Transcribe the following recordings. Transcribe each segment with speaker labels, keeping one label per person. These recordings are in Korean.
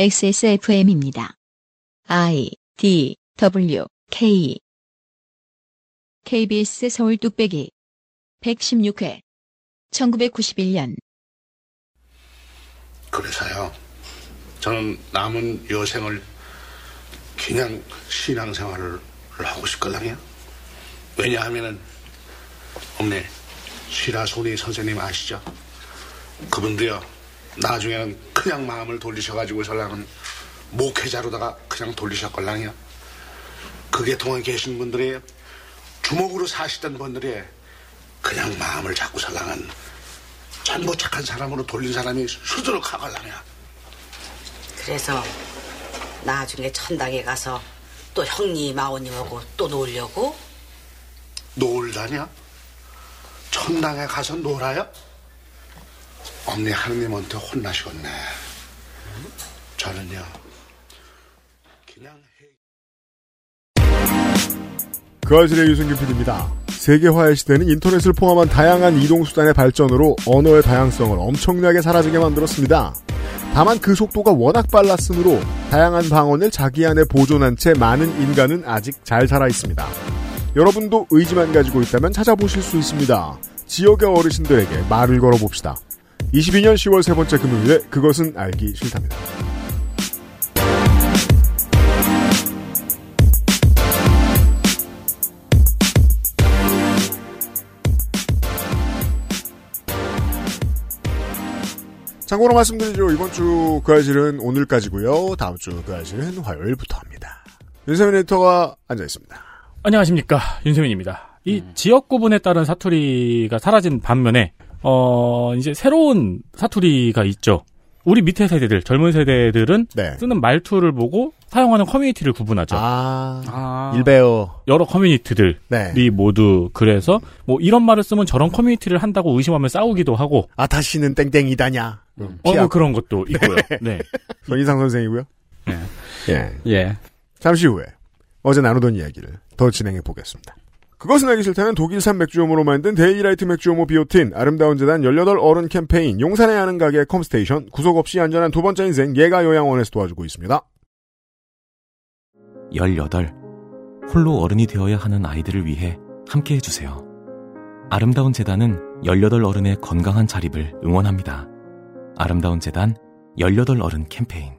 Speaker 1: XSFM입니다. I D W K KBS 서울 뚝배기 116회 1991년
Speaker 2: 그래서요. 저는 남은 여생을 그냥 신앙생활을 하고 싶거든요. 왜냐하면은 어머니 시라소니 선생님 아시죠? 그분도요. 나중에는 그냥 마음을 돌리셔가지고 설랑은 목회자로다가 그냥 돌리셨걸랑요. 그게 동안 계신 분들이 주먹으로 사시던 분들이 그냥 마음을 잡고 설랑은 전부 착한 사람으로 돌린 사람이 스스로 가갈라냐.
Speaker 3: 그래서 나중에 천당에 가서 또 형님 아버님하고 또 놀려고
Speaker 2: 놀다냐? 천당에 가서 놀아요? 엄니 하느님한테 혼나시겠네. 저는요. 그냥 해...
Speaker 4: 그 아실의 유승균 PD입니다. 세계화의 시대는 인터넷을 포함한 다양한 이동수단의 발전으로 언어의 다양성을 엄청나게 사라지게 만들었습니다. 다만 그 속도가 워낙 빨랐으므로 다양한 방언을 자기 안에 보존한 채 많은 인간은 아직 잘 살아있습니다. 여러분도 의지만 가지고 있다면 찾아보실 수 있습니다. 지역의 어르신들에게 말을 걸어봅시다. 22년 10월 세 번째 금요일에 그것은 알기 싫답니다. 참고로 말씀드리죠. 이번 주 그아실은 오늘까지고요. 다음 주 그아실은 화요일부터 합니다. 윤세민 에디터가 앉아 있습니다.
Speaker 5: 안녕하십니까 윤세민입니다. 이
Speaker 4: 네.
Speaker 5: 지역 구분에 따른 사투리가 사라진 반면에 어 이제 새로운 사투리가 있죠. 우리 밑에 세대들 젊은 세대들은
Speaker 4: 네.
Speaker 5: 쓰는 말투를 보고 사용하는 커뮤니티를 구분하죠.
Speaker 4: 아, 일베어.
Speaker 5: 여러 커뮤니티들이
Speaker 4: 네.
Speaker 5: 모두 그래서 뭐 이런 말을 쓰면 저런 커뮤니티를 한다고 의심하면 싸우기도 하고
Speaker 4: 아타시는 땡땡이다냐.
Speaker 5: 어
Speaker 4: 피하고.
Speaker 5: 뭐 그런 것도 있고요. 네.
Speaker 4: 손인상 선생이고요.
Speaker 5: 네.
Speaker 4: 예.
Speaker 5: 예.
Speaker 4: 잠시 후에 어제 나누던 이야기를 더 진행해 보겠습니다. 그것은 알기 싫다는 독일산 맥주호모로 만든 데일리라이트 맥주호모 비오틴, 아름다운 재단 18 어른 캠페인, 용산에 아는 가게 컴스테이션, 구속 없이 안전한 두 번째 인생 예가 요양원에서 도와주고 있습니다.
Speaker 6: 18. 홀로 어른이 되어야 하는 아이들을 위해 함께 해주세요. 아름다운 재단은 18 어른의 건강한 자립을 응원합니다. 아름다운 재단 18 어른 캠페인.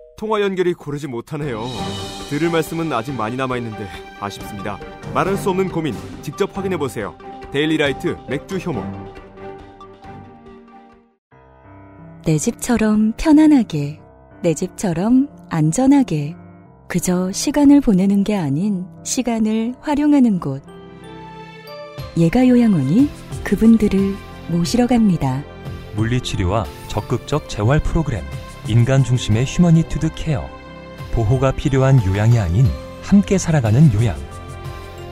Speaker 7: 통화 연결이 고르지 못하네요. 들을 말씀은 아직 많이 남아있는데 아쉽습니다. 말할 수 없는 고민 직접 확인해 보세요. 데일리라이트 맥주 효모.
Speaker 8: 내 집처럼 편안하게, 내 집처럼 안전하게, 그저 시간을 보내는 게 아닌 시간을 활용하는 곳. 예가 요양원이 그분들을 모시러 갑니다.
Speaker 6: 물리치료와 적극적 재활 프로그램. 인간 중심의 휴머니투드 케어. 보호가 필요한 요양이 아닌 함께 살아가는 요양.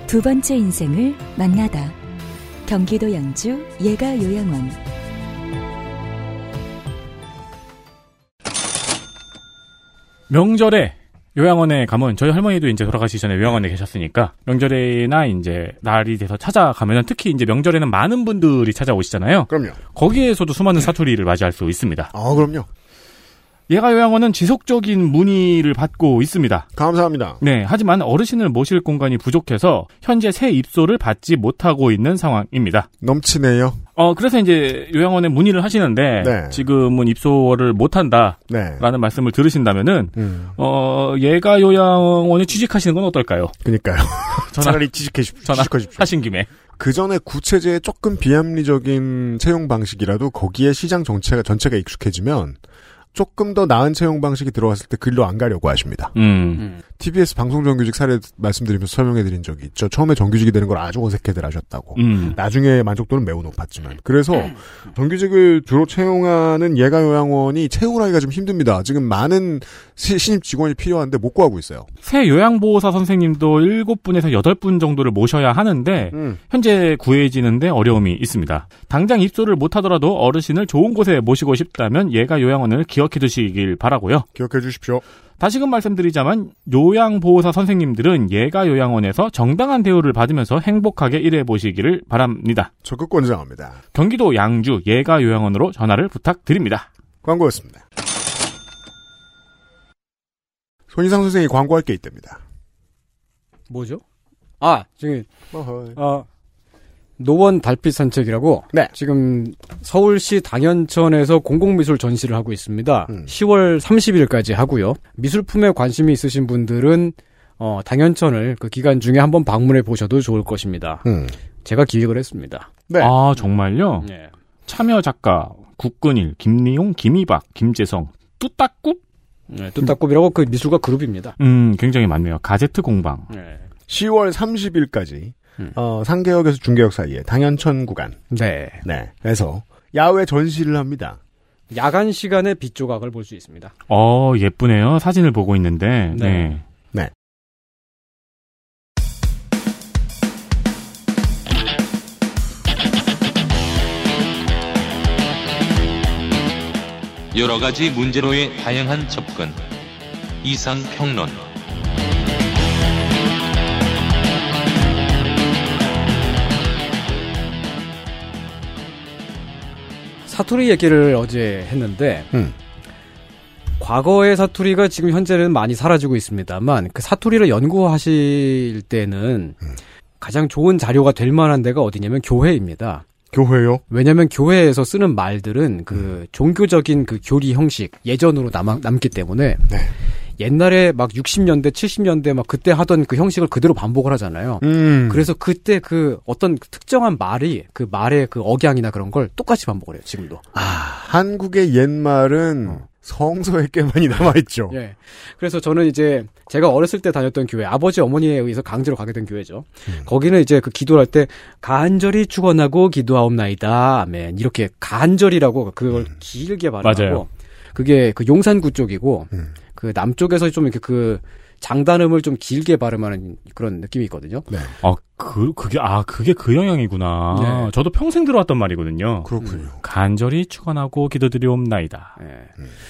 Speaker 8: 두 번째 인생을 만나다. 경기도 양주 예가 요양원.
Speaker 5: 명절에 요양원에 가면 저희 할머니도 이제 돌아가시기 전에 요양원에 계셨으니까 명절이나 이제 날이 돼서 찾아가면 특히 이제 명절에는 많은 분들이 찾아오시잖아요.
Speaker 4: 그럼요.
Speaker 5: 거기에서도 수많은 사투리를 맞이할 수 있습니다.
Speaker 4: 아, 그럼요.
Speaker 5: 예가 요양원은 지속적인 문의를 받고 있습니다.
Speaker 4: 감사합니다.
Speaker 5: 네, 하지만 어르신을 모실 공간이 부족해서 현재 새 입소를 받지 못하고 있는 상황입니다.
Speaker 4: 넘치네요.
Speaker 5: 어, 그래서 이제 요양원에 문의를 하시는데
Speaker 4: 네.
Speaker 5: 지금은 입소를 못한다라는
Speaker 4: 네.
Speaker 5: 말씀을 들으신다면은
Speaker 4: 음,
Speaker 5: 어, 예가 요양원에 취직하시는 건 어떨까요?
Speaker 4: 그니까요.
Speaker 5: 전화
Speaker 4: 차라리 취직하십시오.
Speaker 5: 전화
Speaker 4: 취직하십시오.
Speaker 5: 하신 김에.
Speaker 4: 그 전에 구체제의 조금 비합리적인 채용 방식이라도 거기에 시장 정체가 전체가 익숙해지면 조금 더 나은 채용 방식이 들어왔을 때 글로 안 가려고 하십니다.
Speaker 5: 음.
Speaker 9: 음.
Speaker 4: TBS 방송 정규직 사례 말씀드리면서 설명해드린 적이 있죠. 처음에 정규직이 되는 걸 아주 어색해들 하셨다고.
Speaker 5: 음. 네.
Speaker 4: 나중에 만족도는 매우 높았지만 그래서 정규직을 주로 채용하는 예가 요양원이 채용을 하기가 좀 힘듭니다. 지금 많은 시- 신입 직원이 필요한데 못 구하고 있어요.
Speaker 5: 새 요양보호사 선생님도 7분에서 8분 정도를 모셔야 하는데
Speaker 4: 음.
Speaker 5: 현재 구해지는데 어려움이 있습니다. 당장 입소를 못하더라도 어르신을 좋은 곳에 모시고 싶다면 예가 요양원을 기억해 두시길 바라고요.
Speaker 4: 기억해 주십시오.
Speaker 5: 다시금 말씀드리자만 요양보호사 선생님들은 예가 요양원에서 정당한 대우를 받으면서 행복하게 일해 보시기를 바랍니다.
Speaker 4: 적극 권장합니다.
Speaker 5: 경기도 양주 예가 요양원으로 전화를 부탁드립니다.
Speaker 4: 광고였습니다. 손희상 선생이 광고할 게 있답니다.
Speaker 9: 뭐죠? 아, 저기
Speaker 4: 어허이.
Speaker 9: 어, 노원 달빛 산책이라고
Speaker 4: 네.
Speaker 9: 지금 서울시 당연천에서 공공미술 전시를 하고 있습니다.
Speaker 4: 음.
Speaker 9: 10월 30일까지 하고요. 미술품에 관심이 있으신 분들은 어, 당연천을 그 기간 중에 한번 방문해 보셔도 좋을 것입니다.
Speaker 4: 음.
Speaker 9: 제가 기획을 했습니다.
Speaker 4: 네.
Speaker 5: 아 정말요?
Speaker 9: 예.
Speaker 5: 참여 작가 국근일, 김리용, 김희박, 김재성, 뚜따꾸?
Speaker 9: 네, 뚜따꼽이라고 그 미술가 그룹입니다.
Speaker 5: 음 굉장히 많네요. 가제트 공방.
Speaker 9: 네.
Speaker 4: 10월 30일까지
Speaker 9: 음.
Speaker 4: 어, 상계역에서 중계역 사이에 당연천 구간
Speaker 9: 네.
Speaker 4: 네.에서 야외 전시를 합니다.
Speaker 9: 야간 시간에 빛 조각을 볼 수 있습니다.
Speaker 5: 어 예쁘네요. 사진을 보고 있는데.
Speaker 9: 네.
Speaker 5: 네.
Speaker 10: 여러 가지 문제로의 다양한 접근. 이상 평론.
Speaker 9: 사투리 얘기를 어제 네, 했는데
Speaker 4: 음.
Speaker 9: 과거의 사투리가 지금 현재는 많이 사라지고 있습니다만 그 사투리를 연구하실 때는 가장 좋은 자료가 될 만한 데가 어디냐면 교회입니다.
Speaker 4: 교회요?
Speaker 9: 왜냐하면 교회에서 쓰는 말들은 그 종교적인 그 교리 형식 예전으로 남아, 남기 때문에
Speaker 4: 네.
Speaker 9: 옛날에 막 60년대 70년대 막 그때 하던 그 형식을 그대로 반복을 하잖아요.
Speaker 4: 음.
Speaker 9: 그래서 그때 그 어떤 특정한 말이 그 말의 그 억양이나 그런 걸 똑같이 반복을 해요 지금도.
Speaker 4: 한국의 옛말은 성서에 꽤 많이 남아있죠.
Speaker 9: 어. 예. 그래서 저는 이제 제가 어렸을 때 다녔던 교회, 아버지 어머니에 의해서 강제로 가게 된 교회죠.
Speaker 5: 음.
Speaker 9: 거기는 이제 그 기도할 때 간절히 축원하고 기도하옵나이다. 아멘. 이렇게 간절이라고 그걸 길게 발음하고
Speaker 5: 맞아요.
Speaker 9: 그게 그 용산구 쪽이고
Speaker 4: 음.
Speaker 9: 그 남쪽에서 좀 이렇게 그 장단음을 좀 길게 발음하는 그런 느낌이 있거든요.
Speaker 5: 네. 아그 그게 아 그게 그 영향이구나.
Speaker 9: 네.
Speaker 5: 저도 평생 들어왔던 말이거든요.
Speaker 4: 그렇군요.
Speaker 5: 간절히 축원하고 기도드리옵나이다.
Speaker 9: 예.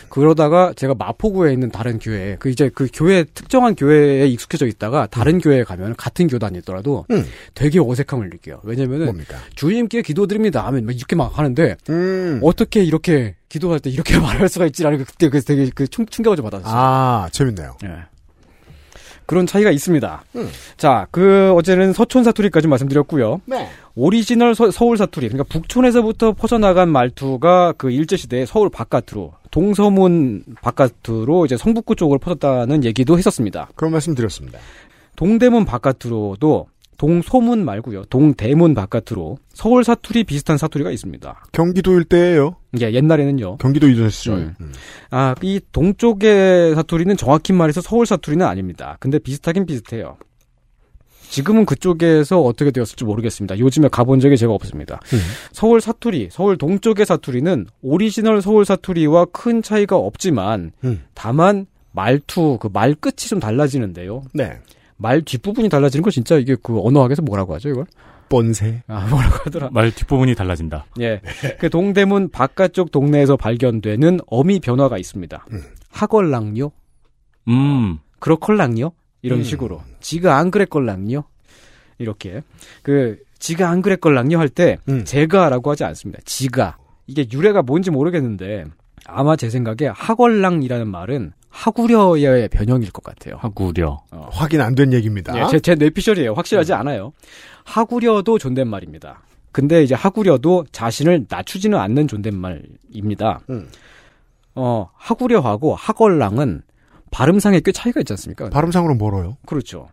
Speaker 9: 그러다가 제가 마포구에 있는 다른 교회, 그 이제 그 교회 특정한 교회에 익숙해져 있다가 다른
Speaker 5: 음.
Speaker 9: 교회에 가면 같은 교단이더라도
Speaker 4: 음.
Speaker 9: 되게 어색함을 느껴요. 왜냐면은
Speaker 4: 뭡니까?
Speaker 9: 주님께 기도드립니다. 하면 막 이렇게 막 하는데
Speaker 4: 음.
Speaker 9: 어떻게 이렇게 기도할 때 이렇게 말할 수가 있지라는 그 그때 그 되게 그 충, 충격을 좀 받았어요.
Speaker 4: 아, 재밌네요.
Speaker 9: 예. 그런 차이가 있습니다.
Speaker 4: 음.
Speaker 9: 자, 그 어제는 서촌 사투리까지 말씀드렸고요.
Speaker 4: 네.
Speaker 9: 오리지널 서, 울 사투리, 그러니까 북촌에서부터 퍼져나간 말투가 그 일제 시대에 서울 바깥으로 동서문 바깥으로 이제 성북구 쪽으로 퍼졌다는 얘기도 했었습니다.
Speaker 4: 그런 말씀 드렸습니다.
Speaker 9: 동대문 바깥으로도 동소문 말고요. 동대문 바깥으로 서울 사투리 비슷한 사투리가 있습니다.
Speaker 4: 경기도 일대예요.
Speaker 9: 예, 옛날에는요.
Speaker 4: 경기도 이전시죠.
Speaker 9: 음. 아, 이 동쪽의 사투리는 정확히 말해서 서울 사투리는 아닙니다. 근데 비슷하긴 비슷해요. 지금은 그쪽에서 어떻게 되었을지 모르겠습니다. 요즘에 가본 적이 제가 없습니다.
Speaker 4: 음.
Speaker 9: 서울 사투리, 서울 동쪽의 사투리는 오리지널 서울 사투리와 큰 차이가 없지만,
Speaker 4: 음.
Speaker 9: 다만 말투, 그 말끝이 좀 달라지는데요.
Speaker 4: 네.
Speaker 9: 말 뒷부분이 달라지는 거 진짜 이게 그 언어학에서 뭐라고 하죠, 이걸?
Speaker 4: 번세.
Speaker 9: 아, 뭐라고 하더라.
Speaker 5: 말 뒷부분이 달라진다.
Speaker 9: 예. 그 동대문 바깥쪽 동네에서 발견되는 어미 변화가 있습니다.
Speaker 4: 음.
Speaker 9: 하걸랑요?
Speaker 5: 음.
Speaker 9: 그렇걸랑요? 이런
Speaker 4: 음.
Speaker 9: 식으로. 지가 안 그랬걸랑요? 이렇게. 그, 지가 안 그랬걸랑요 할 때,
Speaker 4: 음.
Speaker 9: 제가라고 하지 않습니다. 지가. 이게 유래가 뭔지 모르겠는데, 아마 제 생각에 하걸랑이라는 말은 하구려의 변형일 것 같아요.
Speaker 5: 하구려.
Speaker 4: 어. 확인 안 된 얘기입니다.
Speaker 9: 예, 제, 제 뇌피셜이에요. 확실하지 않아요. 하구려도 존댓말입니다. 근데 이제 하구려도 자신을 낮추지는 않는 존댓말입니다.
Speaker 4: 음.
Speaker 9: 어, 하구려하고 하걸랑은 발음상에 꽤 차이가 있지 않습니까?
Speaker 4: 발음상으로 멀어요.
Speaker 9: 그렇죠.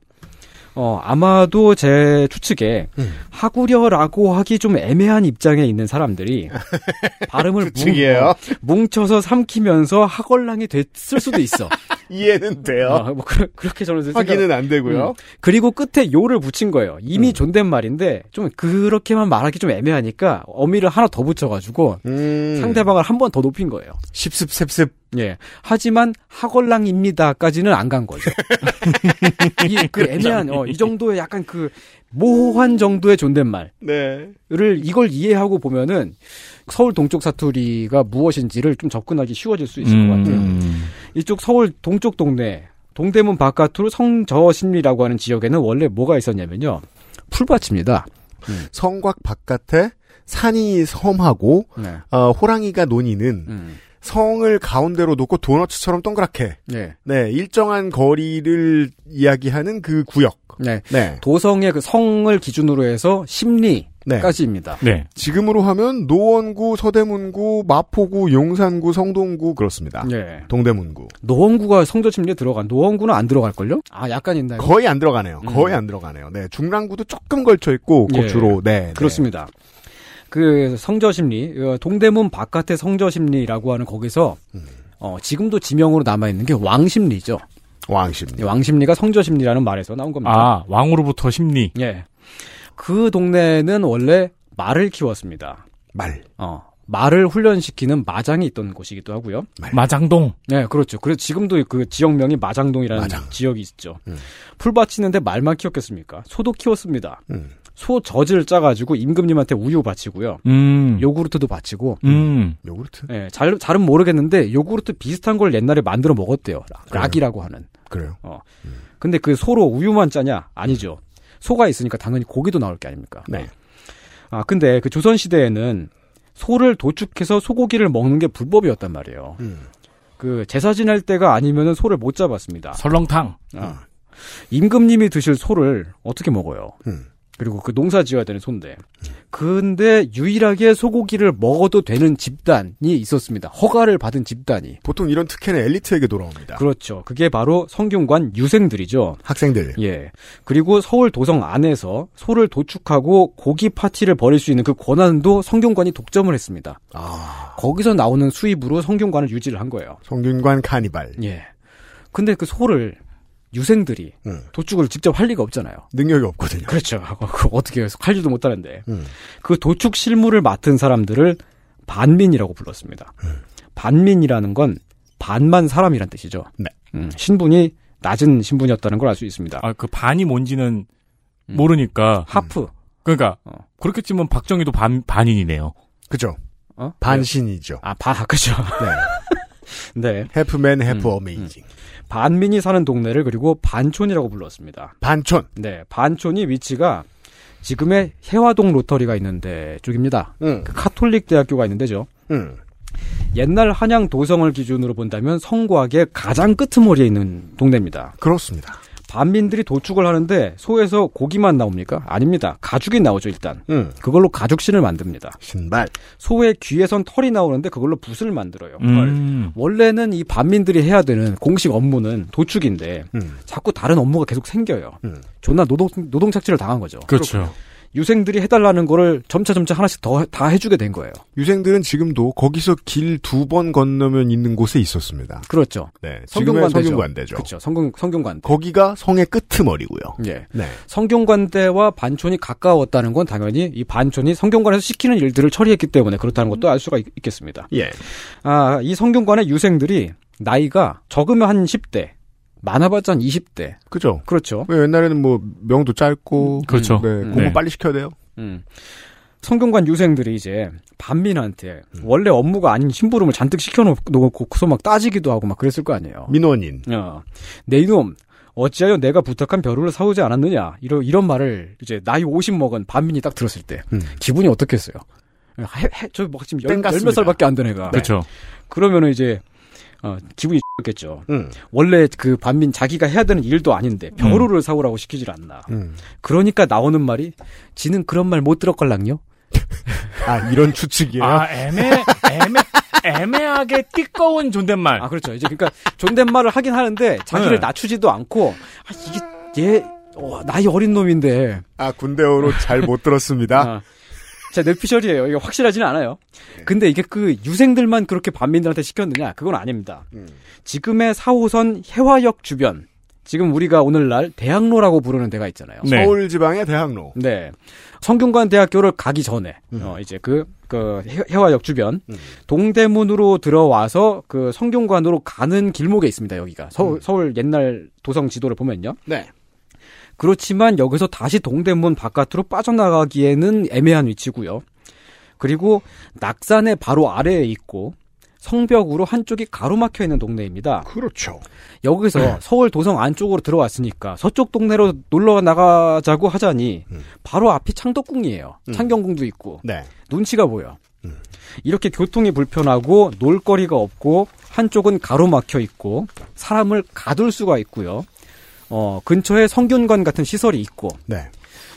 Speaker 9: 어, 아마도 제 추측에
Speaker 4: 음.
Speaker 9: 하구려라고 하기 좀 애매한 입장에 있는 사람들이 발음을
Speaker 4: 추측이에요?
Speaker 9: 뭉, 쳐서 삼키면서 하걸랑이 됐을 수도 있어.
Speaker 4: 이해는 돼요.
Speaker 9: 어, 뭐 그, 그렇게 저는 생각.
Speaker 4: 확인은 안 되고요. 음.
Speaker 9: 음. 그리고 끝에 요를 붙인 거예요. 이미 존댓말인데 좀 그렇게만 말하기 좀 애매하니까 어미를 하나 더 붙여가지고
Speaker 4: 음.
Speaker 9: 상대방을 한 번 더 높인 거예요.
Speaker 4: 십습 셉습
Speaker 9: 예. 하지만 하걸랑입니다까지는 안 간 거죠. 이, 그 애매한 어, 이 정도의 약간 그 모호한 정도의 존댓말을
Speaker 4: 네.
Speaker 9: 이걸 이해하고 보면은 서울 동쪽 사투리가 무엇인지를 좀 접근하기 쉬워질 수 있을 것 같아요.
Speaker 5: 음.
Speaker 9: 이쪽 서울 동쪽 동네 동대문 바깥으로 성저신리라고 하는 지역에는 원래 뭐가 있었냐면요 풀밭입니다.
Speaker 4: 성곽 바깥에 산이 섬하고
Speaker 9: 네.
Speaker 4: 어, 호랑이가 논이는
Speaker 9: 음.
Speaker 4: 성을 가운데로 놓고 도너츠처럼 동그랗게
Speaker 9: 네.
Speaker 4: 네 일정한 거리를 이야기하는 그 구역
Speaker 9: 네.
Speaker 4: 네,
Speaker 9: 도성의 그 성을 기준으로 해서 심리까지입니다.
Speaker 4: 네.
Speaker 5: 네.
Speaker 4: 지금으로 하면 노원구 서대문구 마포구 용산구 성동구 그렇습니다
Speaker 9: 예.
Speaker 4: 네. 동대문구
Speaker 9: 노원구가 성저 침례 들어간 노원구는 안 들어갈 걸요? 아 약간 있나요?
Speaker 4: 거의 안 들어가네요 거의 안 들어가네요 네 중랑구도 조금 걸쳐 있고 그
Speaker 9: 음. 예.
Speaker 4: 주로 네, 네.
Speaker 9: 그렇습니다. 그 성저 심리 어, 동대문 바깥의 성저 심리라고 하는 거기서 어, 지금도 지명으로 남아 있는 게 왕심리죠.
Speaker 4: 왕십리
Speaker 9: 왕심리가 성저 심리라는 말에서 나온 겁니다.
Speaker 5: 아, 왕으로부터 심리.
Speaker 9: 예. 그 동네는 원래 말을 키웠습니다.
Speaker 4: 말
Speaker 9: 어. 말을 훈련시키는 마장이 있던 곳이기도 하고요.
Speaker 5: 마장동.
Speaker 9: 네, 그렇죠. 그래서 지금도 그 지역명이 마장동이라는
Speaker 4: 마장.
Speaker 9: 지역이 있죠.
Speaker 4: 음.
Speaker 9: 풀밭이는데 말만 키웠겠습니까? 소도 키웠습니다.
Speaker 4: 음.
Speaker 9: 소 젖을 짜가지고 임금님한테 우유 바치고요.
Speaker 5: 음.
Speaker 9: 요구르트도 바치고.
Speaker 5: 음.
Speaker 4: 요구르트
Speaker 9: 예, 잘, 잘은 모르겠는데 요구르트 비슷한 걸 옛날에 만들어 먹었대요. 어, 락- 락이라고 하는.
Speaker 4: 그래요
Speaker 9: 근데 그 소로 우유만 짜냐? 아니죠. 소가 있으니까 당연히 고기도 나올 게 아닙니까?
Speaker 4: 네
Speaker 9: 아, 근데 그 조선시대에는 소를 도축해서 소고기를 먹는 게 불법이었단 말이에요.
Speaker 4: 음.
Speaker 9: 그 제사 지낼 때가 아니면은 소를 못 잡았습니다.
Speaker 5: 설렁탕.
Speaker 9: 아. 임금님이 드실 소를 어떻게 먹어요?
Speaker 4: 음.
Speaker 9: 그리고 그 농사 지어야 되는 소인데. 근데 유일하게 소고기를 먹어도 되는 집단이 있었습니다. 허가를 받은 집단이.
Speaker 4: 보통 이런 특혜는 엘리트에게 돌아옵니다
Speaker 9: 그렇죠. 그게 바로 성균관 유생들이죠.
Speaker 4: 학생들
Speaker 9: 예. 그리고 서울 도성 안에서 소를 도축하고 고기 파티를 벌일 수 있는 그 권한도 성균관이 독점을 했습니다.
Speaker 4: 아
Speaker 9: 거기서 나오는 수입으로 성균관을 유지를 한 거예요.
Speaker 4: 성균관 카니발
Speaker 9: 예. 근데 그 소를 유생들이
Speaker 4: 음.
Speaker 9: 도축을 직접 할 리가 없잖아요.
Speaker 4: 능력이 없거든요
Speaker 9: 그렇죠. 그 어떻게 해서 할 일도 못하는데
Speaker 4: 음.
Speaker 9: 그 도축 실무를 맡은 사람들을 반민이라고 불렀습니다. 반민이라는 건 반만 사람이란 뜻이죠.
Speaker 4: 네.
Speaker 9: 음, 신분이 낮은 신분이었다는 걸 알 수 있습니다.
Speaker 5: 아, 그 반이 뭔지는
Speaker 9: 음.
Speaker 5: 모르니까.
Speaker 9: 하프
Speaker 5: 그러니까
Speaker 9: 어.
Speaker 5: 그렇게 치면 박정희도 반 반인이네요.
Speaker 4: 그죠
Speaker 9: 어?
Speaker 4: 반신이죠
Speaker 9: 아, 바 그죠.
Speaker 4: 네
Speaker 9: 네.
Speaker 4: 해프맨 해프 어메이징
Speaker 9: 반민이 사는 동네를 그리고 반촌이라고 불렀습니다.
Speaker 4: 반촌
Speaker 9: 네. 반촌이 위치가 지금의 해화동 로터리가 있는데 쪽입니다.
Speaker 4: 응.
Speaker 9: 그 카톨릭 대학교가 있는데죠.
Speaker 4: 응.
Speaker 9: 옛날 한양 도성을 기준으로 본다면 성곽의 가장 끄트머리에 있는 동네입니다.
Speaker 4: 그렇습니다.
Speaker 9: 반민들이 도축을 하는데 소에서 고기만 나옵니까? 아닙니다. 가죽이 나오죠 일단.
Speaker 4: 응.
Speaker 9: 그걸로 가죽신을 만듭니다.
Speaker 4: 음, 신발.
Speaker 9: 소의 귀에선 털이 나오는데 그걸로 붓을 만들어요.
Speaker 5: 음.
Speaker 9: 원래는 이 반민들이 해야 되는 공식 업무는 도축인데
Speaker 4: 응.
Speaker 9: 자꾸 다른 업무가 계속 생겨요.
Speaker 4: 응.
Speaker 9: 존나 노동 노동 착취를 당한 거죠.
Speaker 5: 그렇죠.
Speaker 9: 유생들이 해달라는 거를 점차 점차 하나씩 더 다 해주게 된 거예요.
Speaker 4: 유생들은 지금도 거기서 길 두 번 건너면 있는 곳에 있었습니다.
Speaker 9: 그렇죠.
Speaker 4: 네. 지금의
Speaker 9: 성균관대죠.
Speaker 4: 성균관대죠.
Speaker 9: 그렇죠. 성균 성균관.
Speaker 4: 거기가 성의 끄트머리고요.
Speaker 9: 예.
Speaker 4: 네.
Speaker 9: 성균관대와 반촌이 가까웠다는 건 당연히 이 반촌이 성균관에서 시키는 일들을 처리했기 때문에 그렇다는 것도 알 수가 있, 겠습니다
Speaker 4: 예.
Speaker 9: 아, 이 성균관의 유생들이 나이가 적으면 한 10대, 많아봤자 한 20대.
Speaker 4: 그죠.
Speaker 9: 그렇죠.
Speaker 4: 왜 옛날에는 뭐 명도 짧고
Speaker 5: 그렇죠.
Speaker 4: 네, 공부
Speaker 5: 네.
Speaker 4: 빨리 시켜야 돼요.
Speaker 9: 음. 성균관 유생들이 이제 반민한테 원래 업무가 아닌 심부름을 잔뜩 시켜놓고 그서 막 따지기도 하고 막 그랬을 거 아니에요.
Speaker 4: 민원인.
Speaker 9: 어, 내 이놈, 어찌하여 내가 부탁한 벼루를 사오지 않았느냐. 이런, 이런 말을 이제 나이 50 먹은 반민이 딱 들었을 때,
Speaker 4: 음.
Speaker 9: 기분이 어떻겠어요? 해, 해, 저, 막 지금 열,
Speaker 4: 땡갔습니다.
Speaker 9: 열몇 살밖에 안 된 애가.
Speaker 5: 그렇죠.
Speaker 9: 그러면은 이제, 어, 기분이 X겠죠.
Speaker 4: 응.
Speaker 9: 원래 그 반민 자기가 해야 되는 일도 아닌데,
Speaker 4: 음.
Speaker 9: 벼루를 사오라고 시키질 않나.
Speaker 4: 응.
Speaker 9: 그러니까 나오는 말이, 지는 그런 말 못 들었걸랑요?
Speaker 4: 아 이런 추측이에요.
Speaker 5: 아, 애매 애매 애매하게 띠꺼운 존댓말.
Speaker 9: 아, 그렇죠. 이제 그러니까 존댓말을 하긴 하는데, 자기를
Speaker 5: 네.
Speaker 9: 낮추지도 않고, 아, 이게, 얘, 어, 나이 어린 놈인데
Speaker 4: 아 군대어로 잘 못 들었습니다.
Speaker 9: 아. 자, 뇌피셜이에요. 이거 확실하지는 않아요. 근데 이게 그 유생들만 그렇게 반민들한테 시켰느냐? 그건 아닙니다. 지금의 4호선 해화역 주변, 지금 우리가 오늘날 대학로라고 부르는 데가 있잖아요.
Speaker 5: 네.
Speaker 4: 서울 지방의 대학로.
Speaker 9: 네. 성균관 대학교를 가기 전에, 어, 이제 그, 그, 해- 해화역 주변, 동대문으로 들어와서 그 성균관으로 가는 길목에 있습니다, 여기가. 서울, 서울 옛날 도성 지도를 보면요.
Speaker 4: 네.
Speaker 9: 그렇지만 여기서 다시 동대문 바깥으로 빠져나가기에는 애매한 위치고요. 그리고 낙산의 바로 아래에 있고 성벽으로 한쪽이 가로막혀 있는 동네입니다.
Speaker 4: 그렇죠.
Speaker 9: 여기서 서울 도성 안쪽으로 들어왔으니까 서쪽 동네로 놀러 나가자고 하자니 바로 앞이 창덕궁이에요. 창경궁도 있고
Speaker 4: 음. 네. 음.
Speaker 9: 눈치가 보여. 이렇게 교통이 불편하고 놀거리가 없고 한쪽은 가로막혀 있고 사람을 가둘 수가 있고요. 어, 근처에 성균관 같은 시설이 있고
Speaker 4: 네.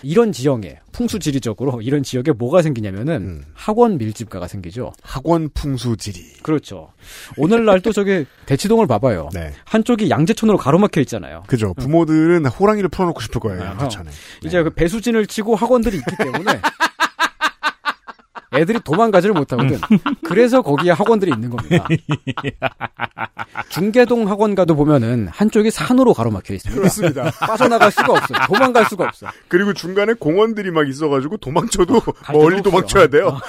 Speaker 9: 이런 지형에 풍수지리적으로 이런 지역에 뭐가 생기냐면은
Speaker 4: 음.
Speaker 9: 학원 밀집가가 생기죠.
Speaker 4: 학원 풍수지리.
Speaker 9: 그렇죠. 오늘날 또 저기 대치동을 봐봐요.
Speaker 4: 네.
Speaker 9: 한쪽이 양재천으로 가로막혀 있잖아요. 어.
Speaker 4: 그죠. 부모들은 호랑이를 풀어놓고 싶을 거예요.
Speaker 9: 아하.
Speaker 4: 양화천에. 네.
Speaker 9: 이제 그 배수진을 치고 학원들이 있기 때문에 애들이 도망가지를 못하거든. 그래서 거기에 학원들이 있는 겁니다. 중계동 학원 가도 보면은 한쪽이 산으로 가로막혀 있습니다.
Speaker 4: 그렇습니다.
Speaker 9: 빠져나갈 수가 없어. 요 도망갈 수가 없어. 요
Speaker 4: 그리고 중간에 공원들이 막 있어가지고 도망쳐도
Speaker 9: 갈
Speaker 4: 멀리
Speaker 9: 데가 없어요.
Speaker 4: 도망쳐야 돼요.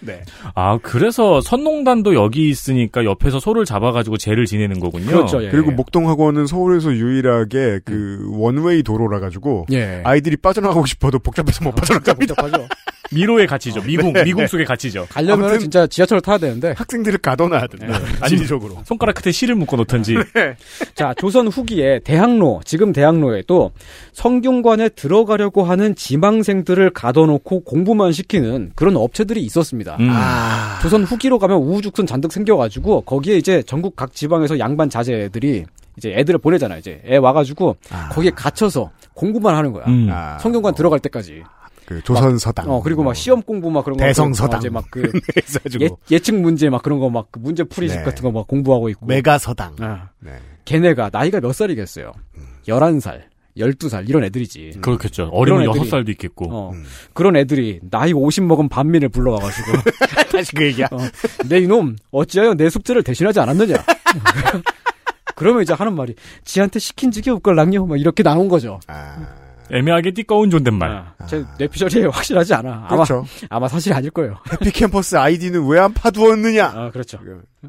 Speaker 4: 네.
Speaker 5: 아, 그래서 선농단도 여기 있으니까 옆에서 소를 잡아가지고 죄를 지내는 거군요.
Speaker 9: 그렇죠. 예.
Speaker 4: 그리고 목동학원은 서울에서 유일하게 그 원웨이 도로라 가지고
Speaker 9: 예.
Speaker 4: 아이들이 빠져나가고 싶어도 복잡해서 못 빠져나갑니다.
Speaker 9: 답답하죠.
Speaker 5: 미로의
Speaker 9: 아,
Speaker 5: 가치죠. 미궁,
Speaker 9: 네.
Speaker 5: 미궁 속의 가치죠.
Speaker 9: 가려면
Speaker 4: 아무튼-
Speaker 9: 진짜 지하철 타야 되는데. 예.
Speaker 4: 학생들을 가둬놔야 된다. 진리적으로.
Speaker 5: 손가락 끝에 실을 묶어 놓던지.
Speaker 9: 네. 자, 조선 후기에 대학로, 지금 대학로에도 성균관에 들어가려고 하는 지망생들을 가둬놓고 공부만 시키는 그런 업체들이 있었습니다. 아.
Speaker 5: 음.
Speaker 9: 조선 후기로 가면 우후죽순 잔뜩 생겨가지고 거기에 이제 전국 각 지방에서 양반 자제들이 이제 애들을 보내잖아요. 이제 애 와가지고 거기에 갇혀서 공부만 하는 거야.
Speaker 5: 음.
Speaker 4: 아,
Speaker 9: 성균관 들어갈 때까지.
Speaker 4: 그 조선서당. 뭐
Speaker 9: 어 그리고 막 시험 공부 막 그런 거. 어,
Speaker 4: 대성서당.
Speaker 9: 이제 막그
Speaker 4: 해가지고
Speaker 9: 예측 문제 막 그런 거 막 문제 풀이집
Speaker 4: 네.
Speaker 9: 같은 거 막 공부하고 있고.
Speaker 4: 메가서당.
Speaker 9: 아.
Speaker 4: 네. 음.
Speaker 9: 걔네가 나이가 몇 살이겠어요? 11살, 12살 이런 애들이지.
Speaker 5: 그렇겠죠. 어려면
Speaker 9: 이런 애들이-
Speaker 5: 여섯 살도 있겠고.
Speaker 9: 어,
Speaker 4: 음.
Speaker 9: 그런 애들이 나이 50 먹은 반민을 불러와가지고
Speaker 4: 다시 그 얘기야.
Speaker 9: 어, 내 이놈 어찌하여 내 숙제를 대신하지 않았느냐. 그러면 이제 하는 말이 지한테 시킨 적이 없걸랑요. 막 이렇게 나온 거죠.
Speaker 4: 아,
Speaker 5: 애매하게 띠꺼운 존댓말.
Speaker 9: 아, 제 뇌피셜이 확실하지 않아. 아마
Speaker 4: 그렇죠.
Speaker 9: 아마 사실이 아닐 거예요.
Speaker 4: 해피 캠퍼스 아이디는 왜 안 파두었느냐?
Speaker 9: 아, 그렇죠.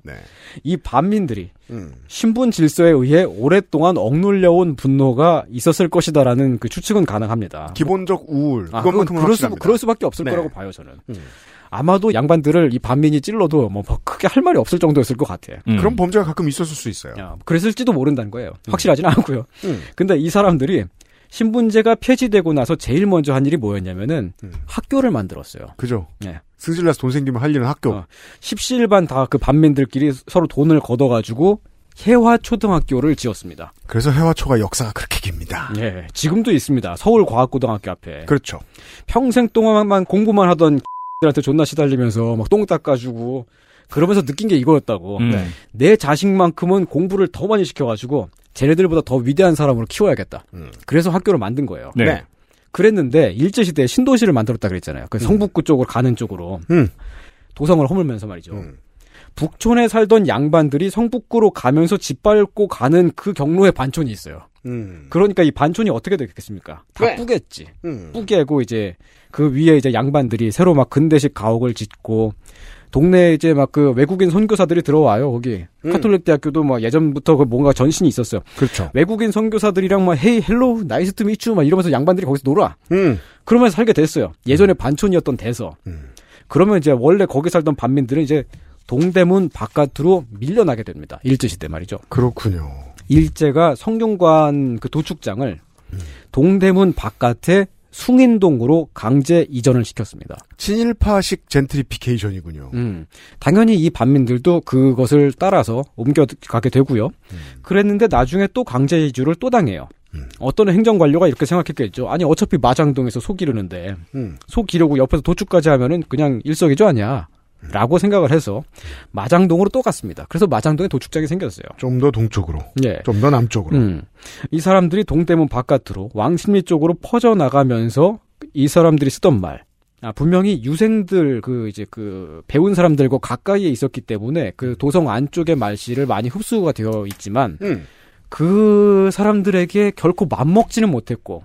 Speaker 4: 네.
Speaker 9: 이 반민들이
Speaker 4: 음.
Speaker 9: 신분 질서에 의해 오랫동안 억눌려온 분노가 있었을 것이다라는 그 추측은 가능합니다.
Speaker 4: 기본적 우울.
Speaker 9: 아, 그건
Speaker 4: 그것만큼은
Speaker 9: 그럴, 수,
Speaker 4: 확실합니다.
Speaker 9: 밖에 없을
Speaker 4: 네.
Speaker 9: 거라고 봐요, 저는.
Speaker 4: 음.
Speaker 9: 아마도 양반들을 이 반민이 찔러도 뭐 크게 할 말이 없을 정도였을 것 같아.
Speaker 5: 음.
Speaker 4: 그런 범죄가 가끔 있었을 수 있어요.
Speaker 9: 야, 그랬을지도 모른다는 거예요. 확실하진 않고요.
Speaker 4: 음.
Speaker 9: 근데 이 사람들이 신분제가 폐지되고 나서 제일 먼저 한 일이 뭐였냐면은
Speaker 4: 음.
Speaker 9: 학교를 만들었어요.
Speaker 4: 그죠?
Speaker 9: 네.
Speaker 4: 승질나서 돈 생기면 할 일은 학교.
Speaker 9: 어. 십시일반 다 그 반민들끼리 서로 돈을 걷어가지고 해화초등학교를 지었습니다.
Speaker 4: 그래서 해화초가 역사가 그렇게 깁니다.
Speaker 9: 예, 지금도 있습니다. 서울과학고등학교 앞에.
Speaker 4: 그렇죠.
Speaker 9: 평생 동안만 공부만 하던 들한테 존나 시달리면서 막 똥 닦아주고 그러면서 느낀 게 이거였다고.
Speaker 5: 음.
Speaker 9: 내 자식만큼은 공부를 더 많이 시켜가지고 쟤네들보다 더 위대한 사람으로 키워야겠다.
Speaker 4: 음.
Speaker 9: 그래서 학교를 만든 거예요.
Speaker 5: 네.
Speaker 9: 그랬는데 일제 시대에 신도시를 만들었다 그랬잖아요. 그 성북구 쪽으로 가는 쪽으로
Speaker 4: 음.
Speaker 9: 도성을 허물면서 말이죠.
Speaker 4: 음.
Speaker 9: 북촌에 살던 양반들이 성북구로 가면서 짓밟고 가는 그 경로에 반촌이 있어요.
Speaker 4: 음.
Speaker 9: 그러니까 이 반촌이 어떻게 되겠습니까? 다
Speaker 4: 네.
Speaker 9: 뿌겠지.
Speaker 4: 음.
Speaker 9: 뿌개고 이제 그 위에 이제 양반들이 새로 막 근대식 가옥을 짓고 동네에 이제 막 그 외국인 선교사들이 들어와요 거기
Speaker 4: 음.
Speaker 9: 카톨릭 대학교도 막 예전부터 그 뭔가 전신이 있었어요
Speaker 4: 그렇죠.
Speaker 9: 외국인 선교사들이랑 막 헤이 헬로우 나이스 투 미츄 막 이러면서 양반들이 거기서 놀아
Speaker 4: 음.
Speaker 9: 그러면서 살게 됐어요 예전에 반촌이었던 데서
Speaker 4: 음.
Speaker 9: 그러면 이제 원래 거기 살던 반민들은 이제 동대문 바깥으로 밀려나게 됩니다 일제 시대 말이죠
Speaker 4: 그렇군요.
Speaker 9: 일제가 성균관 그 도축장을
Speaker 4: 음.
Speaker 9: 동대문 바깥에 숭인동으로 강제 이전을 시켰습니다.
Speaker 4: 친일파식 젠트리피케이션이군요.
Speaker 9: 음, 당연히 이 반민들도 그것을 따라서 옮겨가게 되고요. 그랬는데 나중에 또 강제 이주를 또 당해요. 어떤 행정관료가 이렇게 생각했겠죠. 아니 어차피 마장동에서 소 기르는데
Speaker 4: 음.
Speaker 9: 소 기르고 옆에서 도축까지 하면은 그냥 일석이조 아니야. 라고 생각을 해서 마장동으로 또 갔습니다. 그래서 마장동에 도축장이 생겼어요.
Speaker 4: 좀 더 동쪽으로,
Speaker 9: 예.
Speaker 4: 좀 더 남쪽으로.
Speaker 9: 음. 이 사람들이 동대문 바깥으로 왕십리 쪽으로 퍼져 나가면서 이 사람들이 쓰던 말. 아, 분명히 유생들 그 이제 그 배운 사람들과 가까이에 있었기 때문에 그 도성 안쪽의 말씨를 많이 흡수가 되어 있지만
Speaker 4: 음.
Speaker 9: 그 사람들에게 결코 맘먹지는 못했고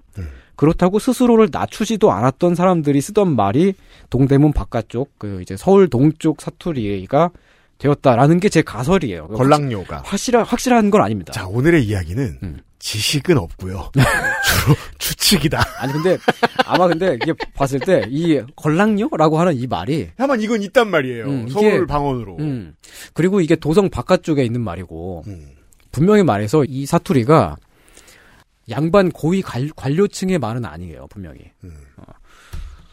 Speaker 9: 그렇다고 스스로를 낮추지도 않았던 사람들이 쓰던 말이 동대문 바깥쪽 그 이제 서울 동쪽 사투리가 되었다라는 게 제 가설이에요.
Speaker 4: 음. 걸랑요가.
Speaker 9: 확실한 확실한 건 아닙니다.
Speaker 4: 자, 오늘의 이야기는
Speaker 9: 음. 네.
Speaker 4: 지식은 없고요. 주로 추측이다.
Speaker 9: 아니 근데 아마 근데 이게 봤을 때 이 걸랑요라고 하는 이 말이
Speaker 4: 다만 이건 있단 말이에요.
Speaker 9: 음, 이게-
Speaker 4: 서울 방언으로.
Speaker 9: 음 그리고 이게 도성 바깥쪽에 있는 말이고
Speaker 4: 음.
Speaker 9: 분명히 말해서 이 사투리가 양반 고위 관- 관료층의 말은 아니에요 분명히
Speaker 4: 음.
Speaker 9: 어.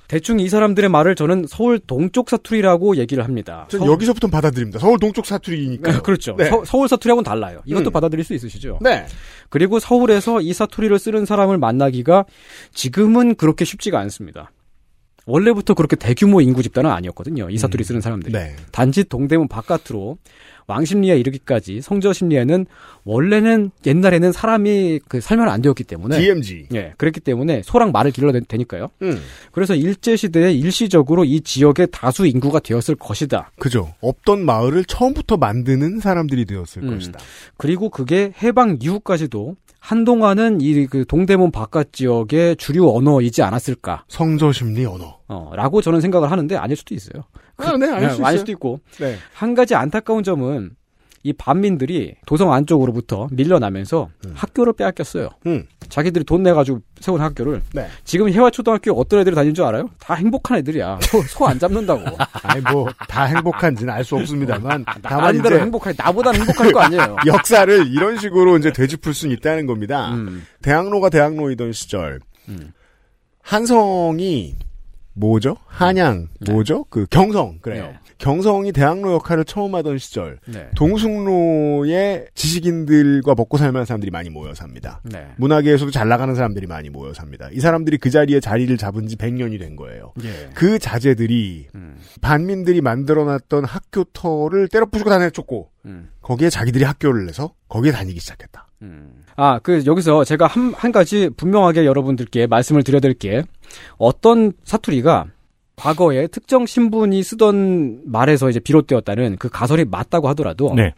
Speaker 9: 대충 이 사람들의 말을 저는 서울 동쪽 사투리라고 얘기를 합니다.
Speaker 4: 전
Speaker 9: 서울-
Speaker 4: 여기서부터 받아들입니다. 서울 동쪽 사투리니까.
Speaker 9: 아, 그렇죠.
Speaker 4: 네.
Speaker 9: 서, 울 사투리하고는 달라요. 이것도
Speaker 4: 음.
Speaker 9: 받아들일 수 있으시죠.
Speaker 4: 네.
Speaker 9: 그리고 서울에서 이 사투리를 쓰는 사람을 만나기가 지금은 그렇게 쉽지가 않습니다. 원래부터 그렇게 대규모 인구 집단은 아니었거든요. 이 사투리
Speaker 4: 음.
Speaker 9: 쓰는 사람들이.
Speaker 4: 네.
Speaker 9: 단지 동대문 바깥으로 왕십리에 이르기까지 성저십리에는 원래는 옛날에는 사람이 그 살면 안 되었기 때문에
Speaker 4: DMG.
Speaker 9: 예, 그랬기 때문에 소랑 말을 길러대니까요.
Speaker 4: 음.
Speaker 9: 그래서 일제 시대에 일시적으로 이 지역의 다수 인구가 되었을 것이다.
Speaker 4: 그죠. 없던 마을을 처음부터 만드는 사람들이 되었을
Speaker 9: 음.
Speaker 4: 것이다.
Speaker 9: 그리고 그게 해방 이후까지도 한동안은 이 그 동대문 바깥 지역의 주류 언어이지 않았을까?
Speaker 4: 성저심리 언어.
Speaker 9: 어, 라고 저는 생각을 하는데 아닐 수도 있어요.
Speaker 4: 아, 네, 알수
Speaker 9: 네,
Speaker 4: 있어요.
Speaker 9: 아닐 수도 있고
Speaker 4: 네.
Speaker 9: 한 가지 안타까운 점은 이 반민들이 도성 안쪽으로부터 밀려나면서 학교를 빼앗겼어요.
Speaker 4: 음.
Speaker 9: 자기들이 돈 내가지고 세운 학교를
Speaker 4: 네.
Speaker 9: 지금 해화초등학교 어떤 애들이 다니는 줄 알아요? 다 행복한 애들이야. 소 안 잡는다고.
Speaker 4: 아니 뭐 다 행복한지는 알 수 없습니다만 다만
Speaker 9: 나름대로
Speaker 4: 이제
Speaker 9: 행복하게 나보다 행복할 거 아니에요.
Speaker 4: 역사를 이런 식으로 이제 되짚을 수는 있다는 겁니다.
Speaker 9: 음.
Speaker 4: 대학로가 대학로이던 시절
Speaker 9: 음.
Speaker 4: 한성이 뭐죠? 한양 뭐죠? 그 경성 그래요.
Speaker 9: 네.
Speaker 4: 경성이 대학로 역할을 처음 하던 시절
Speaker 9: 네.
Speaker 4: 동숭로에 지식인들과 먹고 살만한 사람들이 많이 모여 삽니다.
Speaker 9: 네.
Speaker 4: 문화계에서도 잘 나가는 사람들이 많이 모여 삽니다. 이 사람들이 그 자리에 자리를 잡은 지 100년이 된 거예요.
Speaker 9: 예.
Speaker 4: 그 자제들이
Speaker 9: 음.
Speaker 4: 반민들이 만들어놨던 학교터를 때려 부수고 다 내쫓고
Speaker 9: 음.
Speaker 4: 거기에 자기들이 학교를 내서 거기에 다니기 시작했다.
Speaker 9: 아, 그, 여기서 제가 한, 한 가지 분명하게 여러분들께 말씀을 드려야 될 게, 어떤 사투리가 과거에 특정 신분이 쓰던 말에서 이제 비롯되었다는 그 가설이 맞다고 하더라도,
Speaker 5: 네.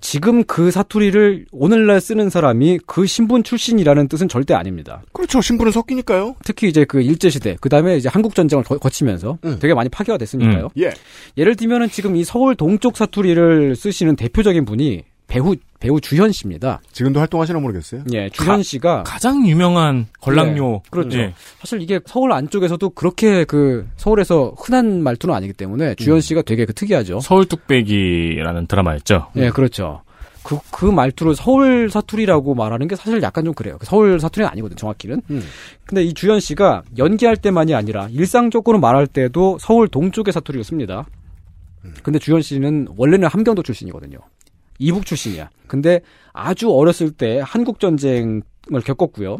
Speaker 9: 지금 그 사투리를 오늘날 쓰는 사람이 그 신분 출신이라는 뜻은 절대 아닙니다.
Speaker 4: 그렇죠. 신분은 섞이니까요.
Speaker 9: 특히 이제 그 일제시대, 그 다음에 이제 한국전쟁을 거- 거치면서
Speaker 4: 음.
Speaker 9: 되게 많이 파괴가 됐으니까요.
Speaker 4: 예.
Speaker 9: 예를 들면은 지금 이 서울 동쪽 사투리를 쓰시는 대표적인 분이 배우, 배우 주현 씨입니다.
Speaker 4: 지금도 활동하시나 모르겠어요.
Speaker 9: 예, 주현
Speaker 6: 아.
Speaker 9: 씨가.
Speaker 5: 가장 유명한 걸랑요.
Speaker 9: 예, 그렇죠.
Speaker 5: 예.
Speaker 9: 사실 이게 서울 안쪽에서도 그렇게 그 서울에서 흔한 말투는 아니기 때문에 주현 씨가 되게 그 특이하죠.
Speaker 5: 서울 뚝배기라는 드라마였죠.
Speaker 9: 예, 그렇죠. 그, 그 말투를 서울 사투리라고 말하는 게 사실 약간 좀 그래요. 서울 사투리는 아니거든, 정확히는.
Speaker 4: 음.
Speaker 9: 근데 이 주현 씨가 연기할 때만이 아니라 일상적으로 말할 때도 서울 동쪽의 사투리를 씁니다. 근데 주현 씨는 원래는 함경도 출신이거든요. 이북 출신이야. 근데 아주 어렸을 때 한국전쟁을 겪었고요.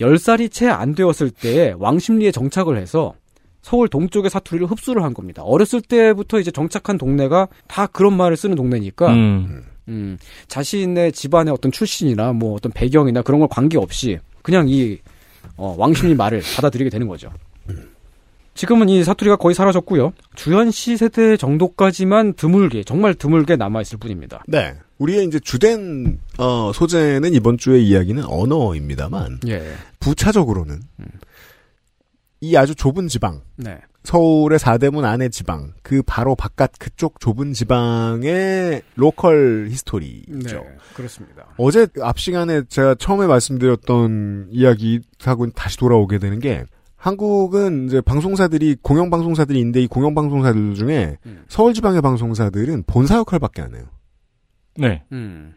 Speaker 9: 열살이 채 안 되었을 때 왕십리에 정착을 해서 서울 동쪽의 사투리를 흡수를 한 겁니다. 어렸을 때부터 이제 정착한 동네가 다 그런 말을 쓰는 동네니까
Speaker 5: 음.
Speaker 9: 음, 자신의 집안의 어떤 출신이나 뭐 어떤 배경이나 그런 걸 관계없이 그냥 이 어, 왕십리 말을 받아들이게 되는 거죠. 지금은 이 사투리가 거의 사라졌고요. 주현 씨 세대 정도까지만 드물게 정말 드물게 남아 있을 뿐입니다.
Speaker 4: 네. 우리의 이제 주된 어, 소재는 이번 주의 이야기는 언어입니다만
Speaker 9: 예.
Speaker 4: 부차적으로는 이 아주 좁은 지방
Speaker 9: 네.
Speaker 4: 서울의 사대문 안의 지방 그 바로 바깥 그쪽 좁은 지방의 로컬
Speaker 9: 그렇죠.
Speaker 4: 히스토리죠.
Speaker 9: 네. 그렇습니다.
Speaker 4: 어제 앞 시간에 제가 처음에 말씀드렸던 이야기하고 다시 돌아오게 되는 게 한국은 이제 방송사들이 공영 방송사들이 있는데 이 공영 방송사들 중에
Speaker 9: 음.
Speaker 4: 서울 지방의 방송사들은 본사 역할밖에 안 해요.
Speaker 5: 네.
Speaker 9: 음.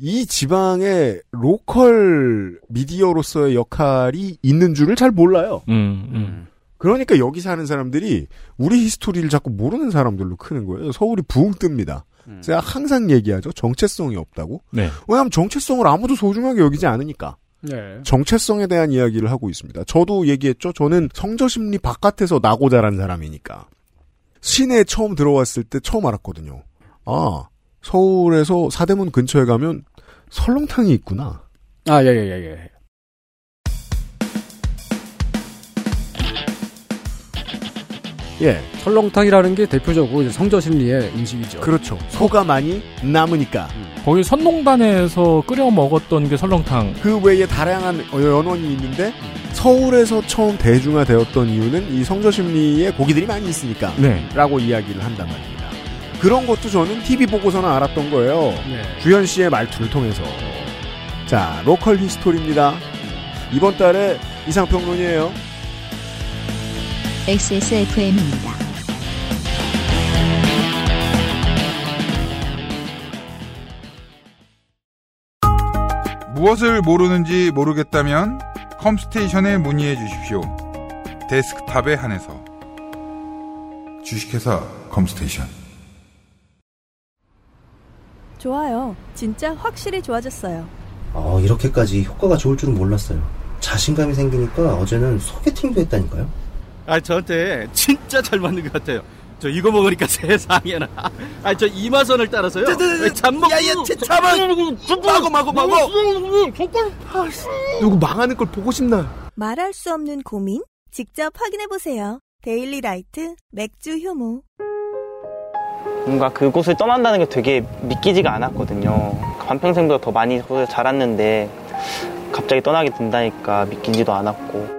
Speaker 4: 이 지방의 로컬 미디어로서의 역할이 있는 줄을 잘 몰라요.
Speaker 5: 음, 음.
Speaker 9: 음.
Speaker 4: 그러니까 여기 사는 사람들이 우리 히스토리를 자꾸 모르는 사람들로 크는 거예요. 서울이 부흥 뜹니다.
Speaker 9: 음.
Speaker 4: 제가 항상 얘기하죠. 정체성이 없다고.
Speaker 5: 네.
Speaker 4: 왜냐하면 정체성을 아무도 소중하게 여기지 않으니까. 네.
Speaker 9: 예.
Speaker 4: 정체성에 대한 이야기를 하고 있습니다. 저도 얘기했죠. 저는 성저심리 바깥에서 나고 자란 사람이니까. 시내에 처음 들어왔을 때 처음 알았거든요. 아, 서울에서 사대문 근처에 가면 설렁탕이 있구나.
Speaker 9: 아, 예, 예, 예, 예. 예, 설렁탕이라는 게 대표적으로 이제 성저 심리의 음식이죠.
Speaker 4: 그렇죠. 소가 많이 남으니까.
Speaker 5: 거기 선농단에서 끓여 먹었던 게 설렁탕.
Speaker 4: 그 외에 다양한 연원이 있는데 서울에서 처음 대중화되었던 이유는 이 성저심리의 고기들이 많이 있으니까
Speaker 5: 네.
Speaker 4: 라고 이야기를 한단 말입니다. 그런 것도 저는 TV 보고서나 알았던 거예요. 주현 씨의 말투를 통해서. 자, 로컬 히스토리입니다. 이번 달에 이상평론이에요.
Speaker 1: XSFM입니다.
Speaker 11: 무엇을 모르는지 모르겠다면 컴스테이션에 문의해 주십시오. 데스크탑에 한해서 주식회사 컴스테이션
Speaker 12: 좋아요. 진짜 확실히 좋아졌어요.
Speaker 13: 어, 이렇게까지 효과가 좋을 줄은 몰랐어요. 자신감이 생기니까 어제는 소개팅도 했다니까요.
Speaker 14: 아 저한테 진짜 잘 맞는 것 같아요. 저 이거 먹으니까 세상에나. 아 저 이마선을 따라서요. 잠먹고. 야야 잠만. 마고 마고 마고.
Speaker 15: 누구 망하는 걸 보고 싶나?
Speaker 16: 말할 수 없는 고민? 직접 확인해보세요. 데일리 라이트 맥주 효모.
Speaker 17: 뭔가 그곳을 떠난다는 게 되게 믿기지가 않았거든요. 반평생보다 더 많이 거기서 자랐는데 갑자기 떠나게 된다니까 믿기지도 않았고.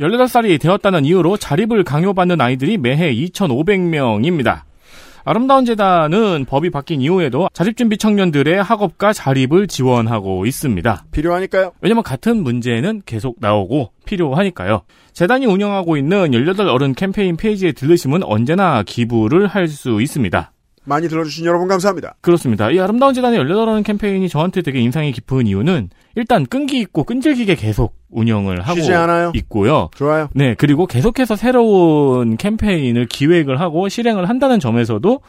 Speaker 5: 18살이 되었다는 이유로 자립을 강요받는 아이들이 매해 2,500명입니다. 아름다운 재단은 법이 바뀐 이후에도 자립준비 청년들의 학업과 자립을 지원하고 있습니다.
Speaker 4: 필요하니까요.
Speaker 5: 왜냐면 같은 문제는 계속 나오고 필요하니까요. 재단이 운영하고 있는 18 어른 캠페인 페이지에 들르시면 언제나 기부를 할 수 있습니다.
Speaker 4: 많이 들어주신 여러분 감사합니다.
Speaker 5: 그렇습니다. 이 아름다운 재단의 18어른 캠페인이 저한테 되게 인상이 깊은 이유는 일단 끈기 있고 끈질기게 계속 운영을 하고
Speaker 4: 쉬지 않아요.
Speaker 5: 있고요.
Speaker 4: 좋아요.
Speaker 5: 네, 그리고 계속해서 새로운 캠페인을 기획을 하고 실행을 한다는 점에서도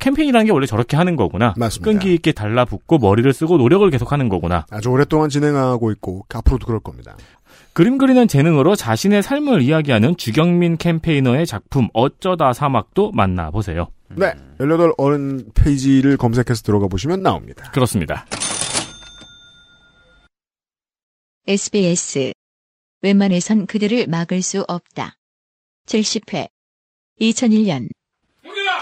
Speaker 5: 캠페인이라는 게 원래 저렇게 하는 거구나. 끈기 있게 달라붙고 머리를 쓰고 노력을 계속하는 거구나.
Speaker 4: 아주 오랫동안 진행하고 있고 앞으로도 그럴 겁니다.
Speaker 5: 그림 그리는 재능으로 자신의 삶을 이야기하는 주경민 캠페이너의 작품 어쩌다 사막도 만나보세요.
Speaker 4: 네. 18 어른 페이지를 검색해서 들어가 보시면 나옵니다.
Speaker 5: 그렇습니다.
Speaker 1: SBS. 웬만해선 그들을 막을 수 없다. 70회. 2001년.
Speaker 18: 홍준아!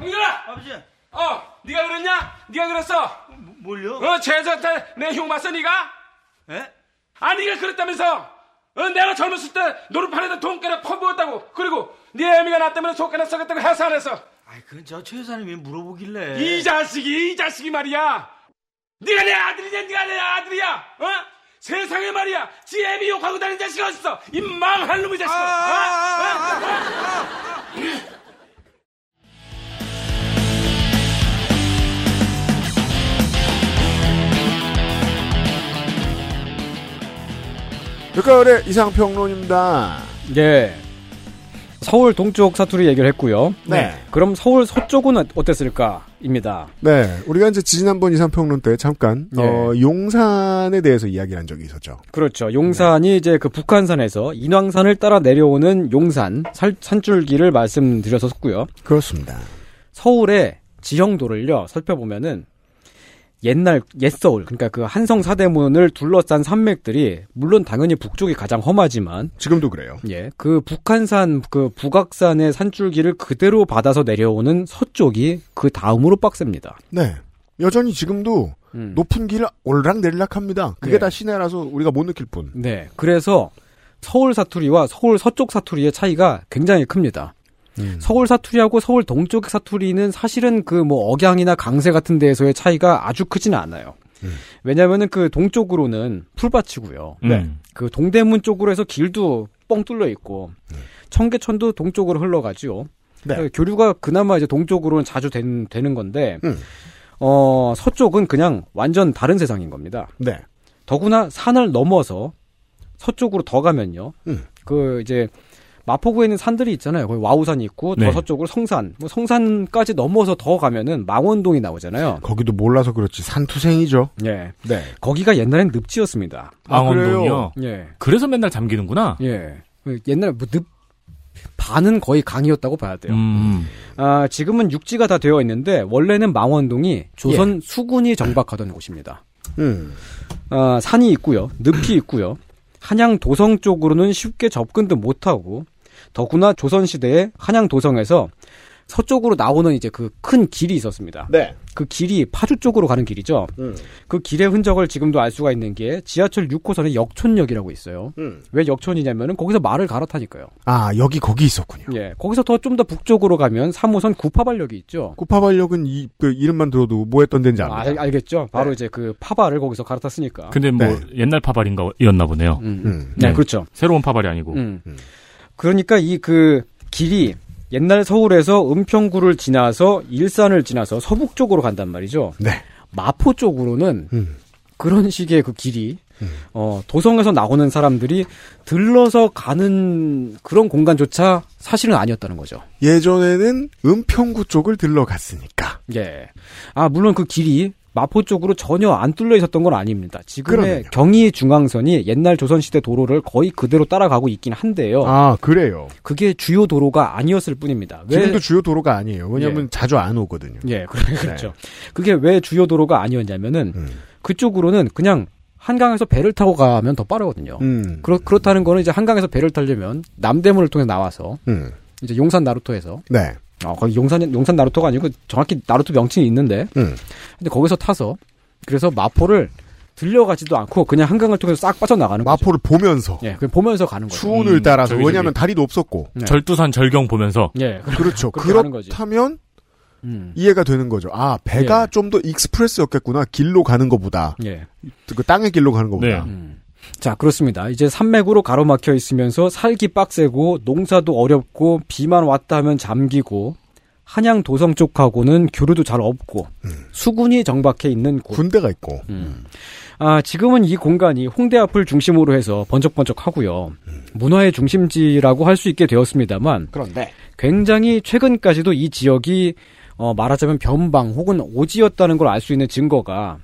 Speaker 18: 홍준아! 아버지. 어, 네가 그랬냐? 네가 그랬어?
Speaker 14: 뭐,
Speaker 18: 뭘요? 어, 제자한테 내 흉 봤어, 네가?
Speaker 14: 예?
Speaker 18: 에? 아, 네가 그랬다면서? 어, 내가 젊었을 때 노루판에다 돈깨나 퍼부었다고. 그리고 네 애미가 나 때문에 속깨나 썩었다고 해서 안 했어.
Speaker 19: 아이 그건 저 최 여사님이 왜
Speaker 9: 예.
Speaker 19: 물어보길래
Speaker 18: 이 자식이, 이 자식이 말이야. 네가 내 아들이냐, 네가 내 아들이야. 어? 세상에 말이야. 지 애미 욕하고 다니는 자식 어딨어? 이 망할 놈의 어? 자식.
Speaker 4: 역가을의 이상평론입니다.
Speaker 9: 예. 서울 동쪽 사투리 얘기를 했고요.
Speaker 4: 네.
Speaker 9: 그럼 서울 서쪽은 어- 어땠을까입니다.
Speaker 4: 네, 우리가 이제 지난번 이상평론 때 잠깐
Speaker 9: 네.
Speaker 4: 어, 용산에 대해서 이야기를 한 적이 있었죠.
Speaker 9: 그렇죠. 용산이 이제 그 북한산에서 인왕산을 따라 내려오는 용산 살- 산줄기를 말씀드렸었고요.
Speaker 4: 그렇습니다.
Speaker 9: 서울의 지형도를요 살펴보면은 옛날 옛 서울 그러니까 그 한성 사대문을 둘러싼 산맥들이 물론 당연히 북쪽이 가장 험하지만
Speaker 4: 지금도 그래요.
Speaker 9: 예, 그 북한산 그 북악산의 산줄기를 그대로 받아서 내려오는 서쪽이 그 다음으로 빡셉니다.
Speaker 4: 네, 여전히 지금도
Speaker 9: 음.
Speaker 4: 높은 길을 올락내리락합니다. 그게
Speaker 9: 네.
Speaker 4: 다 시내라서 우리가 못 느낄 뿐.
Speaker 9: 네, 그래서 서울 사투리와 서울 서쪽 사투리의 차이가 굉장히 큽니다. 서울 사투리하고 서울 동쪽 사투리는 사실은 그 뭐 억양이나 강세 같은 데에서의 차이가 아주 크지는 않아요. 왜냐면은 그 동쪽으로는 풀밭이고요.
Speaker 5: 네.
Speaker 9: 그 동대문 쪽으로 해서 길도 뻥 뚫려 있고 청계천도 동쪽으로 흘러가지요.
Speaker 4: 네.
Speaker 9: 어, 교류가 그나마 이제 동쪽으로는 자주 된, 되는 건데 어, 서쪽은 그냥 완전 다른 세상인 겁니다.
Speaker 4: 네.
Speaker 9: 더구나 산을 넘어서 서쪽으로 더 가면요.
Speaker 4: 음.
Speaker 9: 그 이제 마포구에 있는 산들이 있잖아요. 거기 와우산이 있고 더
Speaker 4: 네.
Speaker 9: 서쪽으로 성산, 뭐 성산까지 넘어서 더 가면은 망원동이 나오잖아요.
Speaker 4: 거기도 몰라서 그렇지 산투생이죠.
Speaker 9: 예.
Speaker 4: 네.
Speaker 9: 거기가 옛날엔 늪지였습니다.
Speaker 5: 망원동이요.
Speaker 9: 예.
Speaker 5: 아, 그래서 맨날 잠기는구나.
Speaker 9: 예. 옛날에 뭐 늪, 반은 거의 강이었다고 봐야
Speaker 4: 음.
Speaker 5: 네.
Speaker 9: 돼요.
Speaker 5: 음.
Speaker 9: 아, 지금은 육지가 다 되어 있는데, 원래는 망원동이 조선
Speaker 4: 예.
Speaker 9: 수군이 정박하던 곳입니다.
Speaker 4: 음.
Speaker 9: 아, 산이 있고요. 늪이 있고요. 한양 도성 쪽으로는 쉽게 접근도 못하고, 더구나 조선시대에 한양 도성에서 서쪽으로 나오는 이제 그 큰 길이 있었습니다.
Speaker 4: 네.
Speaker 9: 그 길이 파주 쪽으로 가는 길이죠.
Speaker 4: 음.
Speaker 9: 그 길의 흔적을 지금도 알 수가 있는 게 지하철 6호선의 역촌역이라고 있어요.
Speaker 4: 음.
Speaker 9: 왜 역촌이냐면은 거기서 말을 갈아타니까요.
Speaker 4: 아 여기 거기 있었군요.
Speaker 9: 예, 거기서 더 좀 더 북쪽으로 가면 3호선 구파발역이 있죠.
Speaker 4: 구파발역은 이 그 이름만 들어도 뭐 했던 데인지
Speaker 9: 아,
Speaker 4: 알아요.
Speaker 9: 알- 알겠죠. 바로 이제 그 파발을 거기서 갈아탔으니까.
Speaker 5: 근데 뭐 옛날 파발인가였나 보네요.
Speaker 4: 음.
Speaker 9: 네, 그렇죠.
Speaker 5: 새로운 파발이 아니고.
Speaker 9: 음. 그러니까 이 그 길이 옛날 서울에서 은평구를 지나서 일산을 지나서 서북 쪽으로 간단 말이죠.
Speaker 4: 네.
Speaker 9: 마포 쪽으로는
Speaker 4: 음.
Speaker 9: 그런 식의 그 길이 어, 도성에서 나오는 사람들이 들러서 가는 그런 공간조차 사실은 아니었다는 거죠.
Speaker 4: 예전에는 은평구 쪽을 들러갔으니까.
Speaker 9: 예. 아, 물론 그 길이 마포 쪽으로 전혀 안 뚫려 있었던 건 아닙니다. 지금의
Speaker 4: 그러면요.
Speaker 9: 경의 중앙선이 옛날 조선시대 도로를 거의 그대로 따라가고 있긴 한데요.
Speaker 4: 아 그래요.
Speaker 9: 그게 주요 도로가 어. 아니었을 뿐입니다. 왜-
Speaker 4: 지금도 주요 도로가 아니에요. 왜냐하면 자주 안 오거든요.
Speaker 9: 예, 그래, 그렇죠. 그게 왜 주요 도로가 아니었냐면은 그쪽으로는 그냥 한강에서 배를 타고 가면 더 빠르거든요.
Speaker 4: 음.
Speaker 9: 그렇, 그렇다는 거는 이제 한강에서 배를 타려면 남대문을 통해 나와서
Speaker 4: 음.
Speaker 9: 이제 용산 나루토에서
Speaker 4: 네.
Speaker 9: 어, 거기 용산 용산 나루토가 아니고 정확히 나루토 명칭이 있는데
Speaker 4: 음.
Speaker 9: 네? 근데 거기서 타서 그래서 마포를 들려가지도 않고 그냥 한강을 통해서 싹 빠져나가는
Speaker 4: 마포를 보면서
Speaker 9: 예, 그냥 보면서 가는 거죠.
Speaker 4: 추운을 따라서 왜냐하면 다리도 없었고
Speaker 9: 네.
Speaker 5: 절두산 절경 보면서.
Speaker 9: 예,
Speaker 4: 그렇죠.
Speaker 9: 그렇게 가는 거지. 음.
Speaker 4: 그렇다면 이해가 되는 거죠. 아 배가 좀 더 익스프레스였겠구나. 길로 가는 것보다
Speaker 9: 예. 네.
Speaker 4: 그 땅의 길로 가는 것보다.
Speaker 9: 자, 아, 그렇습니다. 이제 산맥으로 가로막혀 있으면서 살기 빡세고 농사도 어렵고 비만 왔다 하면 잠기고 한양 도성 쪽하고는 교류도 잘 없고 수군이 정박해 있는 곳.
Speaker 4: 군대가 있고.
Speaker 9: 아, 지금은 이 공간이 홍대 앞을 중심으로 해서 번쩍번쩍하고요. 문화의 중심지라고 할 수 있게 되었습니다만
Speaker 4: 그런데
Speaker 9: 굉장히 최근까지도 이 지역이 어, 말하자면 변방 혹은 오지였다는 걸 알 수 있는 증거가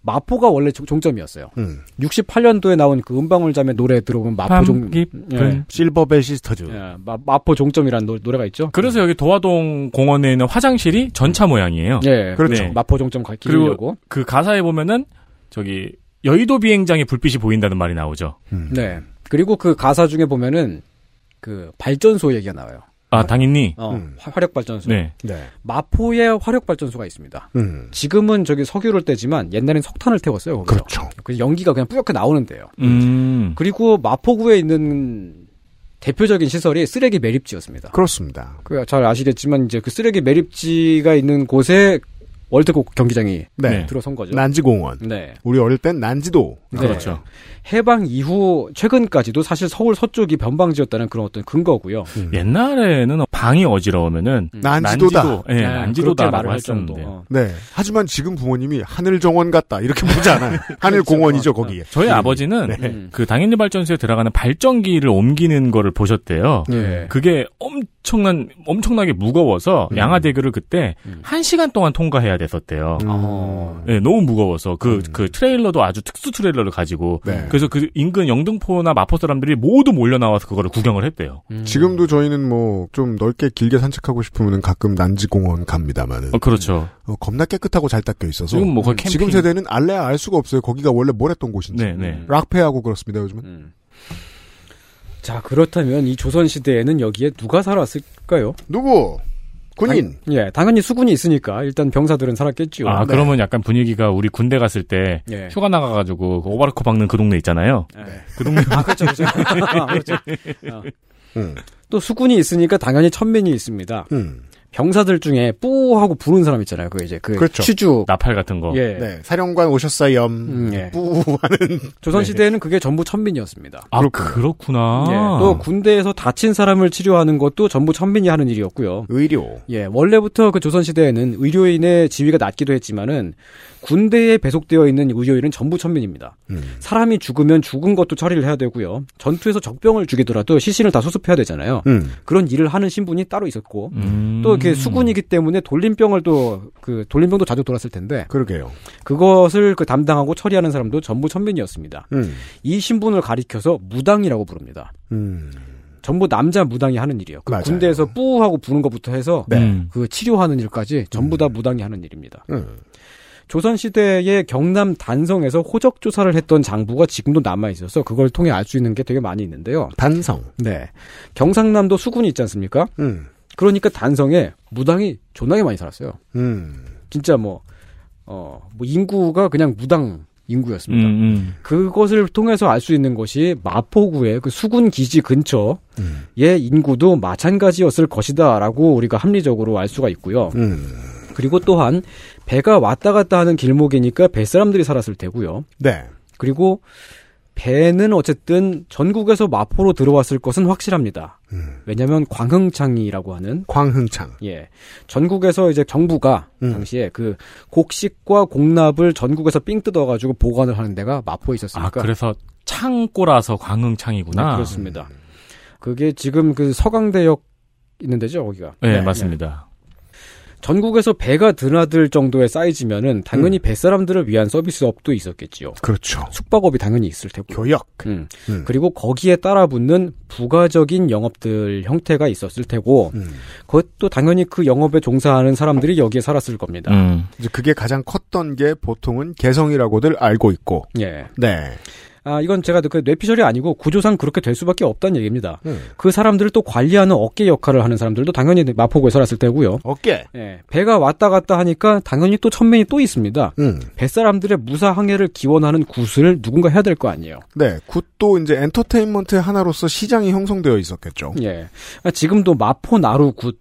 Speaker 9: 마포가 원래 종- 종점이었어요.
Speaker 4: 음.
Speaker 9: 68년도에 나온 그 은방울잠의 노래 들어보면 마포 종 예.
Speaker 4: 실버벨 시스터즈.
Speaker 9: 예, 마, 마포 종점이라는 노, 노래가 있죠.
Speaker 5: 그래서 여기 도화동 공원에 있는 화장실이 전차 모양이에요.
Speaker 9: 예,
Speaker 5: 네.
Speaker 9: 마포 종점 가
Speaker 5: 그리고
Speaker 9: 길려고.
Speaker 5: 그 가사에 보면은 저기 여의도 비행장의 불빛이 보인다는 말이 나오죠.
Speaker 4: 음.
Speaker 9: 네. 그리고 그 가사 중에 보면은 그 발전소 얘기가 나와요.
Speaker 5: 아 당연히.
Speaker 9: 어,
Speaker 4: 음.
Speaker 9: 화- 화력
Speaker 6: 아,
Speaker 9: 발전소.
Speaker 5: 네.
Speaker 9: 마포에 화력 발전소가 있습니다.
Speaker 4: 음.
Speaker 9: 지금은 저기 석유를 떼지만 옛날엔 석탄을 태웠어요. 거기서.
Speaker 4: 그렇죠.
Speaker 9: 그 연기가 그냥 뿌옇게 나오는데요.
Speaker 5: 음.
Speaker 9: 그리고 마포구에 있는 대표적인 시설이 쓰레기 매립지였습니다.
Speaker 4: 그렇습니다.
Speaker 9: 그 잘 아시겠지만 이제 그 쓰레기 매립지가 있는 곳에 월드컵 경기장이
Speaker 4: 네.
Speaker 9: 들어선 거죠.
Speaker 4: 난지공원.
Speaker 9: 네.
Speaker 4: 우리 어릴 땐 난지도. 그렇죠.
Speaker 9: 네.
Speaker 5: 그렇죠.
Speaker 9: 해방 이후 최근까지도 사실 서울 서쪽이 변방지였다는 그런 어떤 근거고요.
Speaker 5: 옛날에는 방이 어지러우면은
Speaker 4: 음. 난지도다.
Speaker 5: 예,
Speaker 9: 아, 그렇게 말을
Speaker 5: 난지도다라고
Speaker 9: 할
Speaker 5: 했었는데.
Speaker 4: 네. 하지만 지금 부모님이 하늘 정원 같다 이렇게 보지 않아요. 하늘 공원이죠 어. 거기에.
Speaker 5: 저희 아버지는
Speaker 4: 네.
Speaker 9: 음.
Speaker 5: 그 당연히 발전소에 들어가는 발전기를 옮기는 거를 보셨대요.
Speaker 9: 네.
Speaker 4: 예.
Speaker 5: 그게 엄청난 엄청나게 무거워서
Speaker 4: 음.
Speaker 5: 양화대교를 그때
Speaker 9: 음.
Speaker 5: 한 시간 동안 통과해야 됐었대요.
Speaker 4: 음.
Speaker 9: 어.
Speaker 5: 예, 너무 무거워서 그 그 트레일러도 아주 특수 트레일러를 가지고
Speaker 4: 네.
Speaker 5: 그래서 그 인근 영등포나 마포 사람들이 모두 몰려 나와서 그거를 구경을 했대요.
Speaker 9: 음.
Speaker 4: 지금도 저희는 뭐 좀 넓게 길게 산책하고 싶으면 가끔 난지공원 갑니다만은.
Speaker 5: 어, 그렇죠.
Speaker 4: 어, 겁나 깨끗하고 잘 닦여 있어서 음.
Speaker 5: 지금 뭐 거의 캠핑-
Speaker 4: 지금 세대는 알래야 알 수가 없어요. 거기가 원래 뭘 했던 곳인지.
Speaker 5: 네, 네.
Speaker 4: 락페하고 그렇습니다 요즘은.
Speaker 9: 자 그렇다면 이 조선 시대에는 여기에 누가 살았을까요?
Speaker 4: 누구? 군인.
Speaker 9: 당, 예, 당연히 수군이 있으니까 일단 병사들은 살았겠지요.
Speaker 5: 아
Speaker 9: 네.
Speaker 5: 그러면 약간 분위기가 우리 군대 갔을 때
Speaker 9: 예.
Speaker 5: 휴가 나가가지고 그 오바르코 박는 그 동네 있잖아요. 그 동네
Speaker 9: 아, 그렇죠, 그렇죠.
Speaker 4: 음.
Speaker 9: 아, 그렇죠. 어. 또 수군이 있으니까 당연히 천민이 있습니다. 병사들 중에 뿌하고 부는 사람 있잖아요. 그 이제 그
Speaker 4: 그렇죠.
Speaker 9: 취주
Speaker 5: 나팔 같은 거.
Speaker 9: 예.
Speaker 4: 네, 사령관 오셨어요.
Speaker 9: 음.
Speaker 4: 뿌하는
Speaker 9: 조선 시대에는 네. 그게 전부 천민이었습니다.
Speaker 5: 아 그렇구나.
Speaker 9: 예, 또 군대에서 다친 사람을 치료하는 것도 전부 천민이 하는 일이었고요.
Speaker 4: 의료.
Speaker 9: 예, 원래부터 그 조선 시대에는 의료인의 지위가 낮기도 했지만은 군대에 배속되어 있는 의료인은 전부 천민입니다.
Speaker 4: 음.
Speaker 9: 사람이 죽으면 죽은 것도 처리를 해야 되고요. 전투에서 적병을 죽이더라도 시신을 다 수습해야 되잖아요.
Speaker 4: 음.
Speaker 9: 그런 일을 하는 신분이 따로 있었고
Speaker 5: 음.
Speaker 9: 또 이렇게 수군이기 때문에 돌림병을 또 그 돌림병도 자주 돌았을 텐데
Speaker 4: 그러게요.
Speaker 9: 그것을 그 담당하고 처리하는 사람도 전부 천민이었습니다.
Speaker 4: 음.
Speaker 9: 이 신분을 가리켜서 무당이라고 부릅니다.
Speaker 4: 음.
Speaker 9: 전부 남자 무당이 하는 일이에요. 그
Speaker 4: 맞아요.
Speaker 9: 군대에서 뿌하고 부는 것부터 해서
Speaker 4: 네.
Speaker 9: 그 치료하는 일까지 전부 다 무당이 하는 일입니다.
Speaker 4: 음.
Speaker 9: 조선 시대에 경남 단성에서 호적 조사를 했던 장부가 지금도 남아 있어서 그걸 통해 알 수 있는 게 되게 많이 있는데요.
Speaker 4: 단성.
Speaker 9: 네. 경상남도 수군이 있지 않습니까?
Speaker 4: 음.
Speaker 9: 그러니까 단성에 무당이 존나게 많이 살았어요.
Speaker 4: 음.
Speaker 9: 진짜 뭐, 어, 뭐 인구가 그냥 무당 인구였습니다.
Speaker 5: 음,
Speaker 9: 그것을 통해서 알 수 있는 것이 마포구의 그 수군 기지 근처의 인구도 마찬가지였을 것이다라고 우리가 합리적으로 알 수가 있고요.
Speaker 4: 음.
Speaker 9: 그리고 또한 배가 왔다 갔다 하는 길목이니까 배 사람들이 살았을 테고요.
Speaker 4: 네.
Speaker 9: 그리고 배는 어쨌든 전국에서 마포로 들어왔을 것은 확실합니다. 왜냐하면 광흥창이라고 하는
Speaker 4: 음. 광흥창. 음.
Speaker 9: 예, 전국에서 이제 정부가 당시에 그 곡식과 공납을 전국에서 삥 뜯어가지고 보관을 하는 데가 마포에 있었으니까.
Speaker 5: 아 그래서 창고라서 광흥창이구나.
Speaker 9: 네, 그렇습니다. 그게 지금 그 서강대역 있는 데죠, 거기가.
Speaker 5: 네, 맞습니다.
Speaker 9: 전국에서 배가 드나들 정도의 사이즈면은 당연히 뱃사람들을 위한 서비스업도 있었겠지요.
Speaker 4: 그렇죠.
Speaker 9: 숙박업이 당연히 있을 테고.
Speaker 4: 교역.
Speaker 9: 음. 그리고 거기에 따라 붙는 부가적인 영업들 형태가 있었을 테고.
Speaker 4: 음.
Speaker 9: 그것도 당연히 그 영업에 종사하는 사람들이 여기에 살았을 겁니다.
Speaker 4: 이제 그게 가장 컸던 게 보통은 개성이라고들 알고 있고.
Speaker 9: 예.
Speaker 4: 네.
Speaker 9: 아, 이건 제가 그 뇌피셜이 아니고 구조상 그렇게 될 수밖에 없다는 얘기입니다.
Speaker 4: 음.
Speaker 9: 그 사람들을 또 관리하는 어깨 역할을 하는 사람들도 당연히 마포구에 살았을 테고요.
Speaker 4: 어깨.
Speaker 9: 예. 배가 왔다 갔다 하니까 당연히 또 천민이 또 있습니다.
Speaker 4: 음.
Speaker 9: 뱃사람들의 무사 항해를 기원하는 굿을 누군가 해야 될 거 아니에요.
Speaker 4: 네. 굿도 이제 엔터테인먼트 하나로서 시장이 형성되어 있었겠죠.
Speaker 9: 예. 아, 지금도 마포 나루 굿,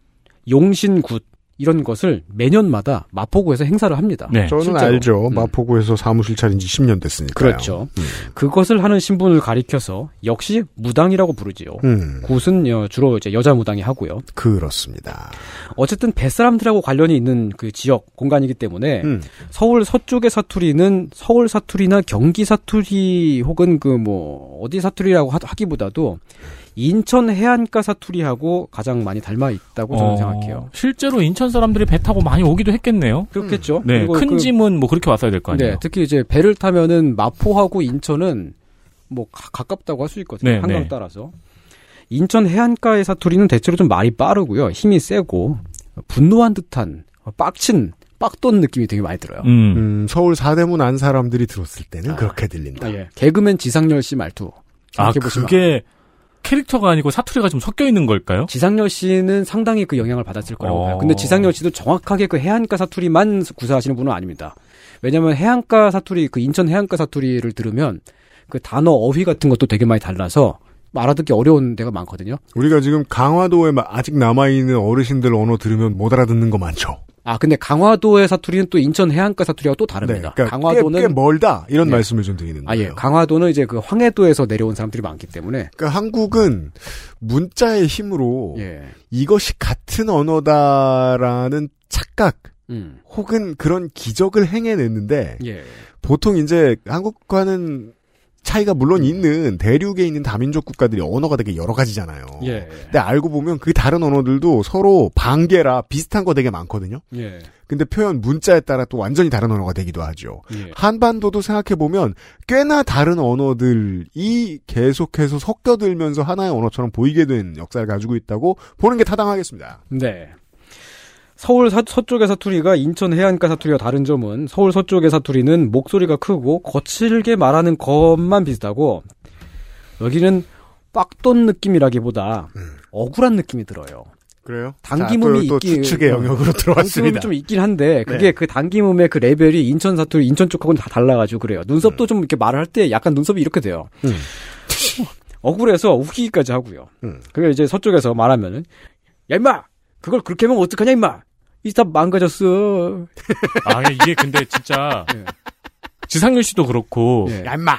Speaker 9: 용신 굿 이런 것을 매년마다 마포구에서 행사를 합니다.
Speaker 5: 네.
Speaker 4: 저는
Speaker 9: 네. 실제로. 음.
Speaker 4: 알죠. 마포구에서 사무실 차린 지 10년 됐으니까요. 음.
Speaker 9: 그렇죠. 그것을 하는 신분을 가리켜서 역시 무당이라고 부르지요.
Speaker 4: 음.
Speaker 9: 굿은 여- 주로 이제 여자 무당이 하고요.
Speaker 4: 그렇습니다.
Speaker 9: 어쨌든 뱃사람들하고 관련이 있는 그 지역 공간이기 때문에
Speaker 4: 음.
Speaker 9: 서울 서쪽의 사투리는 서울 사투리나 경기 사투리 혹은 그 뭐 어디 사투리라고 하- 하기보다도 인천 해안가 사투리하고 가장 많이 닮아 있다고 저는
Speaker 5: 어,
Speaker 9: 생각해요.
Speaker 5: 실제로 인천 사람들이 배 타고 많이 오기도 했겠네요.
Speaker 9: 그렇겠죠.
Speaker 5: 네,
Speaker 9: 그리고
Speaker 5: 큰
Speaker 9: 그-
Speaker 5: 짐은 뭐 그렇게 왔어야 될 거 아니에요.
Speaker 9: 네, 특히 이제 배를 타면은 마포하고 인천은 뭐 가- 가깝다고 할 수 있거든요.
Speaker 5: 네,
Speaker 9: 한강
Speaker 5: 네.
Speaker 9: 따라서. 인천 해안가의 사투리는 대체로 좀 말이 빠르고요. 힘이 세고 분노한 듯한 빡친 빡돈 느낌이 되게 많이 들어요.
Speaker 4: 음, 서울 사대문 안 사람들이 들었을 때는 그렇게 들린다.
Speaker 9: 아, 예. 개그맨 지상열 씨 말투.
Speaker 5: 아,
Speaker 9: 생각해보시면.
Speaker 5: 그게 캐릭터가 아니고 사투리가 좀 섞여 있는 걸까요?
Speaker 9: 지상열 씨는 상당히 그 영향을 받았을 거라고
Speaker 5: 어.
Speaker 9: 봐요. 근데 지상열 씨도 정확하게 그 해안가 사투리만 구사하시는 분은 아닙니다. 왜냐면 해안가 사투리, 그 인천 해안가 사투리를 들으면 그 단어 어휘 같은 것도 되게 많이 달라서 알아듣기 어려운 데가 많거든요.
Speaker 4: 우리가 지금 강화도에 마- 아직 남아있는 어르신들 언어 들으면 못 알아듣는 거 많죠.
Speaker 9: 아, 근데 강화도의 사투리는 또 인천 해안가 사투리하고 또 다릅니다.
Speaker 4: 네, 그러니까
Speaker 9: 강화도는.
Speaker 4: 꽤- 꽤 멀다, 이런
Speaker 9: 예.
Speaker 4: 말씀을 좀 드리는
Speaker 9: 아, 예. 강화도는 이제 그 황해도에서 내려온 사람들이 많기 때문에.
Speaker 4: 그러니까 한국은 문자의 힘으로
Speaker 9: 예.
Speaker 4: 이것이 같은 언어다라는 착각
Speaker 9: 음.
Speaker 4: 혹은 그런 기적을 행해냈는데
Speaker 9: 예.
Speaker 4: 보통 이제 한국과는 차이가 물론 있는 대륙에 있는 다민족 국가들이 언어가 되게 여러 가지잖아요.
Speaker 9: 예.
Speaker 4: 근데 알고 보면 그 다른 언어들도 서로 반개라 비슷한 거 되게 많거든요.
Speaker 9: 예.
Speaker 4: 근데 표현 문자에 따라 또 완전히 다른 언어가 되기도 하죠.
Speaker 9: 예.
Speaker 4: 한반도도 생각해보면 꽤나 다른 언어들이 계속해서 섞여들면서 하나의 언어처럼 보이게 된 역사를 가지고 있다고 보는 게 타당하겠습니다.
Speaker 9: 네. 서울 사- 서쪽의 사투리가 인천 해안가 사투리와 다른 점은 서울 서쪽의 사투리는 목소리가 크고 거칠게 말하는 것만 비슷하고 여기는 빡돈 느낌이라기보다
Speaker 5: 음.
Speaker 9: 억울한 느낌이 들어요.
Speaker 4: 그래요?
Speaker 9: 당김음이
Speaker 4: 또, 또
Speaker 9: 있긴
Speaker 4: 추측의 영역으로 들어왔습니다.
Speaker 9: 당김음이 좀 있긴 한데 그게
Speaker 4: 네.
Speaker 9: 그 당김음의 그 레벨이 인천 사투리 인천 쪽하고는 다 달라가지고 그래요. 눈썹도 좀 이렇게 말을 할 때 약간 눈썹이 이렇게 돼요.
Speaker 4: 음.
Speaker 9: 억울해서 웃기기까지 하고요.
Speaker 4: 음.
Speaker 9: 그게 이제 서쪽에서 말하면은 야 임마 그걸 그렇게 하면 어떡하냐 임마. 이 다 망가졌어.
Speaker 5: 아, 이게 근데 진짜
Speaker 9: 예.
Speaker 5: 지상렬 씨도 그렇고
Speaker 9: 마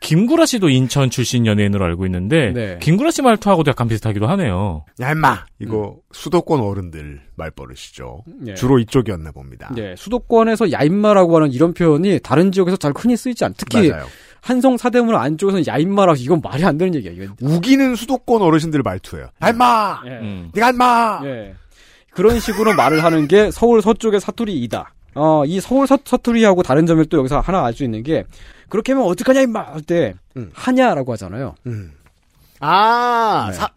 Speaker 5: 김구라 씨도 인천 출신 연예인으로 알고 있는데
Speaker 4: 네.
Speaker 5: 김구라 씨 말투하고도 약간 비슷하기도 하네요.
Speaker 4: 얄마 이거 수도권 어른들 말버릇이죠.
Speaker 9: 예.
Speaker 4: 주로 이쪽이었나 봅니다.
Speaker 9: 예, 수도권에서 야임마라고 하는 이런 표현이 다른 지역에서 잘 흔히 쓰이지 않. 특히
Speaker 4: 맞아요.
Speaker 9: 한성 사대문 안쪽에서는 야임마라고 이건 말이 안 되는 얘기야. 이건
Speaker 4: 우기는 수도권 어르신들 말투예요. 얄마, 네가 얄마.
Speaker 9: 아. 예. 그런 식으로 말을 하는 게 서울 서쪽의 사투리이다. 어, 이 서울 서, 사투리하고 다른 점을 또 여기서 하나 알 수 있는 게 그렇게 하면 어떡하냐 임마 할 때 하냐라고 하잖아요.
Speaker 4: 음. 아 사-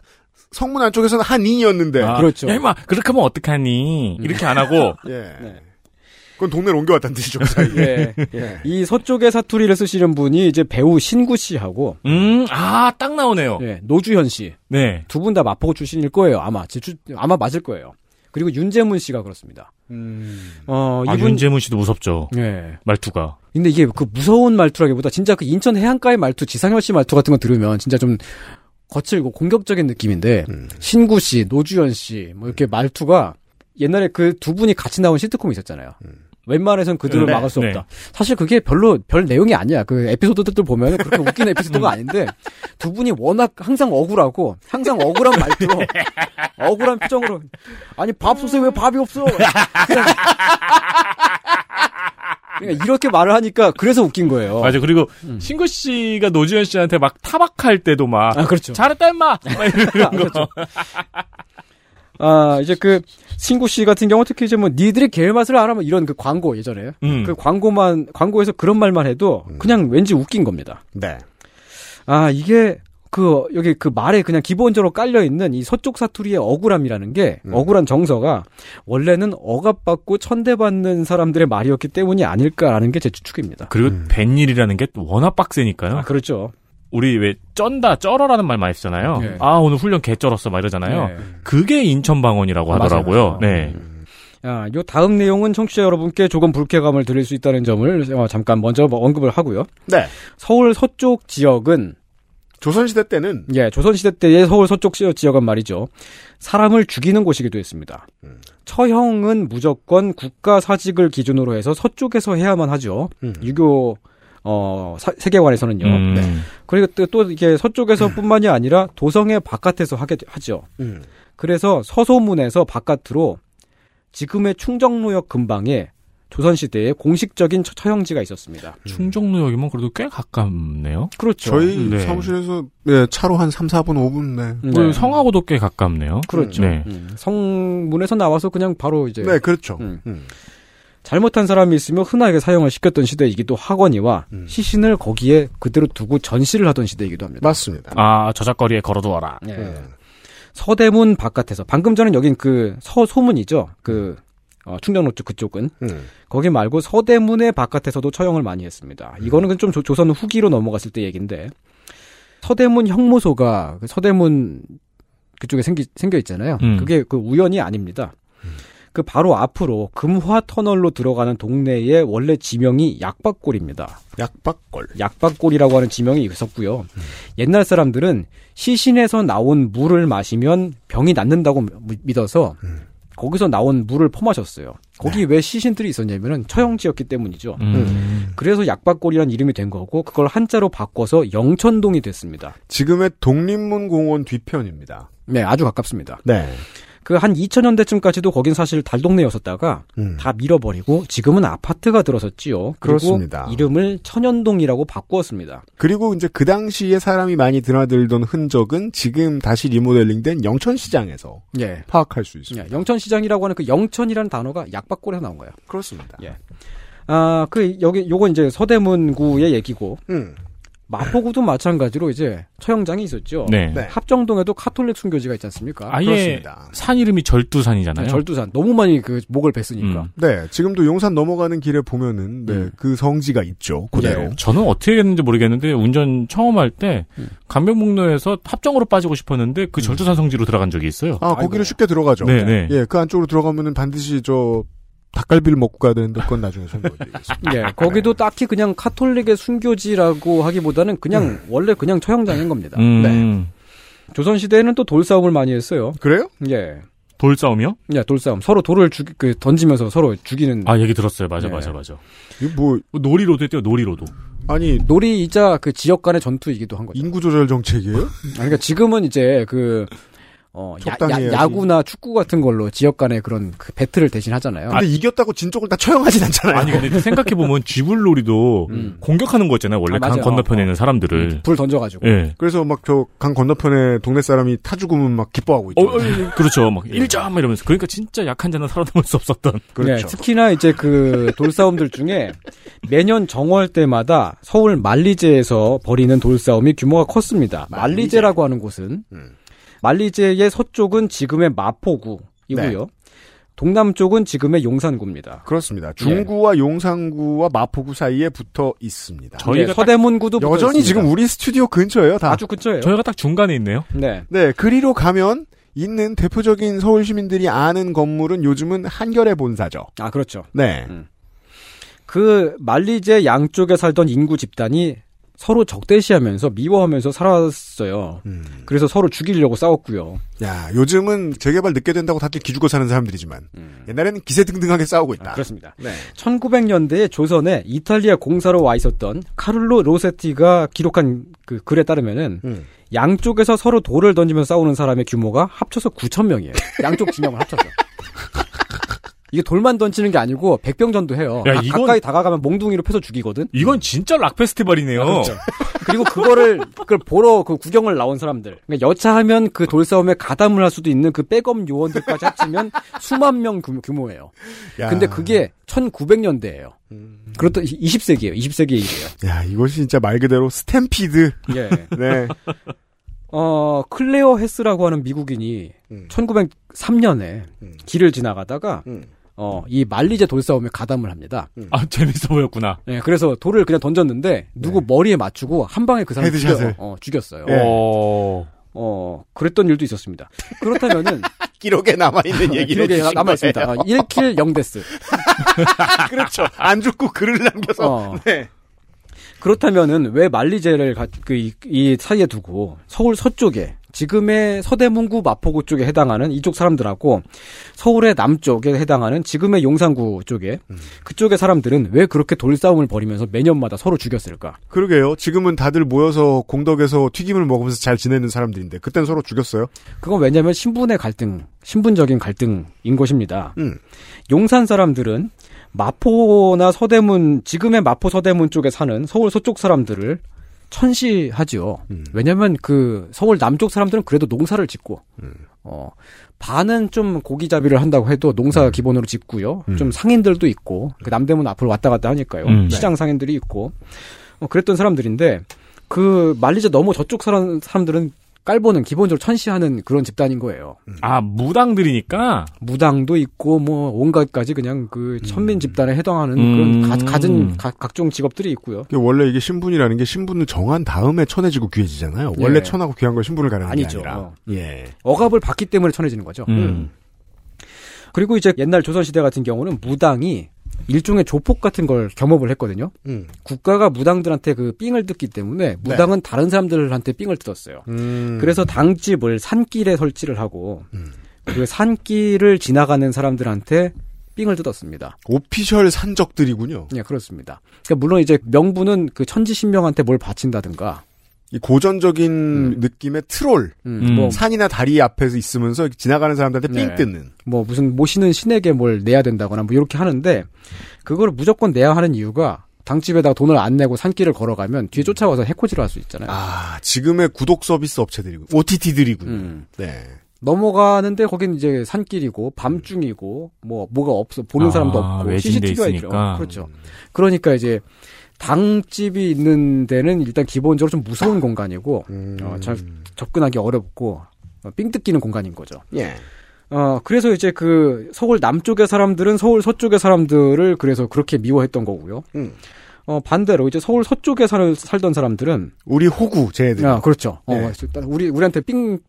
Speaker 4: 성문 안쪽에서는 한인이었는데
Speaker 9: 네,
Speaker 4: 그렇죠.
Speaker 5: 아,
Speaker 9: 그렇죠.
Speaker 5: 야, 임마, 그렇게 하면
Speaker 9: 음.
Speaker 5: 어떡하니? 이렇게 안 하고.
Speaker 4: 예. 그건 동네로 옮겨왔다는 뜻이죠. 그 사이에.
Speaker 9: 예.
Speaker 4: 예.
Speaker 9: 이 서쪽의 사투리를 쓰시는 분이 이제 배우 신구 씨하고
Speaker 5: 음, 아, 딱 나오네요.
Speaker 9: 예, 노주현 씨.
Speaker 5: 네.
Speaker 9: 두 분 다 마포구 출신일 거예요. 아마 제 주- 아마 맞을 거예요. 그리고 윤재문 씨가 그렇습니다. 어,
Speaker 5: 아,
Speaker 9: 이분-
Speaker 5: 윤재문 씨도 무섭죠.
Speaker 9: 예.
Speaker 5: 말투가.
Speaker 9: 근데 이게 그 무서운 말투라기보다 진짜 그 인천 해안가의 말투, 지상현 씨 말투 같은 거 들으면 진짜 좀 거칠고 공격적인 느낌인데 신구 씨, 노주현 씨 뭐 이렇게 말투가 옛날에 그 두 분이 같이 나온 시트콤 있었잖아요. 웬만해선 그들을
Speaker 5: 네,
Speaker 9: 막을 수
Speaker 5: 네.
Speaker 9: 없다. 사실 그게 별로 별 내용이 아니야. 그 에피소드들 보면 그렇게 웃기는 에피소드가 아닌데 두 분이 워낙 항상 억울하고 항상 억울한 말투로 억울한 표정으로 아니 밥솥에 왜 밥이 없어? 그러니까 이렇게 말을 하니까 그래서 웃긴 거예요.
Speaker 5: 맞아. 그리고
Speaker 9: 음.
Speaker 5: 신구 씨가 노주현 씨한테 막 타박할 때도 막.
Speaker 9: 아, 그렇죠.
Speaker 5: 잘했다, 임마! 막 이러는 거.
Speaker 9: 아, 이제 그, 신구 씨 같은 경우 특히 이제 뭐, 니들이 개맛을 알아, 뭐 이런 그 광고 예전에.
Speaker 5: 음.
Speaker 9: 그 광고만, 광고에서 그런 말만 해도 그냥 왠지 웃긴 겁니다.
Speaker 4: 네.
Speaker 9: 아, 이게, 그, 여기 그 말에 그냥 기본적으로 깔려있는 이 서쪽 사투리의 억울함이라는 게, 억울한 정서가, 원래는 억압받고 천대받는 사람들의 말이었기 때문이 아닐까라는 게 제 추측입니다.
Speaker 5: 그리고 뱃일이라는 게 또 워낙 빡세니까요.
Speaker 9: 그렇죠.
Speaker 5: 우리 왜 쩐다, 쩔어라는 말 많이 쓰잖아요.
Speaker 9: 네.
Speaker 5: 아, 오늘 훈련 개 쩔었어. 막 이러잖아요.
Speaker 9: 네.
Speaker 5: 그게 인천방언이라고
Speaker 9: 아, 맞아요,
Speaker 5: 하더라고요. 네.
Speaker 9: 아, 요 다음 내용은 청취자 여러분께 조금 불쾌감을 드릴 수 있다는 점을 어, 잠깐 먼저 뭐 언급을 하고요.
Speaker 4: 네.
Speaker 9: 서울 서쪽 지역은
Speaker 4: 조선시대 때는
Speaker 9: 예, 조선시대 때의 서울 서쪽 지- 지역은 말이죠. 사람을 죽이는 곳이기도 했습니다. 처형은 무조건 국가 사직을 기준으로 해서 서쪽에서 해야만 하죠. 유교 어, 사- 세계관에서는요.
Speaker 5: 음.
Speaker 9: 그리고 또, 또 이게 서쪽에서뿐만이 아니라 도성의 바깥에서 하게 하죠. 그래서 서소문에서 바깥으로 지금의 충정로역 근방에 조선시대의 공식적인 처- 처형지가 있었습니다.
Speaker 5: 충정로역이면 그래도 꽤 가깝네요.
Speaker 9: 그렇죠.
Speaker 4: 저희 사무실에서 네, 차로 한 3, 4분, 5분 네.
Speaker 5: 그 성하고도 꽤 가깝네요.
Speaker 9: 그렇죠.
Speaker 5: 네.
Speaker 9: 음, 성문에서 나와서 그냥 바로 이제
Speaker 4: 네, 그렇죠.
Speaker 9: 음. 잘못한 사람이 있으면 흔하게 사용을 시켰던 시대이기도 하거니와
Speaker 13: 음.
Speaker 9: 시신을 거기에 그대로 두고 전시를 하던 시대이기도
Speaker 4: 그렇죠.
Speaker 9: 합니다.
Speaker 4: 맞습니다.
Speaker 5: 아, 저작거리에 걸어두어라.
Speaker 9: 네. 서대문 바깥에서 방금 전에 여긴 그 서소문이죠. 그 어, 충정로 쪽 그쪽은
Speaker 4: 음.
Speaker 9: 거기 말고 서대문의 바깥에서도 처형을 많이 했습니다. 이거는 좀 조, 조선 후기로 넘어갔을 때 얘긴데 서대문 형무소가 그 서대문 그쪽에 생기, 생겨 있잖아요.
Speaker 5: 음.
Speaker 9: 그게 그 우연이 아닙니다. 그 바로 앞으로 금화 터널로 들어가는 동네의 원래 지명이 약박골입니다.
Speaker 4: 약박골.
Speaker 9: 약박골이라고 하는 지명이 있었고요. 옛날 사람들은 시신에서 나온 물을 마시면 병이 낫는다고 미- 믿어서 거기서 나온 물을 퍼마셨어요. 거기 왜 시신들이 있었냐면은 처형지였기 때문이죠.
Speaker 5: 음.
Speaker 9: 그래서 약박골이라는 이름이 된 거고 그걸 한자로 바꿔서 영천동이 됐습니다.
Speaker 4: 지금의 독립문공원 뒤편입니다.
Speaker 9: 네, 아주 가깝습니다.
Speaker 4: 네.
Speaker 9: 그 한 2000년대쯤까지도 거긴 사실 달동네였었다가 다 밀어버리고 지금은 아파트가 들어섰지요. 그리고
Speaker 4: 음. 그렇습니다.
Speaker 9: 이름을 천연동이라고 바꾸었습니다.
Speaker 4: 그리고 이제 그 당시에 사람이 많이 드나들던 흔적은 지금 다시 리모델링된 영천시장에서
Speaker 9: 예.
Speaker 4: 파악할 수 있습니다.
Speaker 9: 예, 영천시장이라고 하는 그 영천이라는 단어가 약박골에서 나온 거예요.
Speaker 4: 그렇습니다.
Speaker 9: 예. 아, 그 여기 요건 이제 서대문구의 얘기고.
Speaker 4: 음.
Speaker 9: 마포구도 마찬가지로 이제 처형장이 있었죠.
Speaker 4: 음.
Speaker 5: 네. 네.
Speaker 9: 합정동에도 카톨릭 순교지가 있지 않습니까?
Speaker 5: 아예 산 이름이 절두산이잖아요.
Speaker 9: 네, 절두산. 너무 많이 그 목을 뱄으니까.
Speaker 4: 네, 지금도 용산 넘어가는 길에 보면은 네, 그 성지가 있죠. 그대로.
Speaker 5: 네. 저는 어떻게 했는지 모르겠는데 운전 처음 할 때 강변북로에서 합정으로 빠지고 싶었는데
Speaker 9: 음.
Speaker 5: 그 절두산 성지로 들어간 적이 있어요.
Speaker 4: 아, 거기를 쉽게 들어가죠.
Speaker 5: 네, 네.
Speaker 4: 예, 그 안쪽으로 들어가면은 반드시 저 닭갈비를 먹고 가야 되는데 그건 나중에 설명드리겠습니다.
Speaker 9: 예, 거기도 딱히 그냥 카톨릭의 순교지라고 하기보다는 그냥 원래 그냥 처형장인 겁니다. 네.
Speaker 5: 음.
Speaker 9: 조선 시대에는 또 돌싸움을 많이 했어요.
Speaker 4: 그래요?
Speaker 9: 예.
Speaker 5: 돌싸움이요?
Speaker 9: 야, 돌싸움. 서로 돌을 죽, 그, 던지면서 서로 죽이는.
Speaker 5: 아, 얘기 들었어요.
Speaker 9: 네.
Speaker 5: 맞아, 맞아, 맞아.
Speaker 4: 이거 뭐.
Speaker 5: 놀이로도 했대요, 놀이로도.
Speaker 4: 아니.
Speaker 9: 놀이이자 그 지역 간의 전투이기도 한 거죠.
Speaker 4: 인구조절 정책이에요?
Speaker 9: 아니, 그러니까 지금은 이제 그, 어, 야,
Speaker 4: 적당히 해야지.
Speaker 9: 구나 축구 같은 걸로 지역 간의 그런 그 배틀을 대신 하잖아요.
Speaker 4: 근데 이겼다고 진 쪽을 다 처형하진 않잖아요.
Speaker 5: 아니, 근데 생각해보면 쥐불놀이도
Speaker 9: 음.
Speaker 5: 공격하는 거였잖아요. 원래
Speaker 4: 아,
Speaker 5: 강
Speaker 4: 맞아요.
Speaker 5: 건너편에 있는 사람들을.
Speaker 9: 어, 불 던져가지고.
Speaker 5: 예.
Speaker 4: 그래서 막 저 강 건너편에 동네 사람이 타 죽으면 막 기뻐하고 있죠. 네.
Speaker 5: 어, 어, 예, 예. 그렇죠. 막 1점 이러면서. 그러니까 진짜 약한 자는 살아남을 수 없었던.
Speaker 9: 네, 특히나 이제 그 돌싸움들 중에 매년 정월 때마다 서울 만리제에서 벌이는 돌싸움이 규모가 컸습니다.
Speaker 4: 만리제.
Speaker 9: 만리제라고 하는 곳은 만리제의 서쪽은 지금의 마포구이고요.
Speaker 4: 네.
Speaker 9: 동남쪽은 지금의 용산구입니다.
Speaker 4: 그렇습니다. 중구와 용산구와 마포구 사이에 붙어 있습니다.
Speaker 9: 저희가 네, 서대문구도 붙어
Speaker 4: 여전히
Speaker 9: 있습니다.
Speaker 4: 지금 우리 스튜디오 근처예요. 다
Speaker 9: 아주 근처예요.
Speaker 5: 저희가 딱 중간에 있네요.
Speaker 9: 네.
Speaker 4: 네, 그리로 가면 있는 대표적인 서울 시민들이 아는 건물은 요즘은 한결의 본사죠.
Speaker 9: 아 그렇죠.
Speaker 4: 네.
Speaker 9: 그 만리제 양쪽에 살던 인구 집단이 서로 적대시하면서 미워하면서 살았어요.
Speaker 4: 음.
Speaker 9: 그래서 서로 죽이려고 싸웠고요.
Speaker 4: 야, 요즘은 재개발 늦게 된다고 다들 기죽어 사는 사람들이지만 옛날에는 기세등등하게 싸우고 있다.
Speaker 9: 음. 아, 그렇습니다. 1900년대에 네. 조선에 이탈리아 공사로 와 있었던 카를로 로세티가 기록한 그 글에 따르면은
Speaker 4: 음.
Speaker 9: 양쪽에서 서로 돌을 던지면서 싸우는 사람의 규모가 합쳐서 9천 명이에요. 양쪽 진영을 합쳐서. 이게 돌만 던지는 게 아니고 백병전도 해요.
Speaker 5: 야,
Speaker 9: 아,
Speaker 5: 이건-
Speaker 9: 가까이 다가가면 몽둥이로 패서 죽이거든.
Speaker 5: 이건 진짜 락 페스티벌이네요.
Speaker 9: 아, 그렇죠. 그리고 그거를 그걸 보러 그 구경을 나온 사람들. 그러니까 여차하면 그 돌싸움에 가담을 할 수도 있는 그 백업 요원들까지 합치면 수만 명 규모- 규모예요.
Speaker 4: 야.
Speaker 9: 근데 그게 1900년대예요. 그렇다 20세기예요. 20세기 얘기예요.
Speaker 4: 야, 이것이 진짜 말 그대로 스탬피드.
Speaker 9: 예.
Speaker 4: 네.
Speaker 9: 어, 클레어 헤스라고 하는 미국인이 1903년에 길을 지나가다가 어, 이 만리제 돌싸움에 가담을 합니다.
Speaker 5: 아, 재밌어 보였구나.
Speaker 9: 네, 그래서 돌을 그냥 던졌는데 누구 머리에 맞추고 한 방에 그 사람 죽여,
Speaker 5: 헤드샷을.
Speaker 9: 어, 죽였어요.
Speaker 5: 예.
Speaker 9: 어, 그랬던 일도 있었습니다. 그렇다면은
Speaker 4: 기록에 남아있는 얘기를
Speaker 9: 기록에
Speaker 4: 해주신
Speaker 9: 남아 있습니다.
Speaker 4: 거예요.
Speaker 9: 1킬 0데스.
Speaker 4: 그렇죠. 안 죽고 글을 남겨서.
Speaker 9: 어.
Speaker 4: 네.
Speaker 9: 그렇다면은 왜 만리제를 가- 그 이, 이 사이에 두고 서울 서쪽에 지금의 서대문구 마포구 쪽에 해당하는 이쪽 사람들하고 서울의 남쪽에 해당하는 지금의 용산구 쪽에 그쪽의 사람들은 왜 그렇게 돌싸움을 벌이면서 매년마다 서로 죽였을까?
Speaker 4: 그러게요. 지금은 다들 모여서 공덕에서 튀김을 먹으면서 잘 지내는 사람들인데 그땐 서로 죽였어요.
Speaker 9: 그건 왜냐하면 신분의 갈등, 신분적인 갈등인 것입니다. 용산 사람들은 마포나 서대문, 지금의 마포 서대문 쪽에 사는 서울 서쪽 사람들을 천시하지요. 왜냐하면 그 서울 남쪽 사람들은 그래도 농사를 짓고, 어, 반은 좀 고기잡이를 한다고 해도 농사 기본으로 짓고요. 좀 상인들도 있고, 그 남대문 앞으로 왔다 갔다 하니까요.
Speaker 5: 음.
Speaker 9: 시장 상인들이 있고, 어, 그랬던 사람들인데, 그 말리자 너무 저쪽 사람, 사람들은 깔보는 기본적으로 천시하는 그런 집단인 거예요.
Speaker 5: 아, 무당들이니까?
Speaker 9: 무당도 있고 뭐 온갖까지 그냥 그 천민 집단에 해당하는
Speaker 4: 음.
Speaker 9: 그런 가, 가진 가- 각종 직업들이 있고요.
Speaker 4: 이게 원래 이게 신분이라는 게 신분을 정한 다음에 천해지고 귀해지잖아요.
Speaker 9: 예.
Speaker 4: 원래 천하고 귀한 걸 신분을 가는 게
Speaker 9: 아니죠. 어.
Speaker 4: 아니라. 예.
Speaker 9: 억압을 받기 때문에 천해지는 거죠.
Speaker 4: 음.
Speaker 9: 그리고 이제 옛날 조선시대 같은 경우는 무당이 일종의 조폭 같은 걸 겸업을 했거든요.
Speaker 4: 음.
Speaker 9: 국가가 무당들한테 그 삥을 뜯기 때문에 무당은 다른 사람들한테 삥을 뜯었어요.
Speaker 4: 음.
Speaker 9: 그래서 당집을 산길에 설치를 하고 그 산길을 지나가는 사람들한테 삥을 뜯었습니다.
Speaker 4: 음. 오피셜 산적들이군요.
Speaker 9: 예, 그렇습니다. 그러니까 물론 이제 명부는 그 천지신명한테 뭘 바친다든가
Speaker 4: 이 고전적인 느낌의 트롤.
Speaker 9: 음. 뭐-
Speaker 4: 산이나 다리 앞에서 있으면서 지나가는 사람들한테 삥
Speaker 9: 네.
Speaker 4: 뜯는.
Speaker 9: 뭐 무슨 모시는 신에게 뭘 내야 된다거나 뭐 이렇게 하는데 그걸 무조건 내야 하는 이유가 당집에다가 돈을 안 내고 산길을 걸어가면 뒤에 쫓아와서 해코지를 할 수 있잖아요.
Speaker 4: 아, 지금의 구독 서비스 업체들이고 OTT들이군요.
Speaker 9: 음.
Speaker 4: 네.
Speaker 9: 넘어가는데 거긴 이제 산길이고 밤중이고 뭐 뭐가 없어 보는
Speaker 5: 음.
Speaker 4: 아,
Speaker 9: 사람도 없고
Speaker 4: 외진데
Speaker 9: CCTV가 있죠.
Speaker 4: 있으니까.
Speaker 9: 그렇죠. 그러니까 이제 당집이 있는 데는 일단 기본적으로 좀 무서운 공간이고 어, 잘
Speaker 4: 음.
Speaker 9: 접근하기 어렵고 어, 삥 뜯기는 공간인 거죠.
Speaker 4: 예.
Speaker 9: 어, 그래서 이제 그 서울 남쪽의 사람들은 서울 서쪽의 사람들을 그래서 그렇게 미워했던 거고요. 어, 반대로 이제 서울 서쪽에 살, 살던 사람들은
Speaker 4: 우리 호구 쟤들.
Speaker 9: 아, 그렇죠. 어,
Speaker 4: 네.
Speaker 9: 일단 우리 우리한테 삥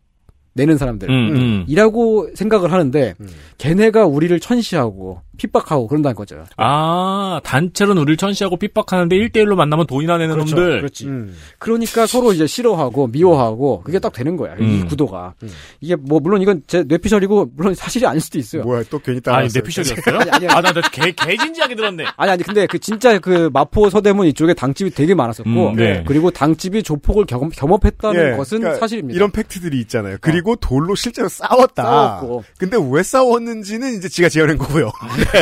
Speaker 9: 내는 사람들.
Speaker 4: 음, 음.
Speaker 9: 이라고 생각을 하는데 걔네가 우리를 천시하고 핍박하고 그런다는 거죠.
Speaker 5: 아, 단체로는 우리를 천시하고 핍박하는데 1대1로 만나면 돈이나 내는
Speaker 9: 그렇죠.
Speaker 5: 놈들.
Speaker 9: 그렇지.
Speaker 4: 음.
Speaker 9: 그러니까 서로 이제 싫어하고 미워하고 그게 딱 되는 거야. 이
Speaker 5: 음.
Speaker 9: 구도가. 이게 뭐 물론 이건 제 뇌피셜이고 물론 사실이 아닐 수도 있어요.
Speaker 4: 뭐야 또 괜히 네.
Speaker 5: 아니, 내 피셜이었어요?
Speaker 9: 아니, 아니,
Speaker 5: 아, 나, 나 개, 개진지하게 들었네.
Speaker 9: 아니 아니 근데 그 진짜 그 마포 서대문 이쪽에 당집이 되게 많았었고
Speaker 4: 음, 네.
Speaker 9: 뭐, 그리고 당집이 조폭을 경험, 겸업했다는
Speaker 4: 예,
Speaker 9: 것은
Speaker 4: 그러니까
Speaker 9: 사실입니다. 어.
Speaker 4: 이런 팩트들이 있잖아요. 그리고 돌로 실제로 싸웠다.
Speaker 9: 싸웠고.
Speaker 4: 근데 왜 싸웠는지는 이제 지가 지어낸 거고요.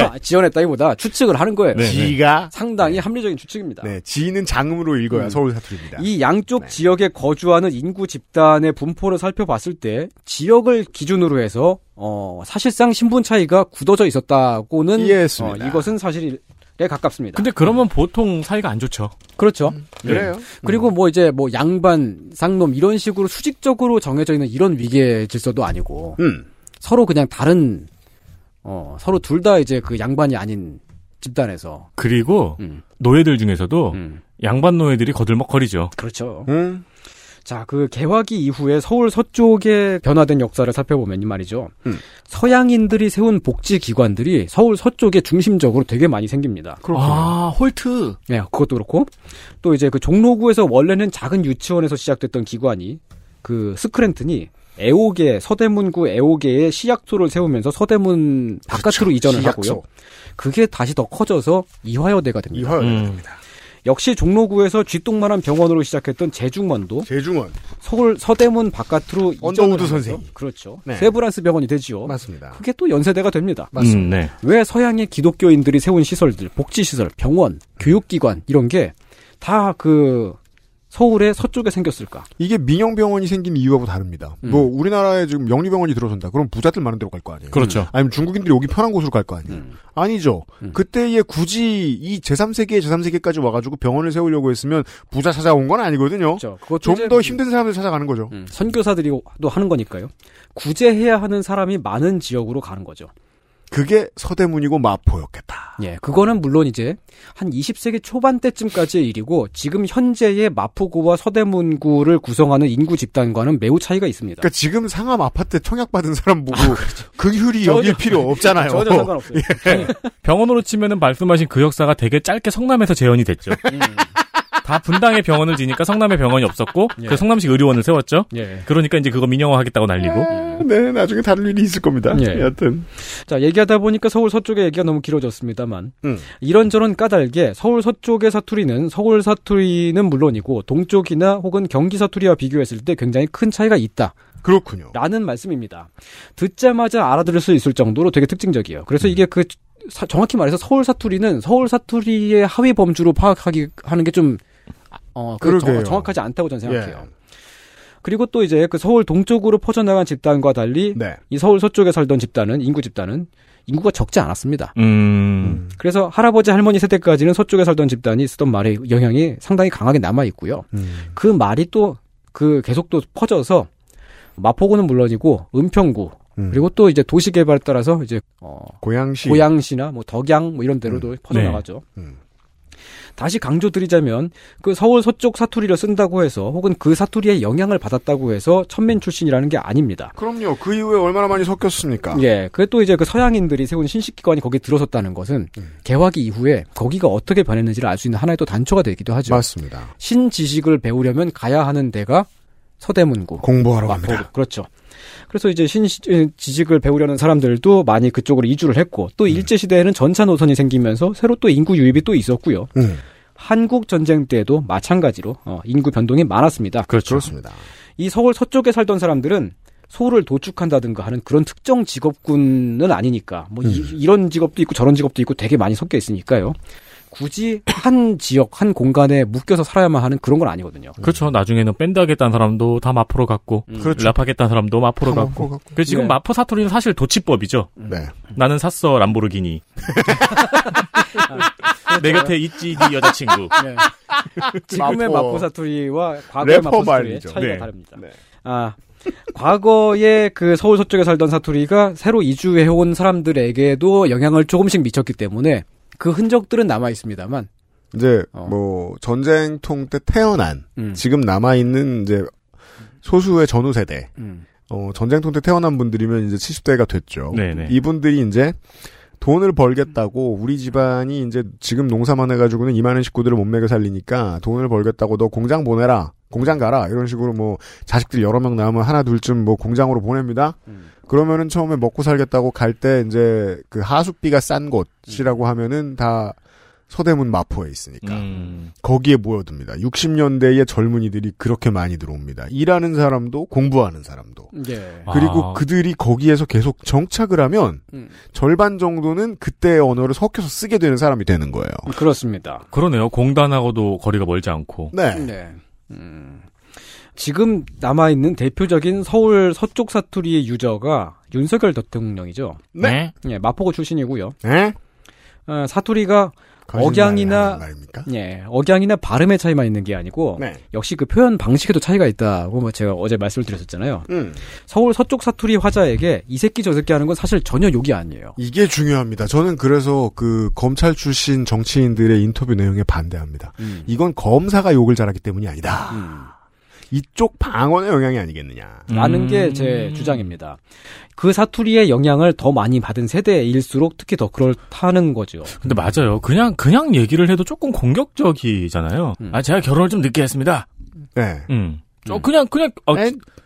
Speaker 9: 아, 지어냈다기보다 추측을 하는 거예요.
Speaker 4: 네, 지가?
Speaker 9: 상당히 합리적인 추측입니다.
Speaker 4: 네, 지는 장음으로 읽어야
Speaker 9: 음.
Speaker 4: 서울 사투리입니다.
Speaker 9: 이 양쪽 지역에 거주하는 인구 집단의 분포를 살펴봤을 때 지역을 기준으로 해서 어, 사실상 신분 차이가 굳어져 있었다고는
Speaker 5: 이해했습니다.
Speaker 9: 어, 이것은 사실에 가깝습니다.
Speaker 5: 근데 그러면 보통 사이가 안 좋죠.
Speaker 9: 그렇죠.
Speaker 5: 음. 그래요?
Speaker 9: 네. 그리고 뭐 이제 뭐 양반, 쌍놈 이런 식으로 수직적으로 정해져 있는 이런 위계 질서도 아니고
Speaker 4: 음.
Speaker 9: 서로 그냥 다른 어 서로 둘 다 이제 그 양반이 아닌 집단에서
Speaker 5: 그리고
Speaker 9: 음.
Speaker 5: 노예들 중에서도 양반 노예들이 거들먹거리죠.
Speaker 9: 그렇죠.
Speaker 4: 음.
Speaker 9: 자, 그 개화기 이후에 서울 서쪽의 변화된 역사를 살펴보면 이 말이죠.
Speaker 4: 음.
Speaker 9: 서양인들이 세운 복지 기관들이 서울 서쪽에 중심적으로 되게 많이 생깁니다.
Speaker 5: 아, 홀트.
Speaker 9: 네, 그것도 그렇고 또 이제 그 종로구에서 원래는 작은 유치원에서 시작됐던 기관이 그 스크랜튼이 애오개 서대문구 애오개에 시약소를 세우면서 서대문 바깥으로 이전을
Speaker 4: 시약소.
Speaker 9: 하고요. 그게 다시 더 커져서 이화여대가 됩니다.
Speaker 4: 이화여대가
Speaker 9: 됩니다. 음. 역시 종로구에서 쥐똥만한 병원으로 시작했던 제중원도
Speaker 4: 제중원
Speaker 9: 서울 서대문 바깥으로
Speaker 4: 언더우드
Speaker 9: 이전을
Speaker 4: 선생이.
Speaker 9: 하면서 그렇죠.
Speaker 4: 네.
Speaker 9: 세브란스 병원이 되지요. 맞습니다. 그게 또 연세대가 됩니다.
Speaker 5: 맞습니다. 음, 네.
Speaker 9: 왜 서양의 기독교인들이 세운 시설들, 복지시설, 병원, 교육기관 이런 게 다 그 서울의 서쪽에 생겼을까?
Speaker 4: 이게 민영병원이 생긴 이유하고 다릅니다.
Speaker 9: 음.
Speaker 4: 뭐 우리나라에 지금 영리병원이 들어선다. 그럼 부자들 많은 데로 갈 거 아니에요.
Speaker 5: 그렇죠.
Speaker 4: 음. 아니면 중국인들이 오기 편한 곳으로 갈 거 아니에요.
Speaker 9: 음.
Speaker 4: 아니죠. 그때에 굳이 이 제3세계, 제3세계까지 와가지고 병원을 세우려고 했으면 부자 찾아온 건 아니거든요.
Speaker 9: 그렇죠. 그것도
Speaker 4: 좀
Speaker 9: 이제
Speaker 4: 더 힘든 사람들 찾아가는 거죠.
Speaker 9: 음. 선교사들이 또 하는 거니까요. 구제해야 하는 사람이 많은 지역으로 가는 거죠.
Speaker 4: 그게 서대문이고 마포였겠다.
Speaker 9: 예, 그거는 물론 이제 한 20세기 초반 때쯤까지의 일이고 지금 현재의 마포구와 서대문구를 구성하는 인구 집단과는 매우 차이가 있습니다. 아, 그렇죠.
Speaker 4: 그러니까 지금 상암 아파트 청약받은 사람 보고 긍휼이
Speaker 9: 전혀-
Speaker 4: 여길 필요 없잖아요.
Speaker 9: 전혀 상관없어요.
Speaker 5: 병원으로 치면은 말씀하신 그 역사가 되게 짧게 성남에서 재현이 됐죠.
Speaker 9: 음.
Speaker 5: 다 분당에 병원을 지니까 성남에 병원이 없었고 그 성남식 의료원을 세웠죠.
Speaker 9: 예.
Speaker 5: 그러니까 이제 그거 민영화하겠다고 날리고.
Speaker 4: 네, 나중에 다른 일이 있을 겁니다.
Speaker 9: 예.
Speaker 4: 여튼.
Speaker 9: 자, 얘기하다 보니까 서울 서쪽의 얘기가 너무 길어졌습니다만, 이런저런 까닭에 서울 서쪽의 사투리는 서울 사투리는 물론이고, 동쪽이나 혹은 경기 사투리와 비교했을 때 굉장히 큰 차이가 있다.
Speaker 4: 그렇군요.
Speaker 9: 라는 말씀입니다. 듣자마자 알아들을 수 있을 정도로 되게 특징적이에요. 그래서 이게 그, 사- 정확히 말해서 서울 사투리는 서울 사투리의 하위 범주로 파악하기, 하는 게 좀, 어, 그
Speaker 4: 아, 그러게요. 예.
Speaker 9: 정, 확하지 않다고 저는 생각해요. 그리고 또 이제 그 서울 동쪽으로 퍼져나간 집단과 달리
Speaker 4: 네.
Speaker 9: 이 서울 서쪽에 살던 집단은 인구 집단은 인구가 적지 않았습니다.
Speaker 5: 음.
Speaker 9: 그래서 할아버지 할머니 세대까지는 서쪽에 살던 집단이 쓰던 말의 영향이 상당히 강하게 남아 있고요. 그 말이 또 그 계속 또 퍼져서 마포구는 물론이고 은평구 그리고 또 이제 도시 개발 따라서 이제 어
Speaker 4: 고양시
Speaker 9: 고양시나 뭐 덕양 뭐 이런 데로도 퍼져나가죠. 다시 강조드리자면 그 서울 서쪽 사투리를 쓴다고 해서 혹은 그 사투리에 영향을 받았다고 해서 천민 출신이라는 게 아닙니다.
Speaker 4: 그럼요. 그 이후에 얼마나 많이 섞였습니까?
Speaker 9: 예, 그게 또 이제 그 서양인들이 세운 신식기관이 거기에 들어섰다는 것은
Speaker 4: 음.
Speaker 9: 개화기 이후에 거기가 어떻게 변했는지를 알 수 있는 하나의 또 단초가 되기도 하죠.
Speaker 4: 맞습니다.
Speaker 9: 신지식을 배우려면 가야 하는 데가 서대문구.
Speaker 4: 공부하러
Speaker 9: 마포구. 갑니다. 그렇죠. 그래서 이제 신지식을 배우려는 사람들도 많이 그쪽으로 이주를 했고
Speaker 4: 음.
Speaker 9: 또 일제시대에는 전차 노선이 생기면서 새로 또 인구 유입이 또 있었고요.
Speaker 4: 음.
Speaker 9: 한국 전쟁 때도 마찬가지로 어, 인구 변동이 많았습니다.
Speaker 4: 그렇죠. 습니다
Speaker 9: 이 서울 서쪽에 살던 사람들은 소를 도축한다든가 하는 그런 특정 직업군은 아니니까 뭐 이,
Speaker 5: 음.
Speaker 9: 이런 직업도 있고 저런 직업도 있고 되게 많이 섞여 있으니까요. 굳이 한 지역 한 공간에 묶여서 살아야만 하는 그런 건 아니거든요.
Speaker 5: 그렇죠. 나중에는 밴드 하겠다는 사람도 다 마포로 갔고,
Speaker 4: 음.
Speaker 9: 그렇죠.
Speaker 5: 랩 하겠다는 사람도 마포로
Speaker 9: 다
Speaker 5: 갔고.
Speaker 9: 마포로 갔고.
Speaker 5: 그 지금
Speaker 9: 네.
Speaker 5: 마포 사투리는 사실 도치법이죠.
Speaker 9: 음.
Speaker 4: 네.
Speaker 5: 나는 샀어 람보르기니. 내 곁에 있지 네 여자친구.
Speaker 9: 네. 지금의 마포, 사투리와 과거의
Speaker 5: 래퍼
Speaker 9: 마포 사투리의
Speaker 5: 말이죠.
Speaker 9: 차이가
Speaker 5: 네.
Speaker 9: 다릅니다. 아, 과거에 그 서울 서쪽에 살던 사투리가 새로 이주해온 사람들에게도 영향을 조금씩 미쳤기 때문에 그 흔적들은 남아 있습니다만
Speaker 4: 이제
Speaker 5: 어.
Speaker 4: 뭐 전쟁통 때 태어난
Speaker 5: 음.
Speaker 4: 지금 남아 있는 이제 소수의 전후 세대.
Speaker 9: 음.
Speaker 4: 어, 전쟁통 때 태어난 분들이면 이제 70대가 됐죠.
Speaker 5: 네네.
Speaker 4: 이분들이 이제 돈을 벌겠다고 우리 집안이 이제 지금 농사만 해가지고는 이만한 식구들을 못 먹여 살리니까 돈을 벌겠다고 너 공장 보내라. 공장 가라. 이런 식으로 뭐 자식들 여러 명 나오면 하나 둘쯤 뭐 공장으로 보냅니다.
Speaker 9: 음.
Speaker 4: 그러면은 처음에 먹고 살겠다고 갈 때 이제 그 하숙비가 싼
Speaker 9: 음.
Speaker 4: 곳이라고 하면은 다 서대문 마포에 있으니까
Speaker 5: 음.
Speaker 4: 거기에 모여듭니다. 60년대의 젊은이들이 그렇게 많이 들어옵니다. 일하는 사람도 공부하는 사람도
Speaker 9: 예.
Speaker 4: 네.
Speaker 5: 아,
Speaker 4: 그리고 그들이 거기에서 계속 정착을 하면
Speaker 9: 음.
Speaker 4: 절반 정도는 그때의 언어를 섞여서 쓰게 되는 사람이 되는 거예요.
Speaker 9: 그렇습니다.
Speaker 5: 그러네요. 공단하고도 거리가 멀지 않고.
Speaker 4: 네.
Speaker 9: 음. 지금 남아있는 대표적인 서울 서쪽 사투리의 유저가 윤석열 대통령이죠.
Speaker 4: 네.
Speaker 9: 예, 마포고 출신이고요.
Speaker 4: 네.
Speaker 9: 어, 사투리가
Speaker 4: 거짓말을
Speaker 9: 억양이나
Speaker 4: 하는 말입니까?
Speaker 5: 네.
Speaker 9: 예, 억양이나 발음의 차이만 있는 게 아니고
Speaker 4: 네.
Speaker 9: 역시 그 표현 방식에도 차이가 있다고 뭐 제가 어제 말씀을 드렸었잖아요.
Speaker 4: 음.
Speaker 9: 서울 서쪽 사투리 화자에게 이 새끼 저 새끼 하는 건 사실 전혀 욕이 아니에요.
Speaker 4: 이게 중요합니다. 저는 그래서 그 검찰 출신 정치인들의 인터뷰 내용에 반대합니다. 이건 검사가 욕을 잘하기 때문이 아니다. 이쪽 방언의 영향이 아니겠느냐.
Speaker 9: 라는
Speaker 5: 음.
Speaker 9: 게 제 주장입니다. 그 사투리의 영향을 더 많이 받은 세대일수록 특히 더 그렇다는 거죠.
Speaker 5: 근데 맞아요. 그냥 그냥 얘기를 해도 조금 공격적이잖아요.
Speaker 9: 음.
Speaker 5: 아 제가 결혼을 좀 늦게 했습니다.
Speaker 4: 네.
Speaker 5: 음. 저 그냥 그냥 어,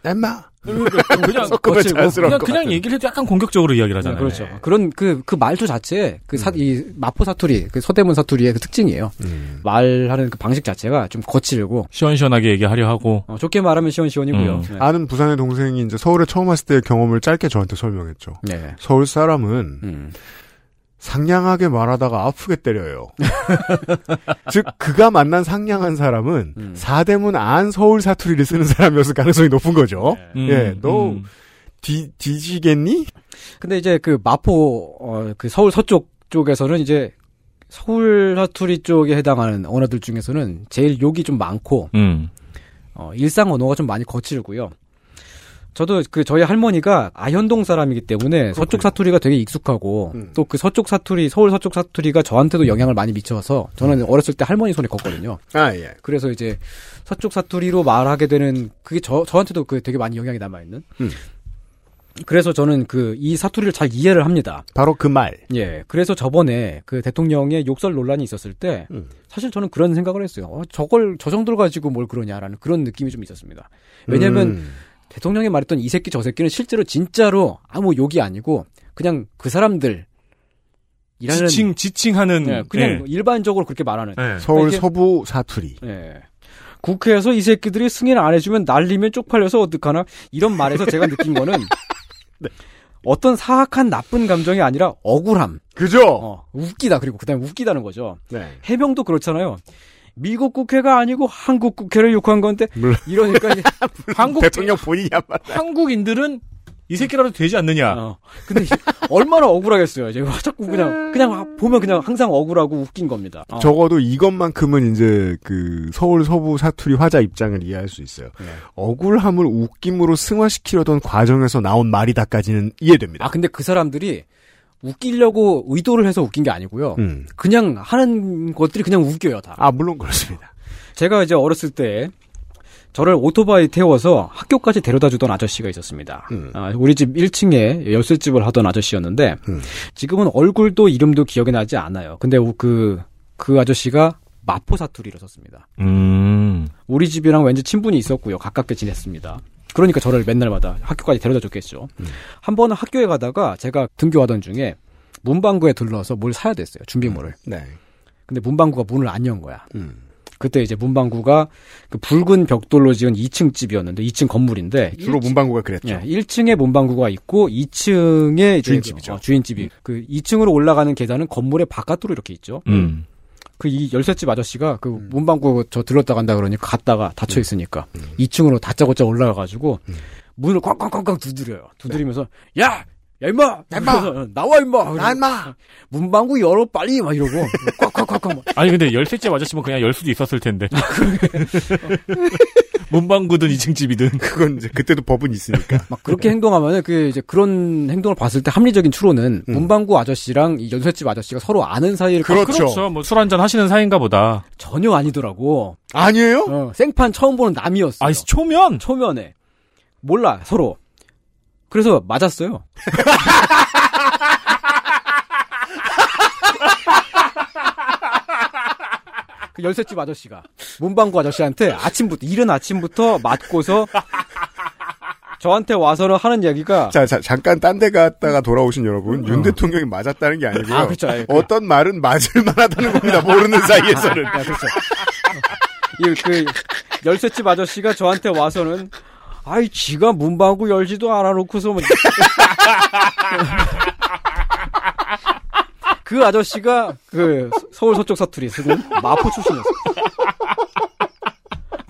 Speaker 4: 엠마
Speaker 5: 그냥
Speaker 4: 네.
Speaker 5: 뭐
Speaker 4: 섞으면 자연스러울
Speaker 5: 그냥,
Speaker 4: 것
Speaker 5: 그냥
Speaker 4: 같은.
Speaker 5: 얘기를 해도 약간 공격적으로 이야기를 하잖아요.
Speaker 9: 네, 그렇죠. 그런 그, 그 말투 자체에 그 사, 이 마포 사투리, 그 서대문 사투리의 그 특징이에요. 말하는 그 방식 자체가 좀 거칠고.
Speaker 5: 시원시원하게 얘기하려 하고. 음.
Speaker 9: 어, 좋게 말하면 시원시원이고요. 네.
Speaker 4: 아는 부산의 동생이 이제 서울에 처음 왔을 때의 경험을 짧게 저한테 설명했죠.
Speaker 9: 네.
Speaker 4: 서울 사람은 상냥하게 말하다가 아프게 때려요. 즉 그가 만난 상냥한 사람은 사대문 안 서울 사투리를 쓰는 사람이었을 가능성이 높은 거죠.
Speaker 5: 음,
Speaker 4: 예, 너
Speaker 5: 음.
Speaker 4: 뒤, 뒤지겠니?
Speaker 9: 근데 이제 그 마포, 어, 그 서울 서쪽 쪽에서는 이제 서울 사투리 쪽에 해당하는 언어들 중에서는 제일 욕이 좀 많고,
Speaker 5: 음.
Speaker 9: 어, 일상 언어가 좀 많이 거칠고요. 저도 그 저희 할머니가 아현동 사람이기 때문에 서쪽 사투리가 되게 익숙하고 또 그 서쪽 사투리 서울 서쪽 사투리가 저한테도 영향을 많이 미쳐서 저는 어렸을 때 할머니 손에 컸거든요.
Speaker 4: 아 예.
Speaker 9: 그래서 이제 서쪽 사투리로 말하게 되는 그게 저 저한테도 그 되게 많이 영향이 남아 있는. 그래서 저는 그 이 사투리를 잘 이해를 합니다.
Speaker 4: 바로 그 말.
Speaker 9: 예. 그래서 저번에 그 대통령의 욕설 논란이 있었을 때 사실 저는 그런 생각을 했어요. 어, 저걸 저 정도로 가지고 뭘 그러냐라는 그런 느낌이 좀 있었습니다. 왜냐면
Speaker 4: 음.
Speaker 9: 대통령이 말했던 이 새끼 저 새끼는 실제로 진짜로 아무 욕이 아니고 그냥 그 사람들 이라는
Speaker 5: 지칭 지칭하는
Speaker 9: 예, 그냥
Speaker 5: 예.
Speaker 9: 일반적으로 그렇게 말하는
Speaker 6: 네.
Speaker 9: 그러니까
Speaker 4: 서울
Speaker 9: 이게
Speaker 4: 서부 사투리.
Speaker 9: 예. 국회에서 이 새끼들이 승인 안 해주면 날리면 쪽팔려서 어떡하나 이런 말에서 제가 느낀 거는
Speaker 5: 네.
Speaker 9: 어떤 사악한 나쁜 감정이 아니라 억울함. 어,
Speaker 4: 그죠?
Speaker 9: 웃기다 그리고 그다음에 웃기다는 거죠.
Speaker 4: 네.
Speaker 9: 해병도 그렇잖아요. 미국 국회가 아니고 한국 국회를 욕한 건데 이러니까 이제
Speaker 5: 한국
Speaker 4: 대통령 본인이야말로
Speaker 5: 한국인들은 이 새끼라도 되지 않느냐.
Speaker 9: 어. 근데 이게 얼마나 억울하겠어요. 이제 자꾸 그냥 그냥 보면 그냥 항상 억울하고 웃긴 겁니다.
Speaker 6: 아.
Speaker 9: 어.
Speaker 4: 적어도 이것만큼은 이제 그 서울 서부 사투리 화자 입장을 이해할 수 있어요. 억울함을 웃김으로 승화시키려던 과정에서 나온 말이다까지는 이해됩니다.
Speaker 9: 아 근데 그 사람들이 웃기려고 의도를 해서 웃긴 게 아니고요.
Speaker 4: 음.
Speaker 9: 그냥 하는 것들이 그냥 웃겨요 다.
Speaker 4: 아 물론 그렇습니다.
Speaker 9: 제가 이제 어렸을 때 저를 오토바이 태워서 학교까지 데려다 주던 아저씨가 있었습니다. 아, 우리 집 1층에 열쇠집을 하던 아저씨였는데 지금은 얼굴도 이름도 기억이 나지 않아요. 근데 그그 그 아저씨가 마포 사투리를 썼습니다.
Speaker 5: 음.
Speaker 9: 우리 집이랑 왠지 친분이 있었고요. 가깝게 지냈습니다. 그러니까 저를 맨날마다 학교까지 데려다 줬겠죠. 한 번은 학교에 가다가 제가 등교하던 중에 문방구에 들러서 뭘 사야 됐어요. 준비물을.
Speaker 4: 네.
Speaker 9: 근데 문방구가 문을 안 연 거야. 그때 이제 문방구가 그 붉은 벽돌로 지은 2층 집이었는데 2층 건물인데 예,
Speaker 4: 주로 문방구가 그랬죠.
Speaker 9: 1층에 문방구가 있고 2층에
Speaker 4: 주인집이죠.
Speaker 9: 주인집이 그 2층으로 올라가는 계단은 건물의 바깥으로 이렇게 있죠.
Speaker 5: 음.
Speaker 9: 그 이 열쇠집 아저씨가 그 문방구 저 들렀다 간다 그러니까 갔다가 닫혀 있으니까 2층으로 다짜고짜 올라가 가지고 문을 꽝꽝꽝꽝 두드려요. 두드리면서 야! 야 임마! 네. 야 임마! 나와 임마! 나 임마! 문방구 열어 빨리! 막 이러고 꽉꽉꽉꽉
Speaker 5: 아니 근데 열셋째 맞았으면 그냥 열 수도 있었을 텐데.
Speaker 9: 아,
Speaker 5: 문방구든 이층집이든
Speaker 4: 그건 이제 그때도 법은 있으니까.
Speaker 9: 막 그렇게 행동하면은 그 이제 그런 행동을 봤을 때 합리적인 추론은
Speaker 4: 음.
Speaker 9: 문방구 아저씨랑 이 연쇄집 아저씨가 서로 아는 사이를
Speaker 5: 그렇죠. 뭐술 한잔 하시는 사이인가 보다.
Speaker 9: 전혀 아니더라고. 어,
Speaker 4: 아니에요?
Speaker 9: 생판 처음 보는 남이었어. 아,
Speaker 5: 그렇죠. 초면?
Speaker 9: 초면에. 몰라, 서로. 그래서 맞았어요. 그 열쇠집 아저씨가 문방구 아저씨한테 아침부터 이른 아침부터 맞고서 저한테 와서는 하는 이야기가
Speaker 4: 자, 자, 잠깐 딴 데 갔다가 돌아오신 여러분, 윤 대통령이 맞았다는 게 아니고요.
Speaker 9: 음. 어. 아, 그렇죠. 예, 그-
Speaker 4: 어떤 말은 맞을 만하다는 겁니다. 모르는 사이에서는.
Speaker 9: 아, 그렇죠. 이, 그 열쇠집 아저씨가 저한테 와서는 아이 지가 문방구 열지도 않아놓고서 뭐 그 아저씨가 그 서- 서울 서쪽 사투리 쓰고 마포 출신이었어요.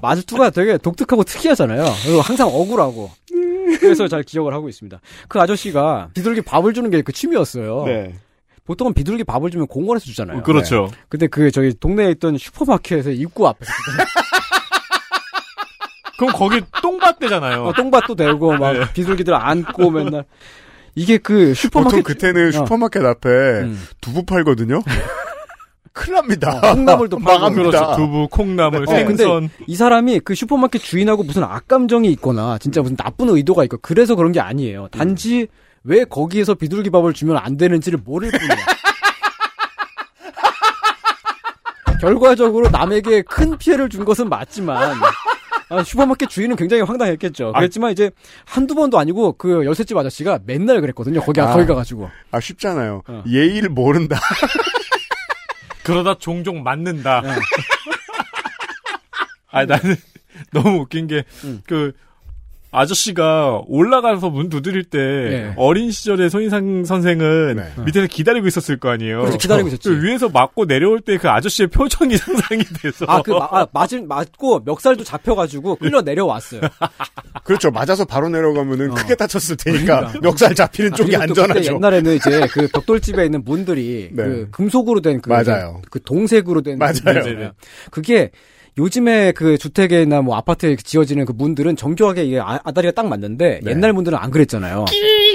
Speaker 9: 마주투가 되게 독특하고 특이하잖아요. 그래서 항상 억울하고 그래서 잘 기억을 하고 있습니다. 그 아저씨가 비둘기 밥을 주는 게 그 취미였어요.
Speaker 4: 네.
Speaker 9: 보통은 비둘기 밥을 주면 공원에서 주잖아요.
Speaker 5: 그렇죠. 네.
Speaker 9: 근데 그 저기 동네에 있던 슈퍼마켓에서 입구 앞에서
Speaker 5: 그럼 거기 똥밭대잖아요.
Speaker 9: 어, 똥밭도 되고 막
Speaker 4: 네.
Speaker 9: 비둘기들 안고 맨날 이게 그 슈퍼마켓 음.
Speaker 4: 보통 그때는 슈퍼마켓 앞에 두부 팔거든요. 큰일 납니다.
Speaker 9: 어, 콩나물도 팔고.
Speaker 4: 망합니다.
Speaker 9: 그렇죠. 두부,
Speaker 5: 콩나물,
Speaker 9: 어, 근데 이 사람이 그 슈퍼마켓 주인하고 무슨 악감정이 있거나 진짜 무슨 나쁜 의도가 있고 그래서 그런 게 아니에요. 단지 왜 거기에서 비둘기 밥을 주면 안 되는지를 모를 뿐이야. 결과적으로 남에게 큰 피해를 준 것은 맞지만 아, 슈퍼마켓 주인은 굉장히
Speaker 4: 아.
Speaker 9: 황당했겠죠. 그랬지만 이제 한두 번도 아니고 그 열쇠집 아저씨가 맨날 그랬거든요. 거기
Speaker 4: 아.
Speaker 9: 거기 가가지고
Speaker 4: 아, 쉽잖아요.
Speaker 9: 어.
Speaker 4: 예의를 모른다.
Speaker 5: 그러다 종종 맞는다.
Speaker 9: 네.
Speaker 5: 아 나는 너무 웃긴 게
Speaker 9: 음.
Speaker 5: 그 아저씨가 올라가서 문 두드릴 때
Speaker 9: 예.
Speaker 5: 어린 시절의 손인상 선생은 밑에서 기다리고 있었을 거 아니에요.
Speaker 9: 네. 그렇죠, 기다리고 있었지.
Speaker 5: 그 위에서 맞고 내려올 때 그 아저씨의 표정이 상상이 돼서
Speaker 9: 아그 아, 맞은 맞고 멱살도 잡혀가지고 끌려 내려왔어요.
Speaker 4: 그렇죠. 맞아서 바로 내려가면은 크게 다쳤을 테니까
Speaker 9: 어. 그러니까.
Speaker 4: 멱살 잡히는
Speaker 9: 아,
Speaker 4: 쪽이
Speaker 9: 그리고 또 그때
Speaker 4: 안전하죠. 네.
Speaker 9: 옛날에는 이제 그 벽돌집에 있는 문들이 그 금속으로 된 그
Speaker 4: 맞아요.
Speaker 9: 그 동색으로 된
Speaker 4: 맞아요.
Speaker 9: 문들이잖아요. 그게 요즘에 그 주택이나 뭐 아파트에 지어지는 그 문들은 정교하게 이게 아- 아다리가 딱 맞는데
Speaker 4: 네.
Speaker 9: 옛날 문들은 안 그랬잖아요.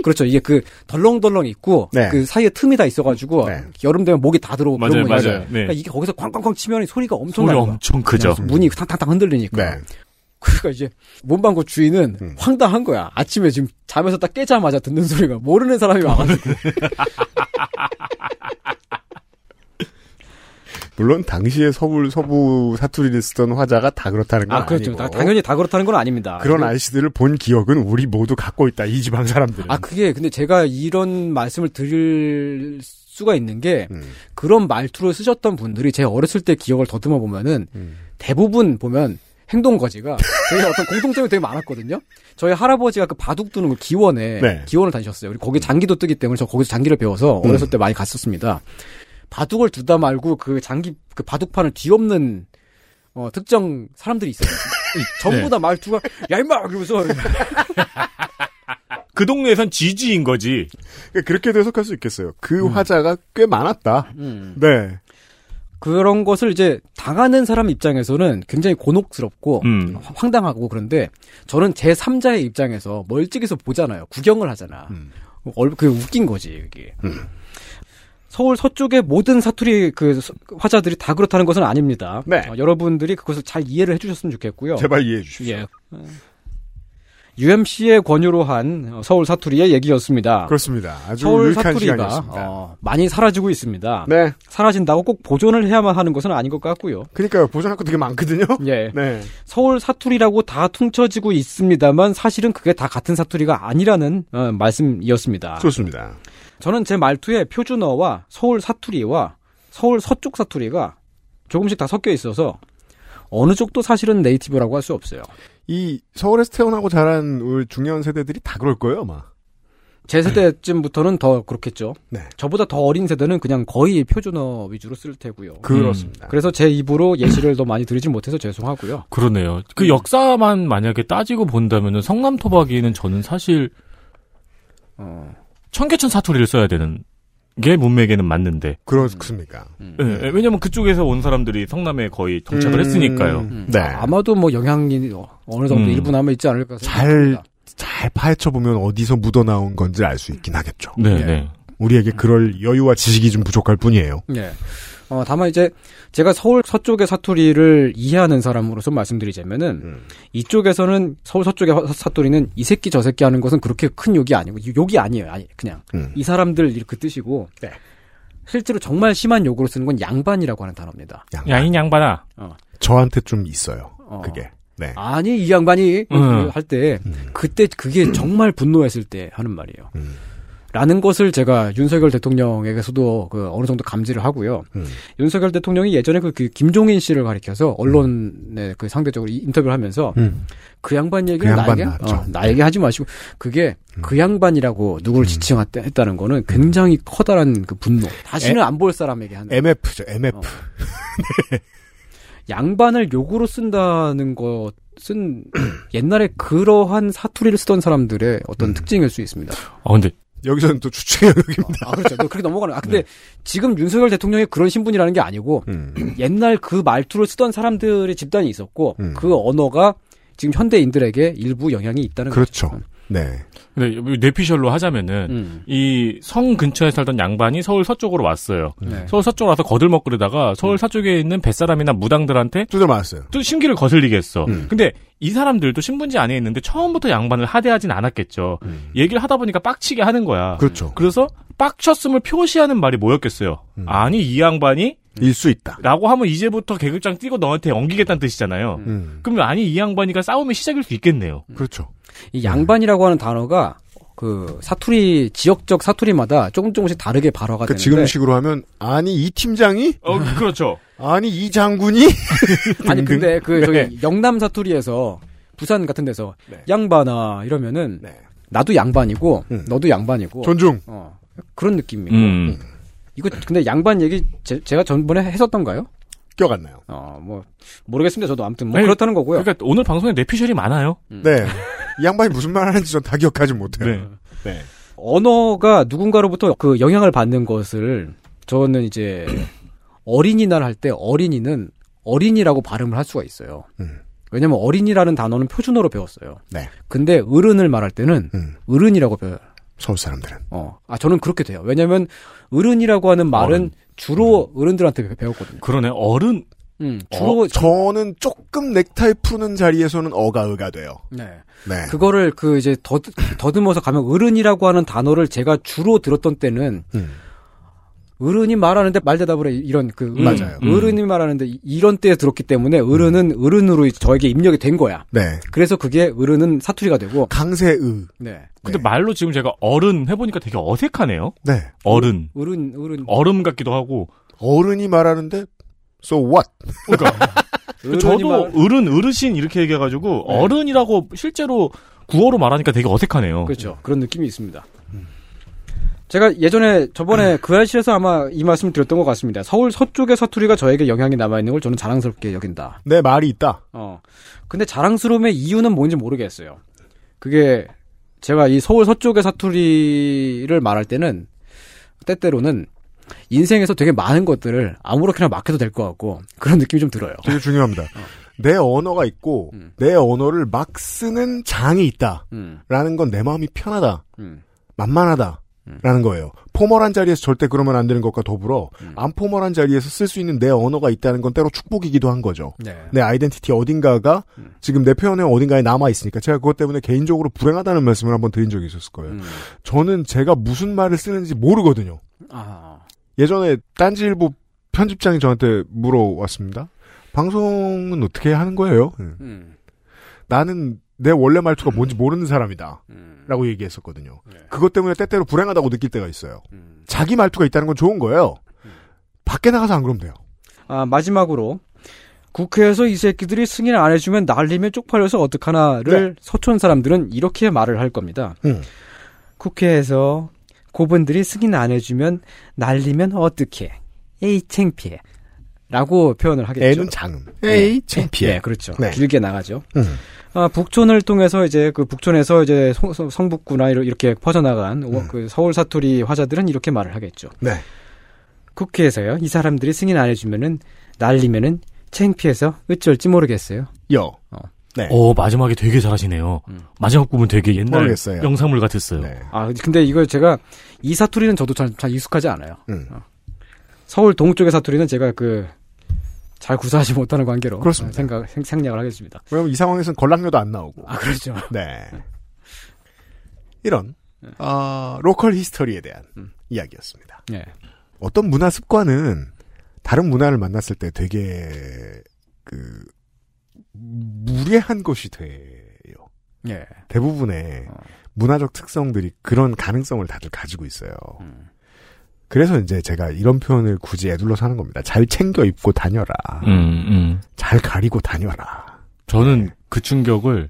Speaker 9: 그렇죠. 이게 그 덜렁덜렁 있고
Speaker 4: 네.
Speaker 9: 그 사이에 틈이 다 있어가지고 여름 되면 목이 다 들어오고
Speaker 5: 맞아요,
Speaker 9: 그런 문이잖아요.
Speaker 5: 맞아요. 네.
Speaker 9: 그러니까 이게 거기서 쾅쾅쾅 치면 소리가 엄청 나요.
Speaker 5: 엄청 크죠.
Speaker 9: 문이 탕탕탕
Speaker 4: 네.
Speaker 9: 흔들리니까. 그러니까 이제 문방구 주인은 황당한 거야. 아침에 지금 잠에서 딱 깨자마자 듣는 소리가 모르는 사람이 와가지고
Speaker 4: 물론 당시에 서울 서부 사투리를 쓰던 화자가 다 그렇다는 건
Speaker 9: 아, 그렇죠.
Speaker 4: 니고
Speaker 9: 다- 당연히 다 그렇다는 건 아닙니다.
Speaker 4: 그런
Speaker 9: 그리고-
Speaker 4: 아저씨들을 본 기억은 우리 모두 갖고 있다. 이 지방 사람들은.
Speaker 9: 아 그게 근데 제가 이런 말씀을 드릴 수가 있는 게 그런 말투를 쓰셨던 분들이 제 어렸을 때 기억을 더듬어 보면은 대부분 보면 행동 거지가 되게 어떤 공통점이 되게 많았거든요. 저희 할아버지가 그 바둑 두는 걸 기원에
Speaker 4: 네.
Speaker 9: 기원을 다니셨어요. 그리고 거기 장기도 뜨기 때문에 저 거기서 장기를 배워서 어렸을 때 많이 갔었습니다. 바둑을 두다 말고 그 장기 그 바둑판을 뒤엎는 어, 특정 사람들이 있어요. 전부 다 말투가 야 임마 그러면서
Speaker 5: 그 동네에선 지지인 거지.
Speaker 4: 그러니까 그렇게도 해석할 수 있겠어요. 그 화자가 꽤 많았다.
Speaker 9: 음.
Speaker 4: 네.
Speaker 9: 그런 것을 이제 당하는 사람 입장에서는 굉장히 곤혹스럽고
Speaker 5: 음.
Speaker 9: 화- 황당하고 그런데 저는 제 3자의 입장에서 멀찍이서 보잖아요. 구경을 하잖아.
Speaker 4: 음.
Speaker 9: 얼, 그 웃긴 거지 이게. 서울 서쪽의 모든 사투리 그 서- 화자들이 다 그렇다는 것은 아닙니다. 어, 여러분들이 그것을 잘 이해를 해주셨으면 좋겠고요.
Speaker 4: 네.
Speaker 9: 예.
Speaker 4: 제발 이해해 주십시오.
Speaker 9: UMC의 권유로 한 어, 서울 사투리의 얘기였습니다.
Speaker 4: 그렇습니다. 아주
Speaker 9: 서울
Speaker 4: 유익한
Speaker 9: 사투리가
Speaker 4: 시간이었습니다. 네.
Speaker 9: 어, 많이 사라지고 있습니다. 사라진다고 꼭 보존을 해야만 하는 것은 아닌 것 같고요.
Speaker 4: 그러니까요. 보존할 거 되게 많거든요. 네.
Speaker 9: 예. 서울 사투리라고 다 퉁쳐지고 있습니다만 사실은 그게 다 같은 사투리가 아니라는 어, 말씀이었습니다.
Speaker 4: 좋습니다.
Speaker 9: 저는 제 말투에 표준어와 서울 사투리와 서울 서쪽 사투리가 조금씩 다 섞여 있어서 어느 쪽도 사실은 네이티브라고 할 수 없어요.
Speaker 4: 이 서울에서 태어나고 자란 우리 중년 세대들이 다 그럴 거예요, 아마.
Speaker 9: 제 세대쯤부터는 더 그렇겠죠.
Speaker 4: 네.
Speaker 9: 저보다 더 어린 세대는 그냥 거의 표준어 위주로 쓸 테고요.
Speaker 5: 그렇습니다.
Speaker 9: 음, 그래서 제 입으로 예시를 더 많이 드리지 못해서 죄송하고요.
Speaker 5: 그러네요. 그 역사만 만약에 따지고 본다면은 성남 토박이는 저는 사실 청계천 사투리를 써야 되는 게 문맥에는 맞는데.
Speaker 4: 그렇습니까?
Speaker 5: 예, 예, 왜냐면 그쪽에서 온 사람들이 성남에 거의 정착을
Speaker 9: 음,
Speaker 5: 했으니까요.
Speaker 9: 네. 아마도 뭐 영향이 어느 정도
Speaker 5: 음.
Speaker 9: 일부 남아 있지 않을까
Speaker 4: 잘, 잘 파헤쳐보면 어디서 묻어나온 건지 알 수 있긴 하겠죠.
Speaker 5: 네,
Speaker 4: 예.
Speaker 5: 네.
Speaker 4: 우리에게
Speaker 9: 음.
Speaker 4: 그럴 여유와 지식이 좀 부족할 뿐이에요.
Speaker 9: 예. 어, 다만 이제 제가 서울 서쪽의 사투리를 이해하는 사람으로서 말씀드리자면은 이쪽에서는 서울 서쪽의 화- 사투리는 이 새끼 저 새끼
Speaker 4: 음. 네.
Speaker 9: 하는 것은 그렇게 큰 욕이 아니고 욕이 아니에요. 아니 그냥 이 사람들 그 뜻이고 실제로 정말 심한 욕으로 쓰는 건 양반이라고 하는 단어입니다.
Speaker 5: 야인 양반아.
Speaker 4: 저한테 좀 있어요. 그게. 네.
Speaker 9: 아니 이 양반이
Speaker 4: 음. 음.
Speaker 9: 할 때 그때 그게 정말 분노했을 때 하는 말이에요. 라는 것을 제가 윤석열 대통령에게서도 그 어느 정도 감지를 하고요.
Speaker 4: 음.
Speaker 9: 윤석열 대통령이 예전에 그, 그 김종인 씨를 가리켜서 언론에 그 상대적으로 이- 인터뷰를 하면서
Speaker 4: 음.
Speaker 9: 그 양반 얘기를
Speaker 4: 그 양반
Speaker 9: 나에게
Speaker 4: 낫죠.
Speaker 9: 어, 나에게 하지 마시고 그게 그 양반이라고
Speaker 4: 음.
Speaker 9: 누굴 지칭했다는 거는 굉장히 커다란 그 분노. 다시는
Speaker 4: 에-
Speaker 9: 안 볼 사람에게 하는
Speaker 4: MF죠.
Speaker 9: 어.
Speaker 4: MF.
Speaker 9: 양반을 욕으로 쓴다는 것은 옛날에 그러한 사투리를 쓰던 사람들의
Speaker 4: 음.
Speaker 9: 어떤 특징일 수 있습니다.
Speaker 5: 어, 근데
Speaker 4: 여기서는 또 추측의 영역입니다.
Speaker 9: 아, 그렇죠. 또 그렇게 넘어가는. 아, 근데
Speaker 4: 네.
Speaker 9: 지금 윤석열 대통령이 그런 신분이라는 게 아니고
Speaker 4: 음.
Speaker 9: 옛날 그 말투를 쓰던 사람들의 집단이 있었고 그 언어가 지금 현대인들에게 일부 영향이 있다는
Speaker 4: 그렇죠.
Speaker 9: 거죠.
Speaker 4: 네.
Speaker 5: 근데 여기 뇌피셜로 하자면은 이 성 근처에 살던 양반이 서울 서쪽으로 왔어요.
Speaker 4: 네.
Speaker 5: 서울 서쪽으로 와서 거들먹거리다가 서울 서쪽에 있는 뱃사람이나 무당들한테
Speaker 4: 두들 맞았어요.
Speaker 5: 또 심기를 거슬리게 했어.
Speaker 9: 음.
Speaker 5: 근데 이 사람들도 신분지 안에 있는데 처음부터 양반을 하대하진 않았겠죠.
Speaker 9: 음.
Speaker 5: 얘기를 하다 보니까 빡치게 하는 거야.
Speaker 4: 그렇죠.
Speaker 5: 그래서 빡쳤음을 표시하는 말이 뭐였겠어요?
Speaker 9: 음.
Speaker 5: 아니 이 양반이
Speaker 9: 네.
Speaker 4: 일 수 있다.
Speaker 5: 라고 하면 이제부터 계급장 뛰고 너한테 엉기겠다는 뜻이잖아요.
Speaker 9: 음.
Speaker 5: 그러면 아니 이 양반이가 싸움의 시작일 수 있겠네요.
Speaker 4: 음. 그렇죠.
Speaker 9: 이 양반이라고 하는 단어가 그 사투리 지역적 사투리마다 조금 조금씩 다르게 발화가
Speaker 4: 그
Speaker 9: 되는데
Speaker 4: 지금식으로 하면 아니 이 팀장이?
Speaker 5: 어
Speaker 9: 음.
Speaker 5: 그렇죠.
Speaker 4: 아니 이 장군이?
Speaker 9: 아니
Speaker 4: 등등.
Speaker 9: 근데 그 저기
Speaker 4: 네.
Speaker 9: 영남 사투리에서 부산 같은 데서 양반아 이러면은
Speaker 4: 네.
Speaker 9: 나도 양반이고 뭐, 너도 양반이고
Speaker 4: 음. 존중.
Speaker 9: 어, 그런 느낌이고 이거 근데 양반 얘기 제, 가 전번에 했었던가요?
Speaker 4: 기억 안 나요.
Speaker 9: 어뭐 모르겠습니다. 저도 아무튼 뭐
Speaker 5: 아니,
Speaker 9: 그렇다는 거고요.
Speaker 5: 그러니까 오늘 방송에 뇌피셜이 많아요.
Speaker 4: 네. 이 양반이 무슨 말 하는지 전 다 기억하지 못해요. 네.
Speaker 9: 언어가 누군가로부터 그 영향을 받는 것을 저는 이제 어린이날 할 때 어린이는 어린이라고 발음을 할 수가 있어요. 왜냐면 어린이라는 단어는 표준어로 배웠어요.
Speaker 4: 네. 음.
Speaker 9: 근데 어른을 말할 때는 어른이라고 표현.
Speaker 4: 서울 사람들은.
Speaker 9: 어. 아 저는 그렇게 돼요. 왜냐면 어른이라고 음. 하는 말은 주로 어른들한테 배- 배웠거든요.
Speaker 5: 그러네. 어른.
Speaker 9: 음. 주로
Speaker 4: 어, 저는 조금 넥타이 푸는 자리에서는 어가으가 돼요.
Speaker 9: 네.
Speaker 4: 네.
Speaker 9: 그거를 그 이제 더, 더듬어서 가면 어른이라고 하는 단어를 제가 주로 들었던 때는
Speaker 4: 음.
Speaker 9: 어른이 말하는데 말대답을 해 이런 그 어른,
Speaker 4: 맞아요.
Speaker 9: 어른이 말하는데 이- 이런 때에 들었기 때문에 어른은 어른으로 이제 저에게 입력이 된 거야.
Speaker 4: 네.
Speaker 9: 그래서 그게 어른은 사투리가 되고
Speaker 4: 강세의
Speaker 9: 네.
Speaker 5: 근데 말로 지금 제가 어른 해보니까 되게 어색하네요.
Speaker 4: 네.
Speaker 5: 어른.
Speaker 9: 어른 어른
Speaker 5: 얼음 같기도 하고.
Speaker 4: 어른이 말하는데 so what?
Speaker 5: 그러니까 저도 어른 어르신 이렇게 얘기해가지고
Speaker 9: 네.
Speaker 5: 어른이라고 실제로 구어로 말하니까 되게 어색하네요.
Speaker 9: 그렇죠. 그런 느낌이 있습니다. 제가 예전에 저번에 그 아실에서 아마 이 말씀을 드렸던 것 같습니다. 서울 서쪽의 사투리가 저에게 영향이 남아 있는 걸 저는 자랑스럽게 여긴다.
Speaker 4: 내 말이 있다.
Speaker 9: 어. 근데 자랑스러움의 이유는 뭔지 모르겠어요. 그게 제가 이 서울 서쪽의 사투리를 말할 때는 때때로는 인생에서 되게 많은 것들을 아무렇게나 막해도 될 것 같고 그런 느낌이 좀 들어요.
Speaker 4: 되게 중요합니다. 내 언어가 있고 내 언어를 막 쓰는 장이 있다.
Speaker 9: 음.
Speaker 4: 라는 건 내 마음이 편하다.
Speaker 9: 음.
Speaker 4: 만만하다. 라는 거예요. 포멀한 자리에서 절대 그러면 안 되는 것과 더불어
Speaker 9: 음.
Speaker 4: 안 포멀한 자리에서 쓸 수 있는 내 언어가 있다는 건 때로 축복이기도 한 거죠.
Speaker 9: 네. 음.
Speaker 4: 내 아이덴티티 어딘가가 지금 내 표현의 어딘가에 남아 있으니까 제가 그것 때문에 개인적으로 불행하다는 말씀을 한번 드린 적이 있었을 거예요.
Speaker 9: 음.
Speaker 4: 저는 제가 무슨 말을 쓰는지 모르거든요. 예전에 딴지일보 편집장이 저한테 물어왔습니다. 방송은 어떻게 하는 거예요? 음.
Speaker 9: 음.
Speaker 4: 나는 내 원래 말투가 뭔지 모르는 사람이다.
Speaker 9: 음.
Speaker 4: 라고 얘기했었거든요.
Speaker 9: 네.
Speaker 4: 그것 때문에 때때로 불행하다고 느낄 때가 있어요.
Speaker 9: 음.
Speaker 4: 자기 말투가 있다는 건 좋은 거예요. 밖에 나가서 안 그러면 돼요.
Speaker 9: 아, 마지막으로 국회에서 이 새끼들이 승인 안 해주면 날림에 쪽팔려서 어떡하나를 서촌 사람들은 이렇게 말을 할 겁니다. 국회에서 고분들이 승인 안 해주면 날리면 어떡해. 에이 창피해. 라고 표현을 하겠죠.
Speaker 4: 애는 장음.
Speaker 9: 에이 예, 창피해. 네. 그렇죠.
Speaker 4: 네.
Speaker 9: 길게 나가죠.
Speaker 4: 음.
Speaker 9: 아, 북촌을 통해서 이제 그 북촌에서 이제 성- 성- 성북구나 이러- 이렇게 퍼져나간 오- 그 서울 사투리 화자들은 이렇게 말을 하겠죠.
Speaker 4: 네.
Speaker 9: 국회에서요. 이 사람들이 승인 안 해주면은 날리면은 창피해서 어쩔지 모르겠어요. 어.
Speaker 4: 여. 네.
Speaker 5: 오 어, 마지막에 되게 잘하시네요.
Speaker 9: 음.
Speaker 5: 마지막 부분 되게 옛날
Speaker 9: 모르겠어요.
Speaker 5: 영상물 같았어요.
Speaker 4: 네.
Speaker 9: 아 근데 이걸 제가 이 사투리는 저도 잘, 잘 익숙하지 않아요.
Speaker 4: 음.
Speaker 9: 어. 서울 동쪽의 사투리는 제가 그 잘 구사하지 못하는 관계로
Speaker 4: 그렇습니다.
Speaker 9: 생각 생- 생략을 하겠습니다.
Speaker 4: 왜냐면 이 상황에서는 걸락녀도 안 나오고.
Speaker 9: 아, 그렇죠.
Speaker 4: 네. 이런, 아, 로컬 히스토리에 대한 이야기였습니다.
Speaker 9: 음. 네.
Speaker 4: 어떤 문화 습관은 다른 문화를 만났을 때 되게 그 무례한 것이 돼요.
Speaker 9: 예. 어.
Speaker 4: 대부분의 문화적 특성들이 그런 가능성을 다들 가지고 있어요.
Speaker 9: 음.
Speaker 4: 그래서 이제 제가 이런 표현을 굳이 애둘러 사는 겁니다. 잘 챙겨 입고 다녀라.
Speaker 5: 음, 음.
Speaker 4: 잘 가리고 다녀라.
Speaker 5: 저는 그 충격을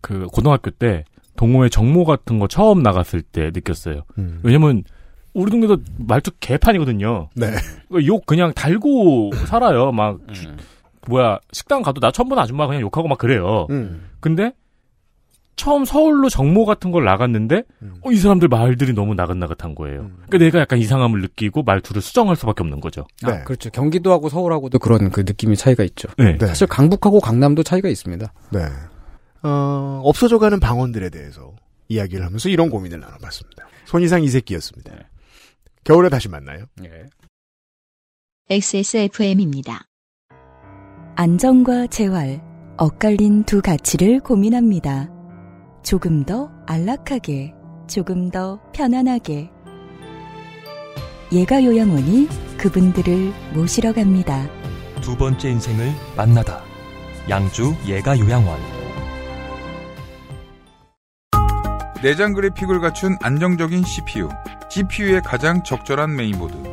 Speaker 5: 그 고등학교 때 동호회 정모 같은 거 처음 나갔을 때 느꼈어요.
Speaker 4: 음.
Speaker 5: 왜냐면 우리 동네도 말투 개판이거든요. 그러니까
Speaker 4: 네.
Speaker 5: 욕 그냥 달고 살아요. 막 주- 뭐야 식당 가도 나 처음 본 아줌마 그냥 욕하고 막 그래요.
Speaker 4: 음.
Speaker 5: 근데 처음 서울로 정모 같은 걸 나갔는데 어, 이 사람들 말들이 너무 나긋나긋한 거예요. 그러니까 내가 약간 이상함을 느끼고 말투를 수정할 수밖에 없는 거죠.
Speaker 9: 아, 그렇죠. 경기도하고 서울하고도 그런 그 느낌의 차이가 있죠.
Speaker 5: 네.
Speaker 4: 네.
Speaker 9: 사실 강북하고 강남도 차이가 있습니다.
Speaker 4: 네. 어, 없어져가는 방언들에 대해서 이야기를 하면서 이런 고민을 나눠봤습니다. 손이상 이새끼였습니다. 겨울에 다시 만나요.
Speaker 1: XSFM입니다.
Speaker 8: 안정과 재활, 엇갈린 두 가치를 고민합니다. 조금 더 안락하게, 조금 더 편안하게. 예가 요양원이 그분들을 모시러 갑니다.
Speaker 6: 두 번째 인생을 만나다. 양주 예가 요양원.
Speaker 11: 내장 그래픽을 갖춘 안정적인 CPU, GPU의 가장 적절한 메인보드.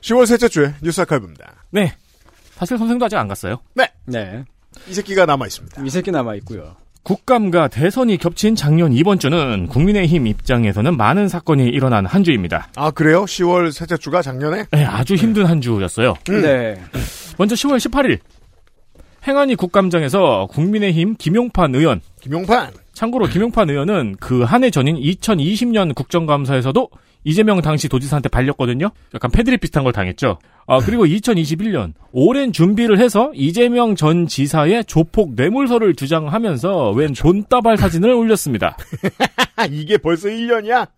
Speaker 4: 시 10월 셋째 주에 뉴스 아카이브입니다.
Speaker 5: 네. 사실 선생도 아직 안 갔어요.
Speaker 4: 네.
Speaker 9: 네.
Speaker 4: 이 새끼가 남아 있습니다.
Speaker 9: 이 새끼 남아 있고요.
Speaker 5: 국감과 대선이 겹친 작년 이번 주는 국민의힘 입장에서는 많은 사건이 일어난 한 주입니다.
Speaker 4: 아 그래요? 10월 셋째 주가 작년에?
Speaker 5: 네, 아주 힘든 한 주였어요.
Speaker 9: 네.
Speaker 5: 먼저 10월 18일 행안위 국감장에서 국민의힘 김용판 의원.
Speaker 4: 김용판.
Speaker 5: 참고로 김용판 의원은 그 한 해 전인 2020년 국정감사에서도 이재명 당시 도지사한테 발렸거든요. 약간 패드립 비슷한 걸 당했죠. 아 그리고 2021년 오랜 준비를 해서 이재명 전 지사의 조폭 뇌물서를 주장하면서 웬 존따발 사진을 올렸습니다.
Speaker 4: 아, 이게 벌써 1년이야?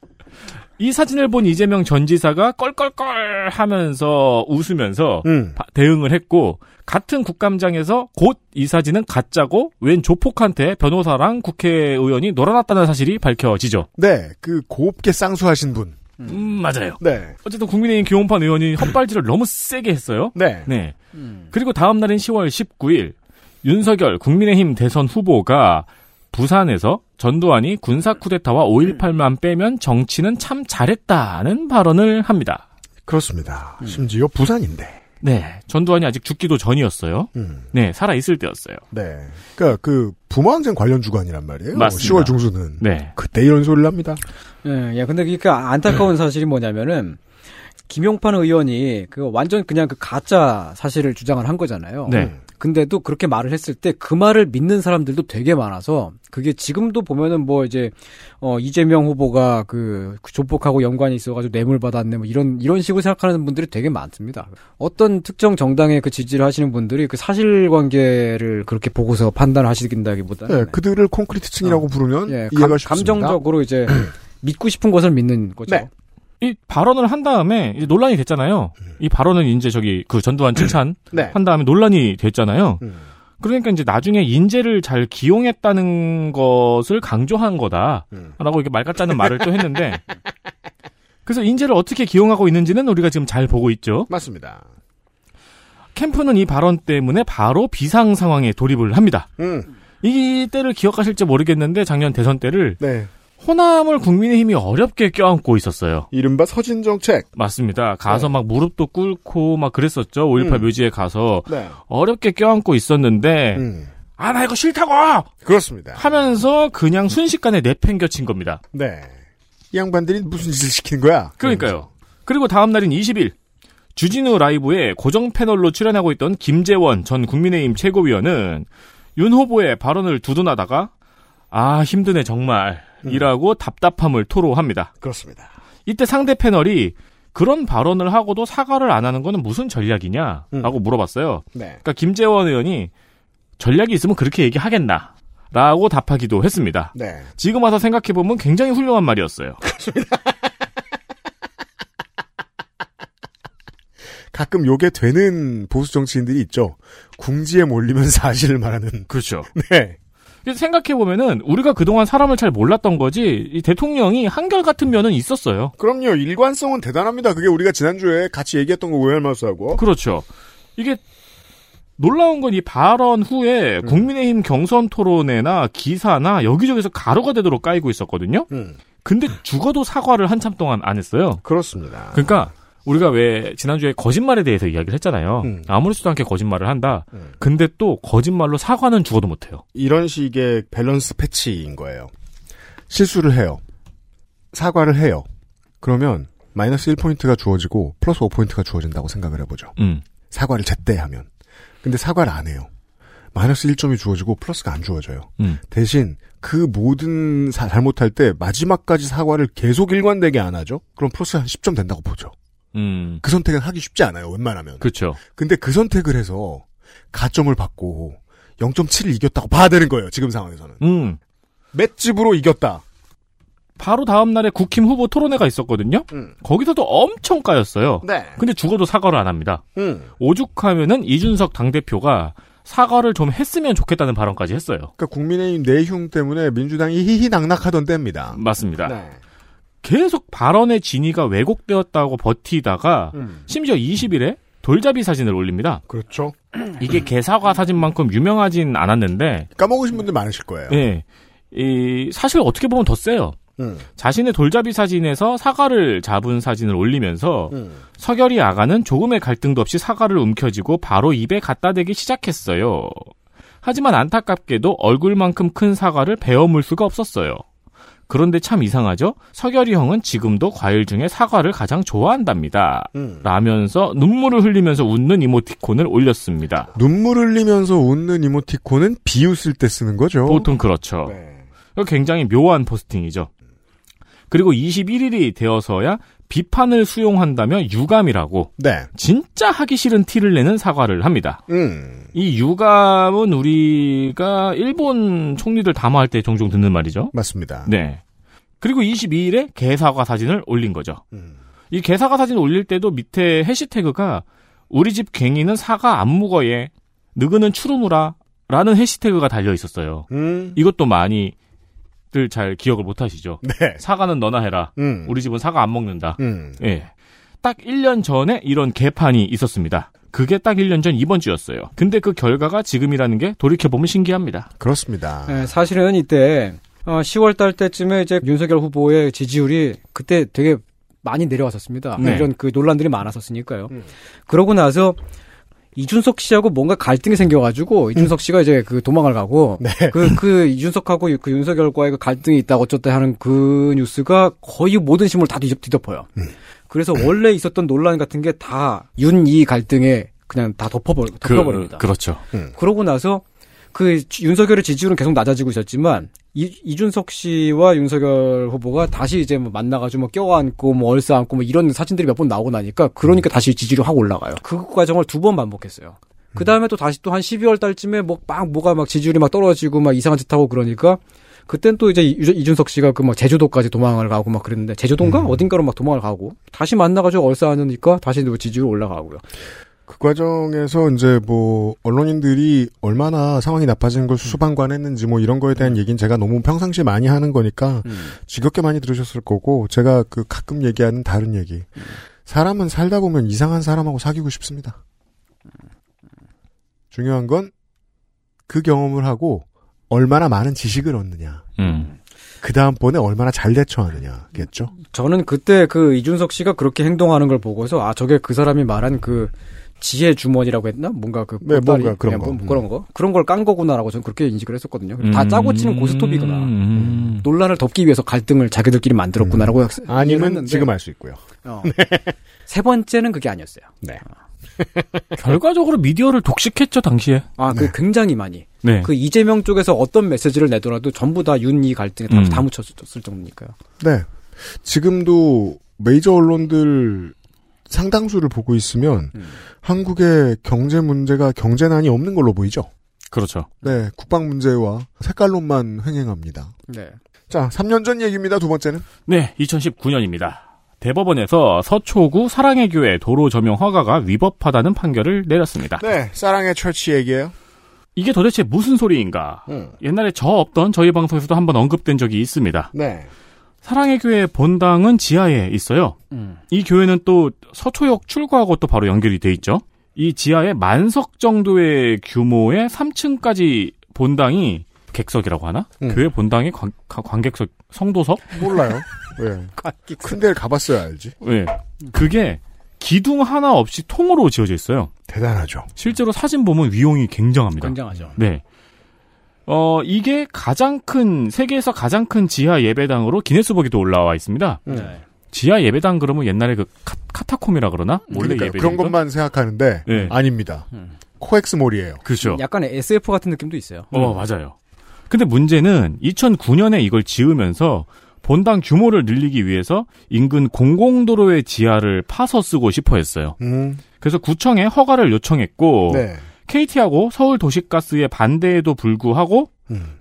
Speaker 5: 이 사진을 본 이재명 전 지사가 껄껄껄 하면서 웃으면서 바- 대응을 했고 같은 국감장에서 곧 이 사진은 가짜고 웬 조폭한테 변호사랑 국회의원이 놀아났다는 사실이 밝혀지죠.
Speaker 4: 네, 그 곱게 쌍수하신 분.
Speaker 5: 음, 맞아요.
Speaker 4: 네.
Speaker 5: 어쨌든 국민의힘 김홍판 의원이 헛발질을 너무 세게 했어요.
Speaker 4: 네.
Speaker 5: 그리고 다음 날인 10월 19일 윤석열 국민의힘 대선 후보가 부산에서 전두환이 군사 쿠데타와 5.18만 빼면 정치는 참 잘했다는 발언을 합니다.
Speaker 4: 그렇습니다. 심지어 부산인데.
Speaker 5: 네. 전두환이 아직 죽기도 전이었어요. 네, 살아있을 때였어요.
Speaker 4: 네. 그러니까 그 부모항쟁 관련 주간이란 말이에요.
Speaker 5: 맞습니다.
Speaker 4: 10월 중순은.
Speaker 5: 네.
Speaker 4: 그때 이런 소리를 합니다.
Speaker 9: 예, 야, 근데 그니까 안타까운 사실이 뭐냐면은 김용판 의원이 그 완전 그냥 그 가짜 사실을 주장을 한 거잖아요.
Speaker 5: 네.
Speaker 9: 근데도 그렇게 말을 했을 때 그 말을 믿는 사람들도 되게 많아서 그게 지금도 보면은 뭐 이제 어 이재명 후보가 그 조폭하고 연관이 있어가지고 뇌물 받았네 뭐 이런 이런 식으로 생각하는 분들이 되게 많습니다. 어떤 특정 정당의 그 지지를 하시는 분들이 그 사실관계를 그렇게 보고서 판단을 하시긴다기보다는
Speaker 4: 네, 그들을 콘크리트층이라고 부르면
Speaker 9: 예,
Speaker 4: 이해가
Speaker 9: 감,
Speaker 4: 쉽습니다. 네.
Speaker 9: 감정적으로 이제 믿고 싶은 것을 믿는 거죠.
Speaker 5: 이 발언을 한 다음에 이제 논란이 됐잖아요. 이 발언은 이제 저기 그 전두환 칭찬
Speaker 4: 네.
Speaker 5: 한 다음에 논란이 됐잖아요.
Speaker 4: 음.
Speaker 5: 그러니까 이제 나중에 인재를 잘 기용했다는 것을 강조한 거다라고 이렇게 말 같다는 말을 또 했는데 그래서 인재를 어떻게 기용하고 있는지는 우리가 지금 잘 보고 있죠.
Speaker 4: 맞습니다.
Speaker 5: 캠프는 이 발언 때문에 바로 비상 상황에 돌입을 합니다. 이 때를 기억하실지 모르겠는데 작년 대선 때를
Speaker 4: 네.
Speaker 5: 호남을 국민의힘이 어렵게 껴안고 있었어요. 네.
Speaker 4: 이른바 서진 정책.
Speaker 5: 맞습니다. 가서 막 무릎도 꿇고 막 그랬었죠. 5.18
Speaker 4: 음.
Speaker 5: 묘지에 가서
Speaker 4: 네.
Speaker 5: 어렵게 껴안고 있었는데 아 나 이거 싫다고
Speaker 4: 음. 그렇습니다.
Speaker 5: 하면서 그냥 순식간에 내팽겨친 겁니다.
Speaker 4: 네. 이 양반들이 무슨 짓을 시키는 거야?
Speaker 5: 그러니까요. 그리고 다음 날인 20일 주진우 라이브에 고정 패널로 출연하고 있던 김재원 전 국민의힘 최고위원은 윤 후보의 발언을 두둔하다가 아 힘드네 정말 이라고 답답함을 토로합니다.
Speaker 4: 그렇습니다.
Speaker 5: 이때 상대 패널이 그런 발언을 하고도 사과를 안 하는 거는 무슨 전략이냐? 라고 물어봤어요.
Speaker 4: 네.
Speaker 5: 그러니까 김재원 의원이 전략이 있으면 그렇게 얘기하겠나? 라고 답하기도 했습니다.
Speaker 4: 네.
Speaker 5: 지금 와서 생각해보면 굉장히 훌륭한 말이었어요.
Speaker 4: 가끔 요게 되는 보수 정치인들이 있죠. 궁지에 몰리면 사실을 말하는.
Speaker 5: 그렇죠.
Speaker 4: 네.
Speaker 5: 생각해보면은 우리가 그동안 사람을 잘 몰랐던 거지 이 대통령이 한결같은 면은 있었어요.
Speaker 4: 그럼요. 일관성은 대단합니다. 그게 우리가 지난주에 같이 얘기했던 거 오열마수하고.
Speaker 5: 그렇죠. 이게 놀라운 건 이 발언 후에 국민의힘 경선 토론회나 기사나 여기저기서 가루가 되도록 까이고 있었거든요.
Speaker 4: 음.
Speaker 5: 근데 죽어도 사과를 한참 동안 안 했어요.
Speaker 4: 그렇습니다.
Speaker 5: 그러니까 우리가 왜 지난주에 거짓말에 대해서 이야기를 했잖아요.
Speaker 4: 음.
Speaker 5: 아무리 수도 않게 거짓말을 한다. 근데 또 거짓말로 사과는 죽어도 못 해요.
Speaker 4: 이런 식의 밸런스 패치인 거예요. 실수를 해요. 사과를 해요. 그러면 마이너스 1포인트가 주어지고 플러스 5포인트가 주어진다고 생각을 해보죠.
Speaker 5: 음.
Speaker 4: 사과를 제때 하면. 근데 사과를 안 해요. 마이너스 1점이 주어지고 플러스가 안 주어져요.
Speaker 5: 음.
Speaker 4: 대신 그 모든 사- 잘못할 때 마지막까지 사과를 계속 일관되게 안 하죠. 그럼 플러스 한 10점 된다고 보죠.
Speaker 5: 음.
Speaker 4: 그 선택은 하기 쉽지 않아요. 웬만하면.
Speaker 5: 그렇죠.
Speaker 4: 근데 그 선택을 해서 가점을 받고 0.7을 이겼다고 봐야 되는 거예요. 지금 상황에서는.
Speaker 5: 음.
Speaker 4: 맷집으로 이겼다.
Speaker 5: 바로 다음 날에 국힘 후보 토론회가 있었거든요.
Speaker 4: 음.
Speaker 5: 거기서도 엄청 까였어요.
Speaker 4: 네.
Speaker 5: 근데 죽어도 사과를 안 합니다.
Speaker 4: 음.
Speaker 5: 오죽하면은 이준석 당대표가 사과를 좀 했으면 좋겠다는 발언까지 했어요.
Speaker 4: 그러니까 국민의힘 내흉 때문에 민주당이 희희낙낙하던 때입니다.
Speaker 5: 맞습니다.
Speaker 4: 네.
Speaker 5: 계속 발언의 진위가 왜곡되었다고 버티다가
Speaker 4: 음.
Speaker 5: 심지어 20일에 돌잡이 사진을 올립니다.
Speaker 4: 그렇죠.
Speaker 5: 이게 개사과 사진만큼 유명하진 않았는데
Speaker 4: 까먹으신 분들 많으실 거예요.
Speaker 5: 예. 이 사실 어떻게 보면 더 세요.
Speaker 4: 음.
Speaker 5: 자신의 돌잡이 사진에서 사과를 잡은 사진을 올리면서 서결이 아가는 조금의 갈등도 없이 사과를 움켜쥐고 바로 입에 갖다 대기 시작했어요. 하지만 안타깝게도 얼굴만큼 큰 사과를 베어물 수가 없었어요. 그런데 참 이상하죠? 서결이 형은 지금도 과일 중에 사과를 가장 좋아한답니다. 라면서 눈물을 흘리면서 웃는 이모티콘을 올렸습니다.
Speaker 4: 눈물 흘리면서 웃는 이모티콘은 비웃을 때 쓰는 거죠.
Speaker 5: 보통 그렇죠.
Speaker 4: 네.
Speaker 5: 이거 굉장히 묘한 포스팅이죠. 그리고 21일이 되어서야 비판을 수용한다며 유감이라고
Speaker 4: 네.
Speaker 5: 진짜 하기 싫은 티를 내는 사과를 합니다.
Speaker 4: 음.
Speaker 5: 이 유감은 우리가 일본 총리들 담화할 때 종종 듣는 말이죠.
Speaker 4: 맞습니다.
Speaker 5: 네. 그리고 22일에 개사과 사진을 올린 거죠. 이 개사과 사진 올릴 때도 밑에 해시태그가 우리 집 갱이는 사과 안 묵어예 느그는 추루무라 라는 해시태그가 달려 있었어요.
Speaker 4: 음.
Speaker 5: 이것도 많이들 잘 기억을 못 하시죠.
Speaker 4: 네.
Speaker 5: 사과는 너나 해라.
Speaker 4: 음.
Speaker 5: 우리 집은 사과 안 먹는다.
Speaker 4: 음.
Speaker 5: 예. 딱 1년 전에 이런 개판이 있었습니다. 그게 딱 1년 전 이번 주였어요. 근데 그 결과가 지금이라는 게 돌이켜보면 신기합니다.
Speaker 4: 그렇습니다.
Speaker 9: 예, 사실은 이때 어, 10월 달 때쯤에 이제 윤석열 후보의 지지율이 그때 되게 많이 내려왔었습니다.
Speaker 5: 네.
Speaker 9: 이런 그 논란들이 많았었으니까요. 그러고 나서 이준석 씨하고 뭔가 갈등이 생겨가지고 이준석 씨가 이제 그 도망을 가고 그 그 이준석하고 그 윤석열과의 그 갈등이 있다 어쩌다 하는 그 뉴스가 거의 모든 신문을 다 뒤덮, 뒤덮어요. 그래서 원래 있었던 논란 같은 게 다 윤 이 갈등에 그냥 다 덮어버려 덮어버립니다.
Speaker 5: 그, 렇죠
Speaker 9: 그러고 나서 그 윤석열의 지지율은 계속 낮아지고 있었지만 이, 이준석 씨와 윤석열 후보가 다시 이제 뭐 만나가지고 뭐 껴안고 뭐 얼싸안고 뭐 이런 사진들이 몇 번 나오고 나니까 그러니까 다시 지지율이 확 올라가요. 그 과정을 두 번 반복했어요. 그 다음에 또 다시 또 한 12월 달쯤에 뭐막 뭐가 막 지지율이 막 떨어지고 막 이상한 짓 하고 그러니까 그땐 또 이제 유- 이준석 씨가 그 막 제주도까지 도망을 가고 막 그랬는데 제주도인가 어딘가로 막 도망을 가고 다시 만나가지고 얼싸하니까 다시 또 지지율 올라가고요.
Speaker 4: 그 과정에서 이제 뭐 언론인들이 얼마나 상황이 나빠지는 걸 수수방관했는지 뭐 이런 거에 대한 얘기는 제가 너무 평상시에 많이 하는 거니까
Speaker 9: 음.
Speaker 4: 지겹게 많이 들으셨을 거고 제가 그 가끔 얘기하는 다른 얘기 사람은 살다 보면 이상한 사람하고 사귀고 싶습니다. 중요한 건 그 경험을 하고 얼마나 많은 지식을 얻느냐
Speaker 5: 음.
Speaker 4: 그 다음번에 얼마나 잘 대처하느냐겠죠.
Speaker 9: 저는 그때 그 이준석 씨가 그렇게 행동하는 걸 보고서 아 저게 그 사람이 말한 그 지혜 주머니라고 했나 뭔가 그
Speaker 4: 네,
Speaker 9: 보따리,
Speaker 4: 뭔가
Speaker 9: 그냥
Speaker 4: 그런 거.
Speaker 9: 뭐 그런 거 그런 걸 깐 거구나라고 저는 그렇게 인식을 했었거든요. 다
Speaker 4: 음.
Speaker 9: 짜고 치는 고스톱이구나
Speaker 5: 음.
Speaker 9: 논란을 덮기 위해서 갈등을 자기들끼리
Speaker 4: 음.
Speaker 9: 만들었구나라고
Speaker 4: 아니면 지금 알 수 있고요.
Speaker 9: 세 번째는 그게 아니었어요.
Speaker 4: 네.
Speaker 5: 결과적으로 미디어를 독식했죠 당시에.
Speaker 9: 아, 그 굉장히 많이.
Speaker 5: 네.
Speaker 9: 그 이재명 쪽에서 어떤 메시지를 내더라도 전부 다 윤리 갈등에 다,
Speaker 4: 음.
Speaker 9: 다 묻혔을 정도니까요.
Speaker 4: 네. 지금도 메이저 언론들 상당수를 보고 있으면 한국의 경제 문제가 경제난이 없는 걸로 보이죠.
Speaker 5: 그렇죠.
Speaker 4: 네, 국방 문제와 색깔론만 횡행합니다.
Speaker 9: 네.
Speaker 4: 자, 3년 전 얘기입니다. 두 번째는
Speaker 5: 네, 2019년입니다. 대법원에서 서초구 사랑의 교회 도로 점용 허가가 위법하다는 판결을 내렸습니다.
Speaker 4: 네, 사랑의 처치 얘기예요.
Speaker 5: 이게 도대체 무슨 소리인가? 옛날에 저 없던 저희 방송에서도 한번 언급된 적이 있습니다.
Speaker 4: 네.
Speaker 5: 사랑의 교회 본당은 지하에 있어요. 이 교회는 또 서초역 출구하고 또 바로 연결이 돼 있죠. 이 지하에 만석 정도의 규모의 3층까지 본당이 객석이라고 하나? 교회 본당이 관, 가- 관객석 성도석?
Speaker 4: 몰라요. 예. 큰 데를 가봤어야 알지.
Speaker 5: 예. 그게 기둥 하나 없이 통으로 지어져 있어요.
Speaker 4: 대단하죠.
Speaker 5: 실제로 사진 보면 위용이 굉장합니다.
Speaker 9: 굉장하죠.
Speaker 5: 네. 어, 이게 가장 큰, 세계에서 가장 큰 지하 예배당으로 기네스북에도 올라와 있습니다.
Speaker 9: 네.
Speaker 5: 지하 예배당 그러면 옛날에 그 카, 카타콤이라 그러나? 원래
Speaker 4: 그러니까요. 음.
Speaker 5: 예배당.
Speaker 4: 그런 것만 생각하는데
Speaker 5: 네.
Speaker 4: 아닙니다. 코엑스몰이에요.
Speaker 5: 그죠.
Speaker 9: 약간의 SF 같은 느낌도 있어요.
Speaker 5: 그렇죠. 어,
Speaker 4: 음.
Speaker 5: 맞아요. 근데 문제는 2009년에 이걸 지으면서 본당 규모를 늘리기 위해서 인근 공공도로의 지하를 파서 쓰고 싶어 했어요.
Speaker 4: 음.
Speaker 5: 그래서 구청에 허가를 요청했고
Speaker 4: 네.
Speaker 5: KT하고 서울 도시가스의 반대에도 불구하고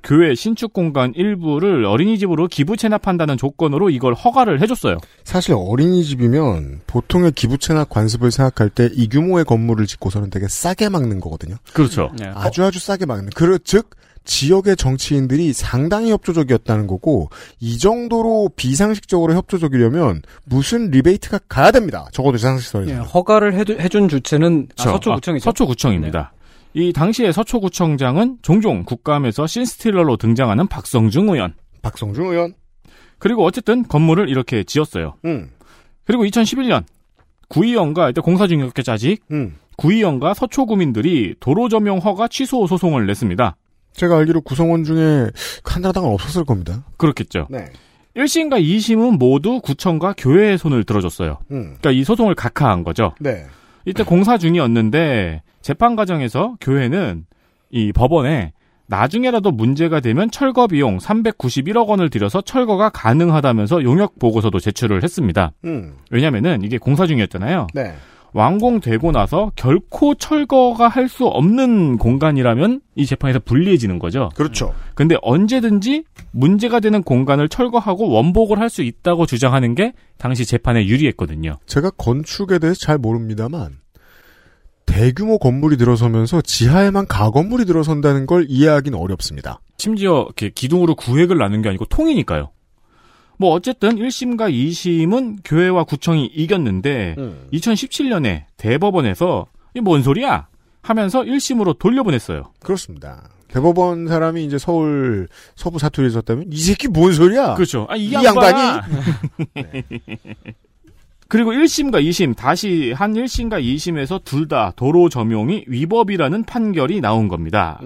Speaker 5: 교회 신축 공간 일부를 어린이집으로 기부 체납한다는 조건으로 이걸 허가를 해줬어요.
Speaker 4: 사실 어린이집이면 보통의 기부채나 관습을 생각할 때 이 규모의 건물을 짓고서는 되게 싸게 막는 거거든요.
Speaker 5: 그렇죠.
Speaker 4: 아주 아주 싸게 막는. 그, 즉, 지역의 정치인들이 상당히 협조적이었다는 거고, 이 정도로 비상식적으로 협조적이려면 무슨 리베이트가 가야 됩니다. 적어도
Speaker 9: 예,
Speaker 4: 비상식선에서.
Speaker 9: 허가를 해준 주체는 아,
Speaker 6: 그렇죠.
Speaker 9: 서초구청이죠.
Speaker 5: 서초구청입니다. 네. 이 당시에 서초구청장은 종종 국감에서 신스틸러로 등장하는 박성중 의원.
Speaker 4: 박성중 의원.
Speaker 5: 그리고 어쨌든 건물을 이렇게 지었어요.
Speaker 4: 음.
Speaker 5: 그리고 2011년 구의원과 이때 공사 중이었겠지 아직
Speaker 4: 음,
Speaker 5: 구의원과 서초구민들이 도로 점용 허가 취소 소송을 냈습니다.
Speaker 4: 제가 알기로 구성원 중에 한나라당은 없었을 겁니다.
Speaker 5: 그렇겠죠.
Speaker 4: 네.
Speaker 5: 1심과 2심은 모두 구청과 교회의 손을 들어줬어요.
Speaker 4: 음.
Speaker 5: 그러니까 이 소송을 각하한 거죠.
Speaker 4: 네.
Speaker 5: 이때 공사 중이었는데 재판 과정에서 교회는 이 법원에 나중에라도 문제가 되면 철거 비용 391억 원을 들여서 철거가 가능하다면서 용역 보고서도 제출을 했습니다.
Speaker 4: 음.
Speaker 5: 왜냐면은 이게 공사 중이었잖아요.
Speaker 4: 네.
Speaker 5: 완공되고 나서 결코 철거가 할 수 없는 공간이라면 이 재판에서 불리해지는 거죠.
Speaker 4: 그렇죠.
Speaker 5: 근데 언제든지 문제가 되는 공간을 철거하고 원복을 할 수 있다고 주장하는 게 당시 재판에 유리했거든요.
Speaker 4: 제가 건축에 대해서 잘 모릅니다만, 대규모 건물이 들어서면서 지하에만 가건물이 들어선다는 걸 이해하기는 어렵습니다.
Speaker 5: 심지어 이렇게 기둥으로 구획을 나눈 게 아니고 통이니까요. 뭐 어쨌든 1심과 2심은 교회와 구청이 이겼는데
Speaker 4: 음.
Speaker 5: 2017년에 대법원에서 이 뭔 소리야 하면서 1심으로 돌려보냈어요.
Speaker 4: 그렇습니다. 대법원 사람이 이제 서울 서부 사투리에 썼다면 이 새끼 뭔 소리야?
Speaker 5: 그렇죠. 아, 이,
Speaker 4: 이
Speaker 5: 양반아.
Speaker 4: 양반이
Speaker 5: 그리고 1심과 2심 다시 한 1심과 2심에서 둘 다 도로 점용이 위법이라는 판결이 나온 겁니다.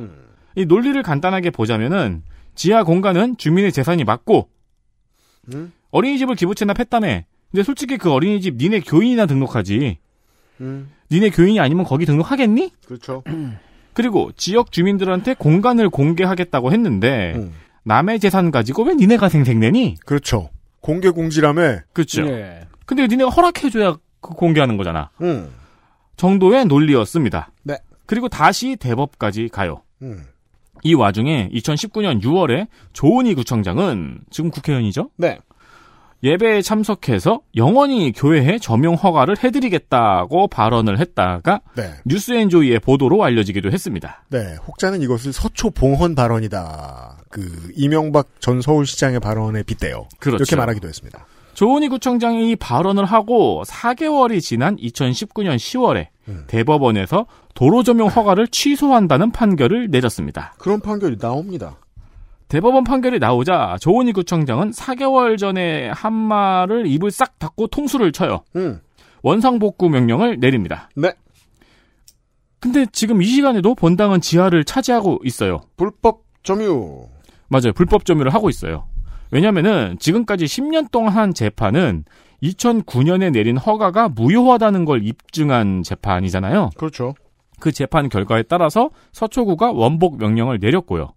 Speaker 5: 이 논리를 간단하게 보자면은 지하 공간은 주민의 재산이 맞고
Speaker 4: 음?
Speaker 5: 어린이집을 기부 체납했다며. 근데 솔직히 그 어린이집 니네 교인이나 등록하지.
Speaker 4: 음.
Speaker 5: 니네 교인이 아니면 거기 등록하겠니?
Speaker 4: 그렇죠.
Speaker 5: 그리고 지역 주민들한테 공간을 공개하겠다고 했는데 남의 재산 가지고 왜 니네가 생색내니?
Speaker 4: 그렇죠. 공개 공지라며.
Speaker 5: 그렇죠. 근데 니네가 허락해줘야 그 공개하는 거잖아.
Speaker 4: 음.
Speaker 5: 정도의 논리였습니다.
Speaker 4: 네.
Speaker 5: 그리고 다시 대법까지 가요.
Speaker 4: 음.
Speaker 5: 이 와중에 2019년 6월에 조은희 구청장은 지금 국회의원이죠?
Speaker 4: 네.
Speaker 5: 예배에 참석해서 영원히 교회에 점용 허가를 해드리겠다고 발언을 했다가
Speaker 4: 네.
Speaker 5: 뉴스앤조이의 보도로 알려지기도 했습니다.
Speaker 4: 네, 혹자는 이것을 서초 봉헌 발언이다. 그 이명박 전 서울시장의 발언에 빗대요.
Speaker 5: 그렇죠.
Speaker 4: 이렇게 말하기도 했습니다.
Speaker 5: 조은희 구청장이 이 발언을 하고 4개월이 지난 2019년 10월에 대법원에서 도로 점용 허가를 취소한다는 판결을 내렸습니다.
Speaker 4: 그런 판결이 나옵니다.
Speaker 5: 대법원 판결이 나오자 조은희 구청장은 4개월 전에 한 말을 입을 싹 닫고 통수를 쳐요.
Speaker 4: 음.
Speaker 5: 원상복구 명령을 내립니다.
Speaker 4: 네.
Speaker 5: 근데 지금 이 시간에도 본당은 지하를 차지하고 있어요.
Speaker 4: 불법 점유.
Speaker 5: 맞아요. 불법 점유를 하고 있어요. 왜냐면은 지금까지 10년 동안 한 재판은 2009년에 내린 허가가 무효하다는 걸 입증한 재판이잖아요.
Speaker 4: 그렇죠.
Speaker 5: 그 재판 결과에 따라서 서초구가 원복 명령을 내렸고요.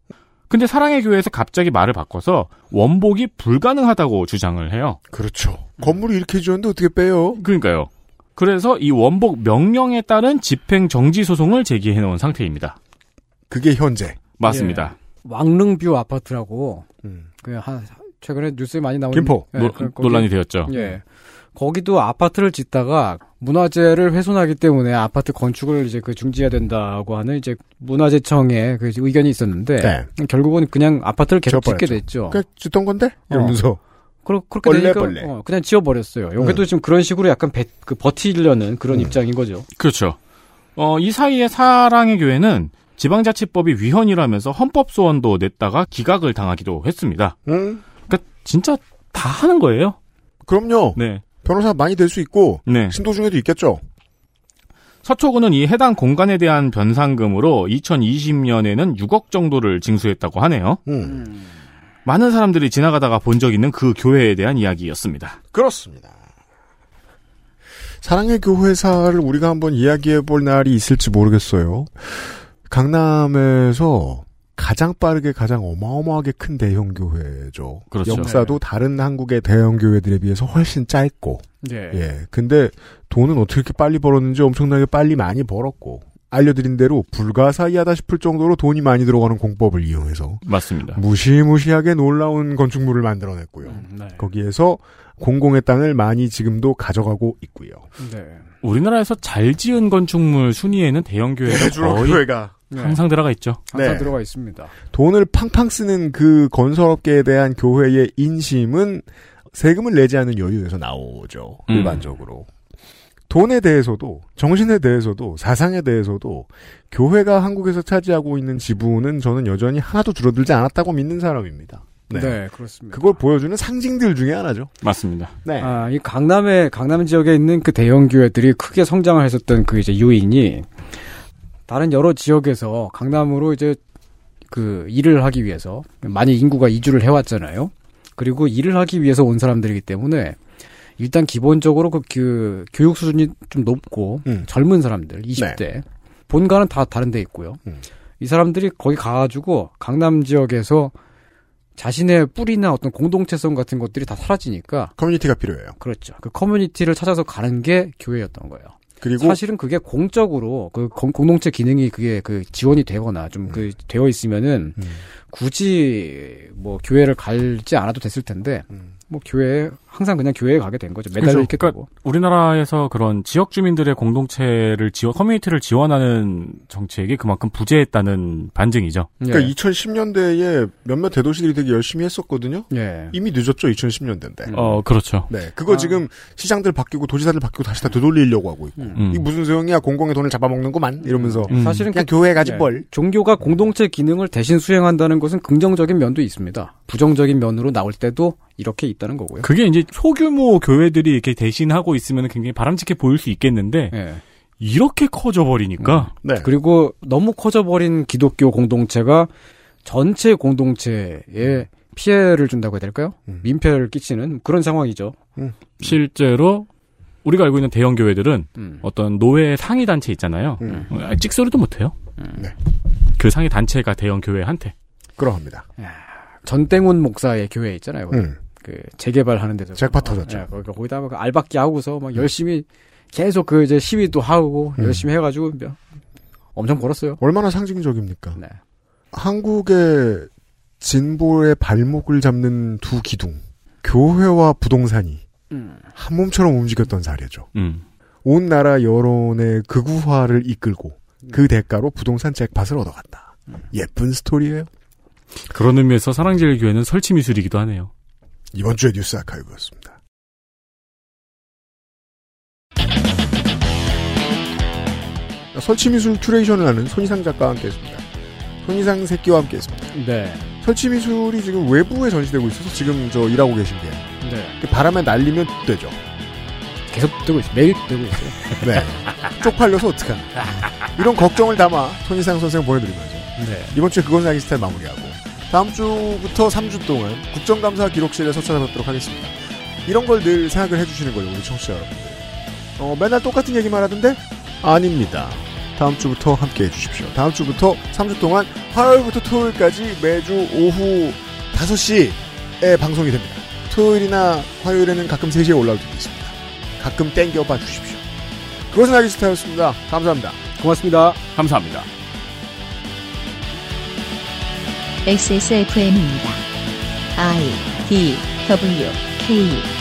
Speaker 5: 근데 사랑의 교회에서 갑자기 말을 바꿔서 원복이 불가능하다고 주장을 해요.
Speaker 4: 그렇죠. 건물을 이렇게 지었는데 어떻게 빼요?
Speaker 5: 그러니까요. 그래서 이 원복 명령에 따른 집행 정지 소송을 제기해 놓은 상태입니다.
Speaker 4: 그게 현재
Speaker 5: 맞습니다.
Speaker 9: 예. 왕릉뷰 아파트라고 그한 최근에 뉴스에 많이 나온
Speaker 5: 음. 김포.
Speaker 9: 예,
Speaker 5: 노-
Speaker 9: 그-
Speaker 5: 논란이 되었죠.
Speaker 9: 예. 거기도 아파트를 짓다가 문화재를 훼손하기 때문에 아파트 건축을 이제 그 중지해야 된다고 하는 이제 문화재청의 그 의견이 있었는데
Speaker 4: 네.
Speaker 9: 결국은 그냥 아파트를 계속 짓게
Speaker 4: 지어버렸죠.
Speaker 9: 됐죠.
Speaker 4: 그냥 그러니까 짓던 건데? 이러면서.
Speaker 5: 어.
Speaker 9: 그러, 그렇게
Speaker 4: 벌레,
Speaker 9: 되니까
Speaker 4: 벌레. 음.
Speaker 9: 어, 그냥 지어버렸어요. 여기도 지금 그런 식으로 약간 배- 그 버티려는 그런 입장인 거죠.
Speaker 5: 그렇죠. 어, 이 사이에 사랑의 교회는 지방자치법이 위헌이라면서 헌법 소원도 냈다가 기각을 당하기도 했습니다. 그러니까 진짜 다 하는 거예요.
Speaker 4: 그럼요.
Speaker 5: 네.
Speaker 4: 변호사 많이 될 수 있고
Speaker 5: 네.
Speaker 4: 신도 중에도 있겠죠.
Speaker 5: 서초구는 이 해당 공간에 대한 변상금으로 2020년에는 6억 정도를 징수했다고 하네요. 많은 사람들이 지나가다가 본 적 있는 그 교회에 대한 이야기였습니다.
Speaker 4: 그렇습니다. 사랑의 그 교회사를 우리가 한번 이야기해 볼 날이 있을지 모르겠어요. 강남에서 가장 빠르게 가장 어마어마하게 큰 대형 교회죠.
Speaker 5: 그렇죠.
Speaker 4: 역사도 다른 한국의 대형 교회들에 비해서 훨씬 짧고.
Speaker 9: 네.
Speaker 4: 예. 근데 돈은 어떻게 이렇게 빨리 벌었는지 엄청나게 빨리 많이 벌었고 알려드린 대로 불가사의하다 싶을 정도로 돈이 많이 들어가는 공법을 이용해서
Speaker 5: 맞습니다.
Speaker 4: 무시무시하게 놀라운 건축물을 만들어냈고요.
Speaker 5: 네.
Speaker 4: 거기에서 공공의 땅을 많이 지금도 가져가고 있고요.
Speaker 5: 우리나라에서 잘 지은 건축물 순위에는 대형 교회가
Speaker 4: 대주로 그
Speaker 5: 거의
Speaker 4: 교회가.
Speaker 5: 항상 들어가 있죠.
Speaker 9: 항상
Speaker 4: 네.
Speaker 9: 들어가 있습니다.
Speaker 4: 돈을 팡팡 쓰는 그 건설업계에 대한 교회의 인심은 세금을 내지 않은 여유에서 나오죠.
Speaker 5: 음.
Speaker 4: 일반적으로. 돈에 대해서도, 정신에 대해서도, 사상에 대해서도, 교회가 한국에서 차지하고 있는 지분은 저는 여전히 하나도 줄어들지 않았다고 믿는 사람입니다.
Speaker 9: 네, 그렇습니다.
Speaker 4: 그걸 보여주는 상징들 중에 하나죠.
Speaker 5: 맞습니다.
Speaker 4: 네.
Speaker 9: 아, 이 강남에 강남 지역에 있는 그 대형 교회들이 크게 성장을 했었던 그 이제 요인이 다른 여러 지역에서 강남으로 이제 그 일을 하기 위해서 많이 인구가 이주를 해왔잖아요. 그리고 일을 하기 위해서 온 사람들이기 때문에 일단 기본적으로 그, 그 교육 수준이 좀 높고
Speaker 4: 음.
Speaker 9: 젊은 사람들 20대
Speaker 4: 네.
Speaker 9: 본가는 다 다른 데 있고요. 이 사람들이 거기 가가지고 뭐, 강남 지역에서 자신의 뿌리나 어떤 공동체성 같은 것들이 다 사라지니까
Speaker 4: 커뮤니티가 필요해요.
Speaker 9: 그렇죠. 그 커뮤니티를 찾아서 가는 게 교회였던 거예요.
Speaker 4: 그리고
Speaker 9: 사실은 그게 공적으로 그 공- 공동체 기능이 그게 그 지원이 되거나 좀 그 되어 있으면은 굳이 뭐 교회를 갈지 않아도 됐을 텐데 뭐 교회 항상 그냥 교회에 가게 된 거죠. 매달
Speaker 5: 그렇죠.
Speaker 9: 이렇게
Speaker 5: 그러니까
Speaker 9: 되고.
Speaker 5: 우리나라에서 그런 지역 주민들의 공동체를 지원, 커뮤니티를 지원하는 정책이 그만큼 부재했다는 반증이죠.
Speaker 4: 그러니까
Speaker 9: 예.
Speaker 4: 2010년대에 몇몇 대도시들이 되게 열심히 했었거든요.
Speaker 9: 예. 음.
Speaker 4: 이미 늦었죠, 2010년대인데.
Speaker 5: 어, 그렇죠.
Speaker 4: 네, 그거 지금 시장들 바뀌고 도지사들 바뀌고 다시 다 되돌리려고 하고 있고.
Speaker 5: 음.
Speaker 4: 이게 무슨 소용이야, 공공의 돈을 잡아먹는구만? 이러면서.
Speaker 9: 사실은
Speaker 4: 그냥
Speaker 9: 그-
Speaker 4: 교회 가지
Speaker 9: 예.
Speaker 4: 뭘.
Speaker 9: 종교가 공동체 기능을 대신 수행한다는 것은 긍정적인 면도 있습니다. 부정적인 면으로 나올 때도 이렇게 있다는 거고요.
Speaker 5: 그러니까. 그게 이제 소규모 교회들이 이렇게 대신하고 있으면 굉장히 바람직해 보일 수 있겠는데 이렇게 커져
Speaker 9: 음.
Speaker 5: 버리니까
Speaker 9: 예.
Speaker 4: 네,
Speaker 9: 그리고 너무 커져버린 기독교 공동체가 전체 공동체에 피해를 준다고 해야 될까요? 민폐를 끼치는 그런 상황이죠.
Speaker 5: 실제로 우리가 알고 있는 대형 교회들은
Speaker 9: 음.
Speaker 5: 어떤 노예 상위 단체 있잖아요. 어, 찍소리도 못 해요.
Speaker 9: 음.
Speaker 5: 그 상위 단체가 대형 교회한테.
Speaker 4: 그러합니다.
Speaker 9: 전땡훈 목사의 교회 있잖아요. 거기.
Speaker 4: 음.
Speaker 9: 그 재개발하는 데서
Speaker 4: 잭팟 터졌죠.
Speaker 9: 예, 거기- 거기다가 그 알박기 하고서 막 열심히 계속 그 이제 시위도 하고
Speaker 4: 음.
Speaker 9: 열심히 해가지고 몇- 엄청 벌었어요. 네.
Speaker 4: 얼마나 상징적입니까? 한국의 진보의 발목을 잡는 두 기둥. 교회와 부동산이
Speaker 9: 음.
Speaker 4: 한 몸처럼 움직였던 사례죠.
Speaker 5: 음.
Speaker 4: 온 나라 여론의 극우화를 이끌고 그 대가로 부동산 잭팟을 얻어갔다. 예쁜 스토리예요.
Speaker 5: 그런 의미에서 사랑제일 교회는 설치 미술이기도 하네요.
Speaker 4: 이번 주의 뉴스 아카이브였습니다. 설치미술 큐레이션을 하는 손희상 작가와 함께했습니다. 손희상 새끼와 함께했습니다.
Speaker 9: 네.
Speaker 4: 설치미술이 지금 외부에 전시되고 있어서 지금 저 일하고 계신 게
Speaker 9: 네.
Speaker 4: 그 바람에 날리면 되죠.
Speaker 9: 계속 뜨고 있어요. 매일 뜨고 있어요.
Speaker 4: 네. 쪽팔려서 어떡하나. 이런 걱정을 담아 손희상 선생 보내드리면서
Speaker 9: 네.
Speaker 4: 이번 주에 그건 사기 스타일 마무리하고 다음 주부터 3주 동안 국정감사 기록실에서 찾아뵙도록 하겠습니다. 이런 걸 늘 생각을 해주시는 거예요, 우리 청취자 여러분들. 어, 맨날 똑같은 얘기만 하던데? 아닙니다. 다음 주부터 함께 해주십시오. 다음 주부터 3주 동안 화요일부터 토요일까지 매주 오후 5시에 방송이 됩니다. 토요일이나 화요일에는 가끔 3시에 올라올 때도 있습니다. 가끔 땡겨봐 주십시오. 그것은 알기 싫다였습니다. 감사합니다.
Speaker 9: 고맙습니다.
Speaker 5: 감사합니다.
Speaker 1: XSFM입니다. I D W K